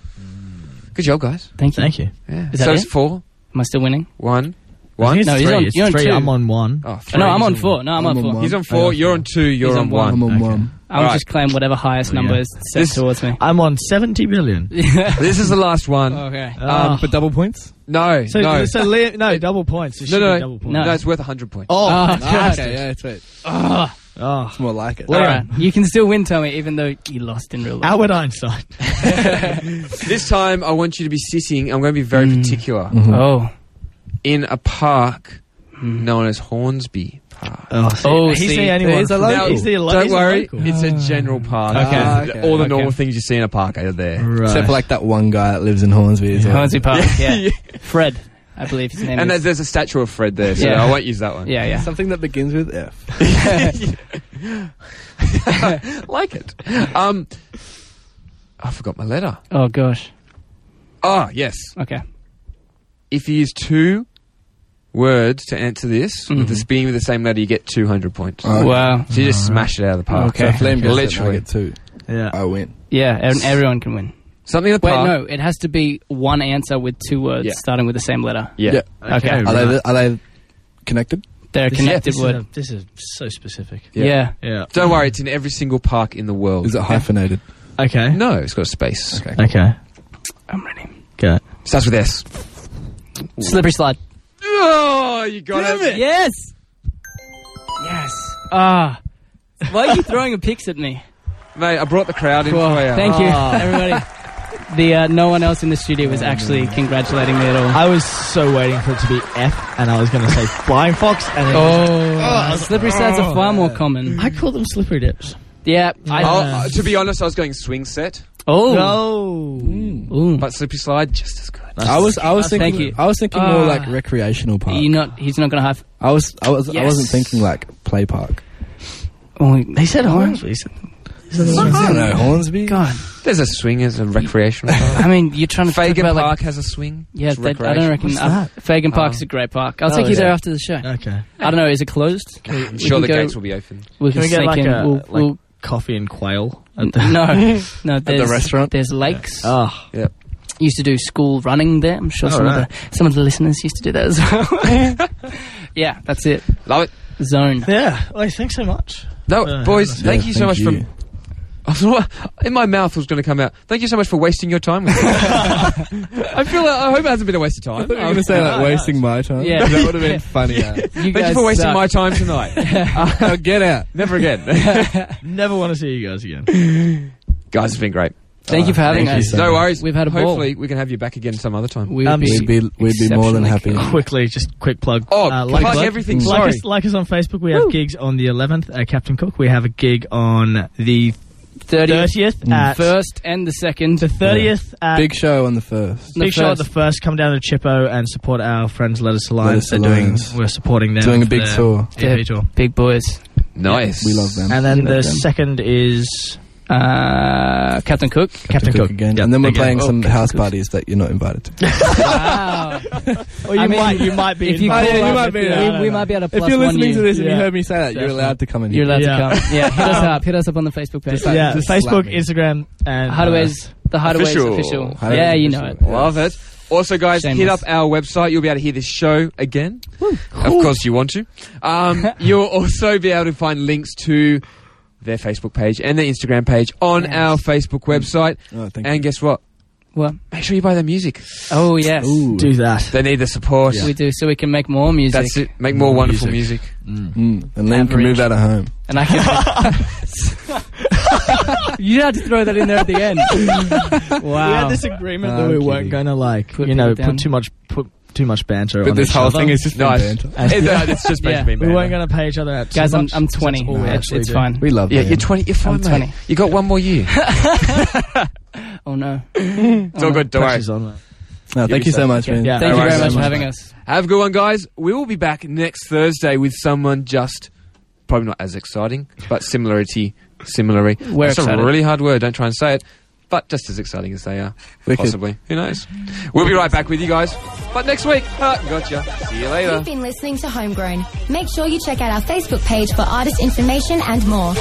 [SPEAKER 2] Good job, guys.
[SPEAKER 4] Thank you.
[SPEAKER 3] Thank you.
[SPEAKER 2] Yeah.
[SPEAKER 4] Is that
[SPEAKER 2] so it's
[SPEAKER 4] it?
[SPEAKER 2] four,
[SPEAKER 4] Am I still winning?
[SPEAKER 2] one,
[SPEAKER 3] I
[SPEAKER 2] one.
[SPEAKER 3] think it's
[SPEAKER 4] No, he's
[SPEAKER 3] three.
[SPEAKER 4] on-
[SPEAKER 3] it's
[SPEAKER 4] you're on
[SPEAKER 3] three.
[SPEAKER 4] two.
[SPEAKER 3] I'm on one.
[SPEAKER 2] Oh, three.
[SPEAKER 4] no, I'm
[SPEAKER 5] he's
[SPEAKER 4] on
[SPEAKER 5] on
[SPEAKER 4] four. No, I'm,
[SPEAKER 5] I'm
[SPEAKER 4] on
[SPEAKER 5] on
[SPEAKER 4] four.
[SPEAKER 5] one.
[SPEAKER 2] He's on four. You're on two. You're
[SPEAKER 4] He's
[SPEAKER 2] on,
[SPEAKER 4] on
[SPEAKER 2] one.
[SPEAKER 5] I'm on
[SPEAKER 3] Okay.
[SPEAKER 5] one.
[SPEAKER 4] I'll
[SPEAKER 2] Alright.
[SPEAKER 4] just claim whatever highest
[SPEAKER 3] Oh, yeah.
[SPEAKER 4] number is set
[SPEAKER 2] This-
[SPEAKER 4] towards me.
[SPEAKER 3] I'm on 70 billion.
[SPEAKER 2] This is the last one.
[SPEAKER 4] Okay.
[SPEAKER 3] Ah.
[SPEAKER 5] For double points?
[SPEAKER 2] No,
[SPEAKER 3] so,
[SPEAKER 2] no.
[SPEAKER 3] so Liam, no, double points. It
[SPEAKER 2] No,
[SPEAKER 3] should
[SPEAKER 2] no.
[SPEAKER 3] be double points.
[SPEAKER 2] no,
[SPEAKER 4] No. Ah.
[SPEAKER 2] it's worth 100 points.
[SPEAKER 3] Oh,
[SPEAKER 5] Ah, okay, yeah, that's right.
[SPEAKER 3] oh.
[SPEAKER 5] It's more like it.
[SPEAKER 4] All right. You can still win, Tommy, even though you lost in real life.
[SPEAKER 3] Albert Einstein.
[SPEAKER 2] This time, I want you to be sitting, I'm going to be very
[SPEAKER 4] Mm.
[SPEAKER 2] particular,
[SPEAKER 4] Oh.
[SPEAKER 2] in a park known as Hornsby Park.
[SPEAKER 3] Oh,
[SPEAKER 4] Oh,
[SPEAKER 3] he's
[SPEAKER 4] see,
[SPEAKER 3] the only
[SPEAKER 5] there
[SPEAKER 3] one.
[SPEAKER 5] is a local.
[SPEAKER 3] he's the lo-
[SPEAKER 2] Don't
[SPEAKER 3] he's a
[SPEAKER 2] worry,
[SPEAKER 3] local.
[SPEAKER 2] it's a general park.
[SPEAKER 4] Okay.
[SPEAKER 5] Ah,
[SPEAKER 2] It's
[SPEAKER 5] okay,
[SPEAKER 2] All the
[SPEAKER 4] okay.
[SPEAKER 2] normal things you see in a park are there.
[SPEAKER 3] Right.
[SPEAKER 5] Except for like that one guy that lives in Hornsby as well.
[SPEAKER 4] Hornsby Park, yeah. Fred, I believe his name
[SPEAKER 2] And there's,
[SPEAKER 4] is.
[SPEAKER 2] there's a statue of Fred there, so
[SPEAKER 4] Yeah.
[SPEAKER 2] I won't use that one.
[SPEAKER 4] Yeah, yeah.
[SPEAKER 5] Something that begins with F.
[SPEAKER 2] like it. Um, I forgot my letter.
[SPEAKER 4] Oh gosh.
[SPEAKER 2] Ah, yes.
[SPEAKER 4] Okay.
[SPEAKER 2] If you use two words to answer this with
[SPEAKER 4] Mm-hmm.
[SPEAKER 2] the beginning with the same letter, you get two hundred points.
[SPEAKER 5] Okay.
[SPEAKER 4] Wow.
[SPEAKER 2] So you just smash it out of the park.
[SPEAKER 4] Ah. Okay.
[SPEAKER 5] So Flame gets
[SPEAKER 2] Literally.
[SPEAKER 5] Literally. it, and I get two.
[SPEAKER 3] Yeah.
[SPEAKER 5] I win.
[SPEAKER 4] Yeah, and everyone can win.
[SPEAKER 2] Something in the
[SPEAKER 4] Wait,
[SPEAKER 2] park.
[SPEAKER 4] no, it has to be one answer with two words
[SPEAKER 2] Yeah.
[SPEAKER 4] starting with the same letter.
[SPEAKER 2] Yeah.
[SPEAKER 5] Yeah.
[SPEAKER 4] Okay.
[SPEAKER 3] Okay.
[SPEAKER 5] Are,
[SPEAKER 3] Right.
[SPEAKER 5] they, are they connected?
[SPEAKER 4] They're a connected
[SPEAKER 3] this,
[SPEAKER 4] word.
[SPEAKER 3] Is a- this is so specific.
[SPEAKER 2] Yeah.
[SPEAKER 4] yeah.
[SPEAKER 3] Yeah.
[SPEAKER 2] Don't worry, it's in every single park in the world.
[SPEAKER 5] Is it hyphenated?
[SPEAKER 3] Okay.
[SPEAKER 2] No, it's got space.
[SPEAKER 5] Okay.
[SPEAKER 3] Okay.
[SPEAKER 4] I'm ready.
[SPEAKER 3] Okay.
[SPEAKER 2] Starts with S.
[SPEAKER 4] Slippery slide.
[SPEAKER 2] Oh, you got it.
[SPEAKER 4] Yes. Yes. Ah. Why are you throwing a pix at me?
[SPEAKER 2] Mate, I brought the crowd in
[SPEAKER 4] Well,
[SPEAKER 2] for you.
[SPEAKER 4] thank you, everybody. The uh, no one else in the studio was actually congratulating me at all.
[SPEAKER 3] I was so waiting for it to be F, and I was going to say flying fox, and then
[SPEAKER 4] Oh. slippery slides are far more common.
[SPEAKER 3] I call them slippery dips.
[SPEAKER 4] Yeah. I,
[SPEAKER 2] Oh, uh, to be honest, I was going swing set,
[SPEAKER 4] oh.
[SPEAKER 3] No.
[SPEAKER 4] Ooh.
[SPEAKER 2] but slippery slide just as good.
[SPEAKER 5] I was I was
[SPEAKER 4] Hmm. Thank
[SPEAKER 5] thinking
[SPEAKER 4] you.
[SPEAKER 5] I was thinking more
[SPEAKER 4] Ah.
[SPEAKER 5] like recreational park.
[SPEAKER 4] you not. He's not going to have.
[SPEAKER 5] I was I was I
[SPEAKER 4] Yes.
[SPEAKER 5] wasn't thinking like play park.
[SPEAKER 4] Oh, they said orange.
[SPEAKER 5] I don't know Hornsby.
[SPEAKER 4] God.
[SPEAKER 2] There's a swing as a recreational.
[SPEAKER 4] I mean, you're trying to talk
[SPEAKER 2] Fagan
[SPEAKER 4] about, like,
[SPEAKER 2] Park has a swing.
[SPEAKER 4] Yeah,
[SPEAKER 2] It's
[SPEAKER 4] they, I
[SPEAKER 2] recreational.
[SPEAKER 4] don't reckon. Uh, Fagan Park's a great park. I'll
[SPEAKER 3] Oh,
[SPEAKER 4] take you there
[SPEAKER 3] yeah.
[SPEAKER 4] after the show.
[SPEAKER 3] Okay.
[SPEAKER 4] I don't know. Is it closed?
[SPEAKER 2] I'm sure
[SPEAKER 4] can
[SPEAKER 2] the
[SPEAKER 4] go-
[SPEAKER 2] gates will be open.
[SPEAKER 4] We
[SPEAKER 3] Can we get
[SPEAKER 4] sneak
[SPEAKER 3] like
[SPEAKER 4] in.
[SPEAKER 3] a
[SPEAKER 4] We'll-
[SPEAKER 3] like
[SPEAKER 4] we'll-
[SPEAKER 3] coffee and quail? At the-
[SPEAKER 4] no, no. There's,
[SPEAKER 5] restaurant?
[SPEAKER 4] there's lakes.
[SPEAKER 3] Oh,
[SPEAKER 4] Used to do school running there. I'm sure
[SPEAKER 3] Oh,
[SPEAKER 4] some
[SPEAKER 3] right.
[SPEAKER 4] of the some of the listeners used to do that as well. yeah, that's it.
[SPEAKER 2] Love it.
[SPEAKER 4] Zone.
[SPEAKER 3] yeah. Well, thanks so much.
[SPEAKER 2] No,
[SPEAKER 3] Yeah,
[SPEAKER 2] boys,
[SPEAKER 5] Yeah,
[SPEAKER 2] thank you so much
[SPEAKER 5] you.
[SPEAKER 2] for. I was- In my mouth was going to come out. Thank you so much for wasting your time. with me. I feel. Like, I hope it hasn't been a waste of
[SPEAKER 5] I thought you
[SPEAKER 2] time.
[SPEAKER 5] were going to say like wasting my time.
[SPEAKER 4] Yeah.
[SPEAKER 5] that would have
[SPEAKER 4] Yeah.
[SPEAKER 5] been funny. yeah.
[SPEAKER 4] You
[SPEAKER 2] Thank you
[SPEAKER 4] guys
[SPEAKER 2] for wasting
[SPEAKER 4] suck.
[SPEAKER 2] my time tonight. Uh, get out. Never again.
[SPEAKER 3] Never want to see you guys again.
[SPEAKER 2] Guys, it's been great.
[SPEAKER 4] Thank you for having
[SPEAKER 5] Thank you
[SPEAKER 4] us.
[SPEAKER 5] so
[SPEAKER 2] No worries.
[SPEAKER 4] We've had a ball.
[SPEAKER 2] Hopefully, we can have you back again some other time.
[SPEAKER 4] We would
[SPEAKER 3] Um,
[SPEAKER 5] We'd
[SPEAKER 4] be
[SPEAKER 5] be we'd be more than happy.
[SPEAKER 4] exceptionally
[SPEAKER 3] Quickly, just quick plug. Uh,
[SPEAKER 2] Oh,
[SPEAKER 3] like
[SPEAKER 2] plug
[SPEAKER 3] us-
[SPEAKER 2] everything,
[SPEAKER 3] Like
[SPEAKER 2] sorry.
[SPEAKER 3] us, like us on Facebook. We have gigs on the 11th at Captain Cook. We have a gig on the
[SPEAKER 4] 30th,
[SPEAKER 3] 30th
[SPEAKER 4] Mm.
[SPEAKER 3] at
[SPEAKER 4] first and the second.
[SPEAKER 3] the 30th at
[SPEAKER 5] Big show on Uh, the first.
[SPEAKER 4] The
[SPEAKER 3] Big Show at
[SPEAKER 4] first.
[SPEAKER 3] the first. Come down to Chippo and support our friends. Let us align.
[SPEAKER 5] Let Us
[SPEAKER 3] They're doing.
[SPEAKER 5] Alliance.
[SPEAKER 3] We're supporting them.
[SPEAKER 5] Doing a
[SPEAKER 3] for
[SPEAKER 5] big
[SPEAKER 3] their
[SPEAKER 5] tour.
[SPEAKER 3] EP
[SPEAKER 4] Yeah.
[SPEAKER 3] tour.
[SPEAKER 4] Big boys.
[SPEAKER 2] Nice.
[SPEAKER 5] We love them.
[SPEAKER 3] And then
[SPEAKER 5] We
[SPEAKER 3] the
[SPEAKER 5] love them.
[SPEAKER 3] second is
[SPEAKER 4] Uh, Captain Cook.
[SPEAKER 3] Captain Cook,
[SPEAKER 5] again.
[SPEAKER 3] Yeah,
[SPEAKER 5] and then we're
[SPEAKER 3] again.
[SPEAKER 5] playing
[SPEAKER 3] Oh,
[SPEAKER 5] some house parties that you're not invited to.
[SPEAKER 4] Wow.
[SPEAKER 3] Or you
[SPEAKER 4] I mean,
[SPEAKER 3] might. You might be.
[SPEAKER 4] if Oh, you
[SPEAKER 3] invited.
[SPEAKER 4] call
[SPEAKER 5] yeah, you
[SPEAKER 4] up,
[SPEAKER 5] might be-
[SPEAKER 4] we-
[SPEAKER 5] yeah, I
[SPEAKER 4] we,
[SPEAKER 5] don't
[SPEAKER 4] might be able to
[SPEAKER 5] if
[SPEAKER 4] plus
[SPEAKER 5] you're
[SPEAKER 4] one
[SPEAKER 5] listening
[SPEAKER 4] you.
[SPEAKER 5] to this and
[SPEAKER 3] Yeah.
[SPEAKER 5] you heard me say that, you're
[SPEAKER 3] Definitely.
[SPEAKER 5] allowed to come in.
[SPEAKER 4] You're allowed
[SPEAKER 3] Yeah.
[SPEAKER 4] to come. Yeah, hit us up. Hit us up on the Facebook page.
[SPEAKER 5] like-
[SPEAKER 3] yeah,
[SPEAKER 5] just
[SPEAKER 3] Facebook,
[SPEAKER 5] slap me.
[SPEAKER 3] Instagram, and uh,
[SPEAKER 4] Hideaways, the Hideaways
[SPEAKER 2] Official.
[SPEAKER 4] official.
[SPEAKER 5] Hideaways
[SPEAKER 4] yeah, you know it.
[SPEAKER 5] official.
[SPEAKER 2] Love it. Also, guys, hit up
[SPEAKER 4] Shameless.
[SPEAKER 2] our website. You'll be able to hear this show again. Of course, you want to. Um, you'll also be able to find links to their Facebook page and their Instagram page on
[SPEAKER 4] Yes.
[SPEAKER 2] our Facebook website.
[SPEAKER 5] Oh, thank
[SPEAKER 2] and guess what?
[SPEAKER 4] What?
[SPEAKER 2] Make sure you buy their music.
[SPEAKER 4] Oh yes,
[SPEAKER 5] Ooh.
[SPEAKER 3] do that.
[SPEAKER 2] They need the support.
[SPEAKER 4] we do. So we can make more music.
[SPEAKER 2] That's it. Make more wonderful music.
[SPEAKER 5] Mm. And Liam can move out of home.
[SPEAKER 4] And I can. you had to throw that in there at the end.
[SPEAKER 3] We had
[SPEAKER 4] wow.
[SPEAKER 3] this agreement
[SPEAKER 5] I'm
[SPEAKER 3] that we
[SPEAKER 5] kidding.
[SPEAKER 3] weren't going to like,
[SPEAKER 4] Put
[SPEAKER 3] you know,
[SPEAKER 4] people down.
[SPEAKER 3] put too much put too much banter. on each other.
[SPEAKER 5] just
[SPEAKER 2] No, it's, it- no, it's just
[SPEAKER 4] Yeah.
[SPEAKER 2] basically
[SPEAKER 3] we
[SPEAKER 2] me.
[SPEAKER 3] weren't going to pay each other out. too
[SPEAKER 4] Guys, I'm,
[SPEAKER 3] much,
[SPEAKER 4] I'm
[SPEAKER 3] because
[SPEAKER 4] 20.
[SPEAKER 3] that's all we
[SPEAKER 4] it's
[SPEAKER 3] actually
[SPEAKER 4] it's
[SPEAKER 3] do.
[SPEAKER 4] fine.
[SPEAKER 5] We love
[SPEAKER 2] Yeah,
[SPEAKER 5] you.
[SPEAKER 2] you're 20. You're fine,
[SPEAKER 4] I'm
[SPEAKER 2] mate.
[SPEAKER 4] 20.
[SPEAKER 2] You got one more year.
[SPEAKER 4] Oh no.
[SPEAKER 2] it's all good. Don't worry.
[SPEAKER 3] Pressure's on, mate.
[SPEAKER 5] No, thank you so much, man.
[SPEAKER 3] Yeah.
[SPEAKER 4] Thank
[SPEAKER 2] No
[SPEAKER 4] you
[SPEAKER 2] worries.
[SPEAKER 4] very much
[SPEAKER 5] So
[SPEAKER 4] for
[SPEAKER 5] much,
[SPEAKER 4] having
[SPEAKER 5] mate.
[SPEAKER 4] us.
[SPEAKER 2] Have a good one, guys. We will be back next Thursday with someone just probably not as exciting, but similarity, similarly.
[SPEAKER 4] We're
[SPEAKER 2] That's a
[SPEAKER 4] excited.
[SPEAKER 2] really hard word. Don't try and say it. But just as exciting as they are,
[SPEAKER 5] Wicked.
[SPEAKER 2] possibly. Who knows? We'll be right back with you guys. But next week, ah, gotcha. See you later.
[SPEAKER 1] You've been listening to Homegrown. Make sure you check out our Facebook page for artist information and more.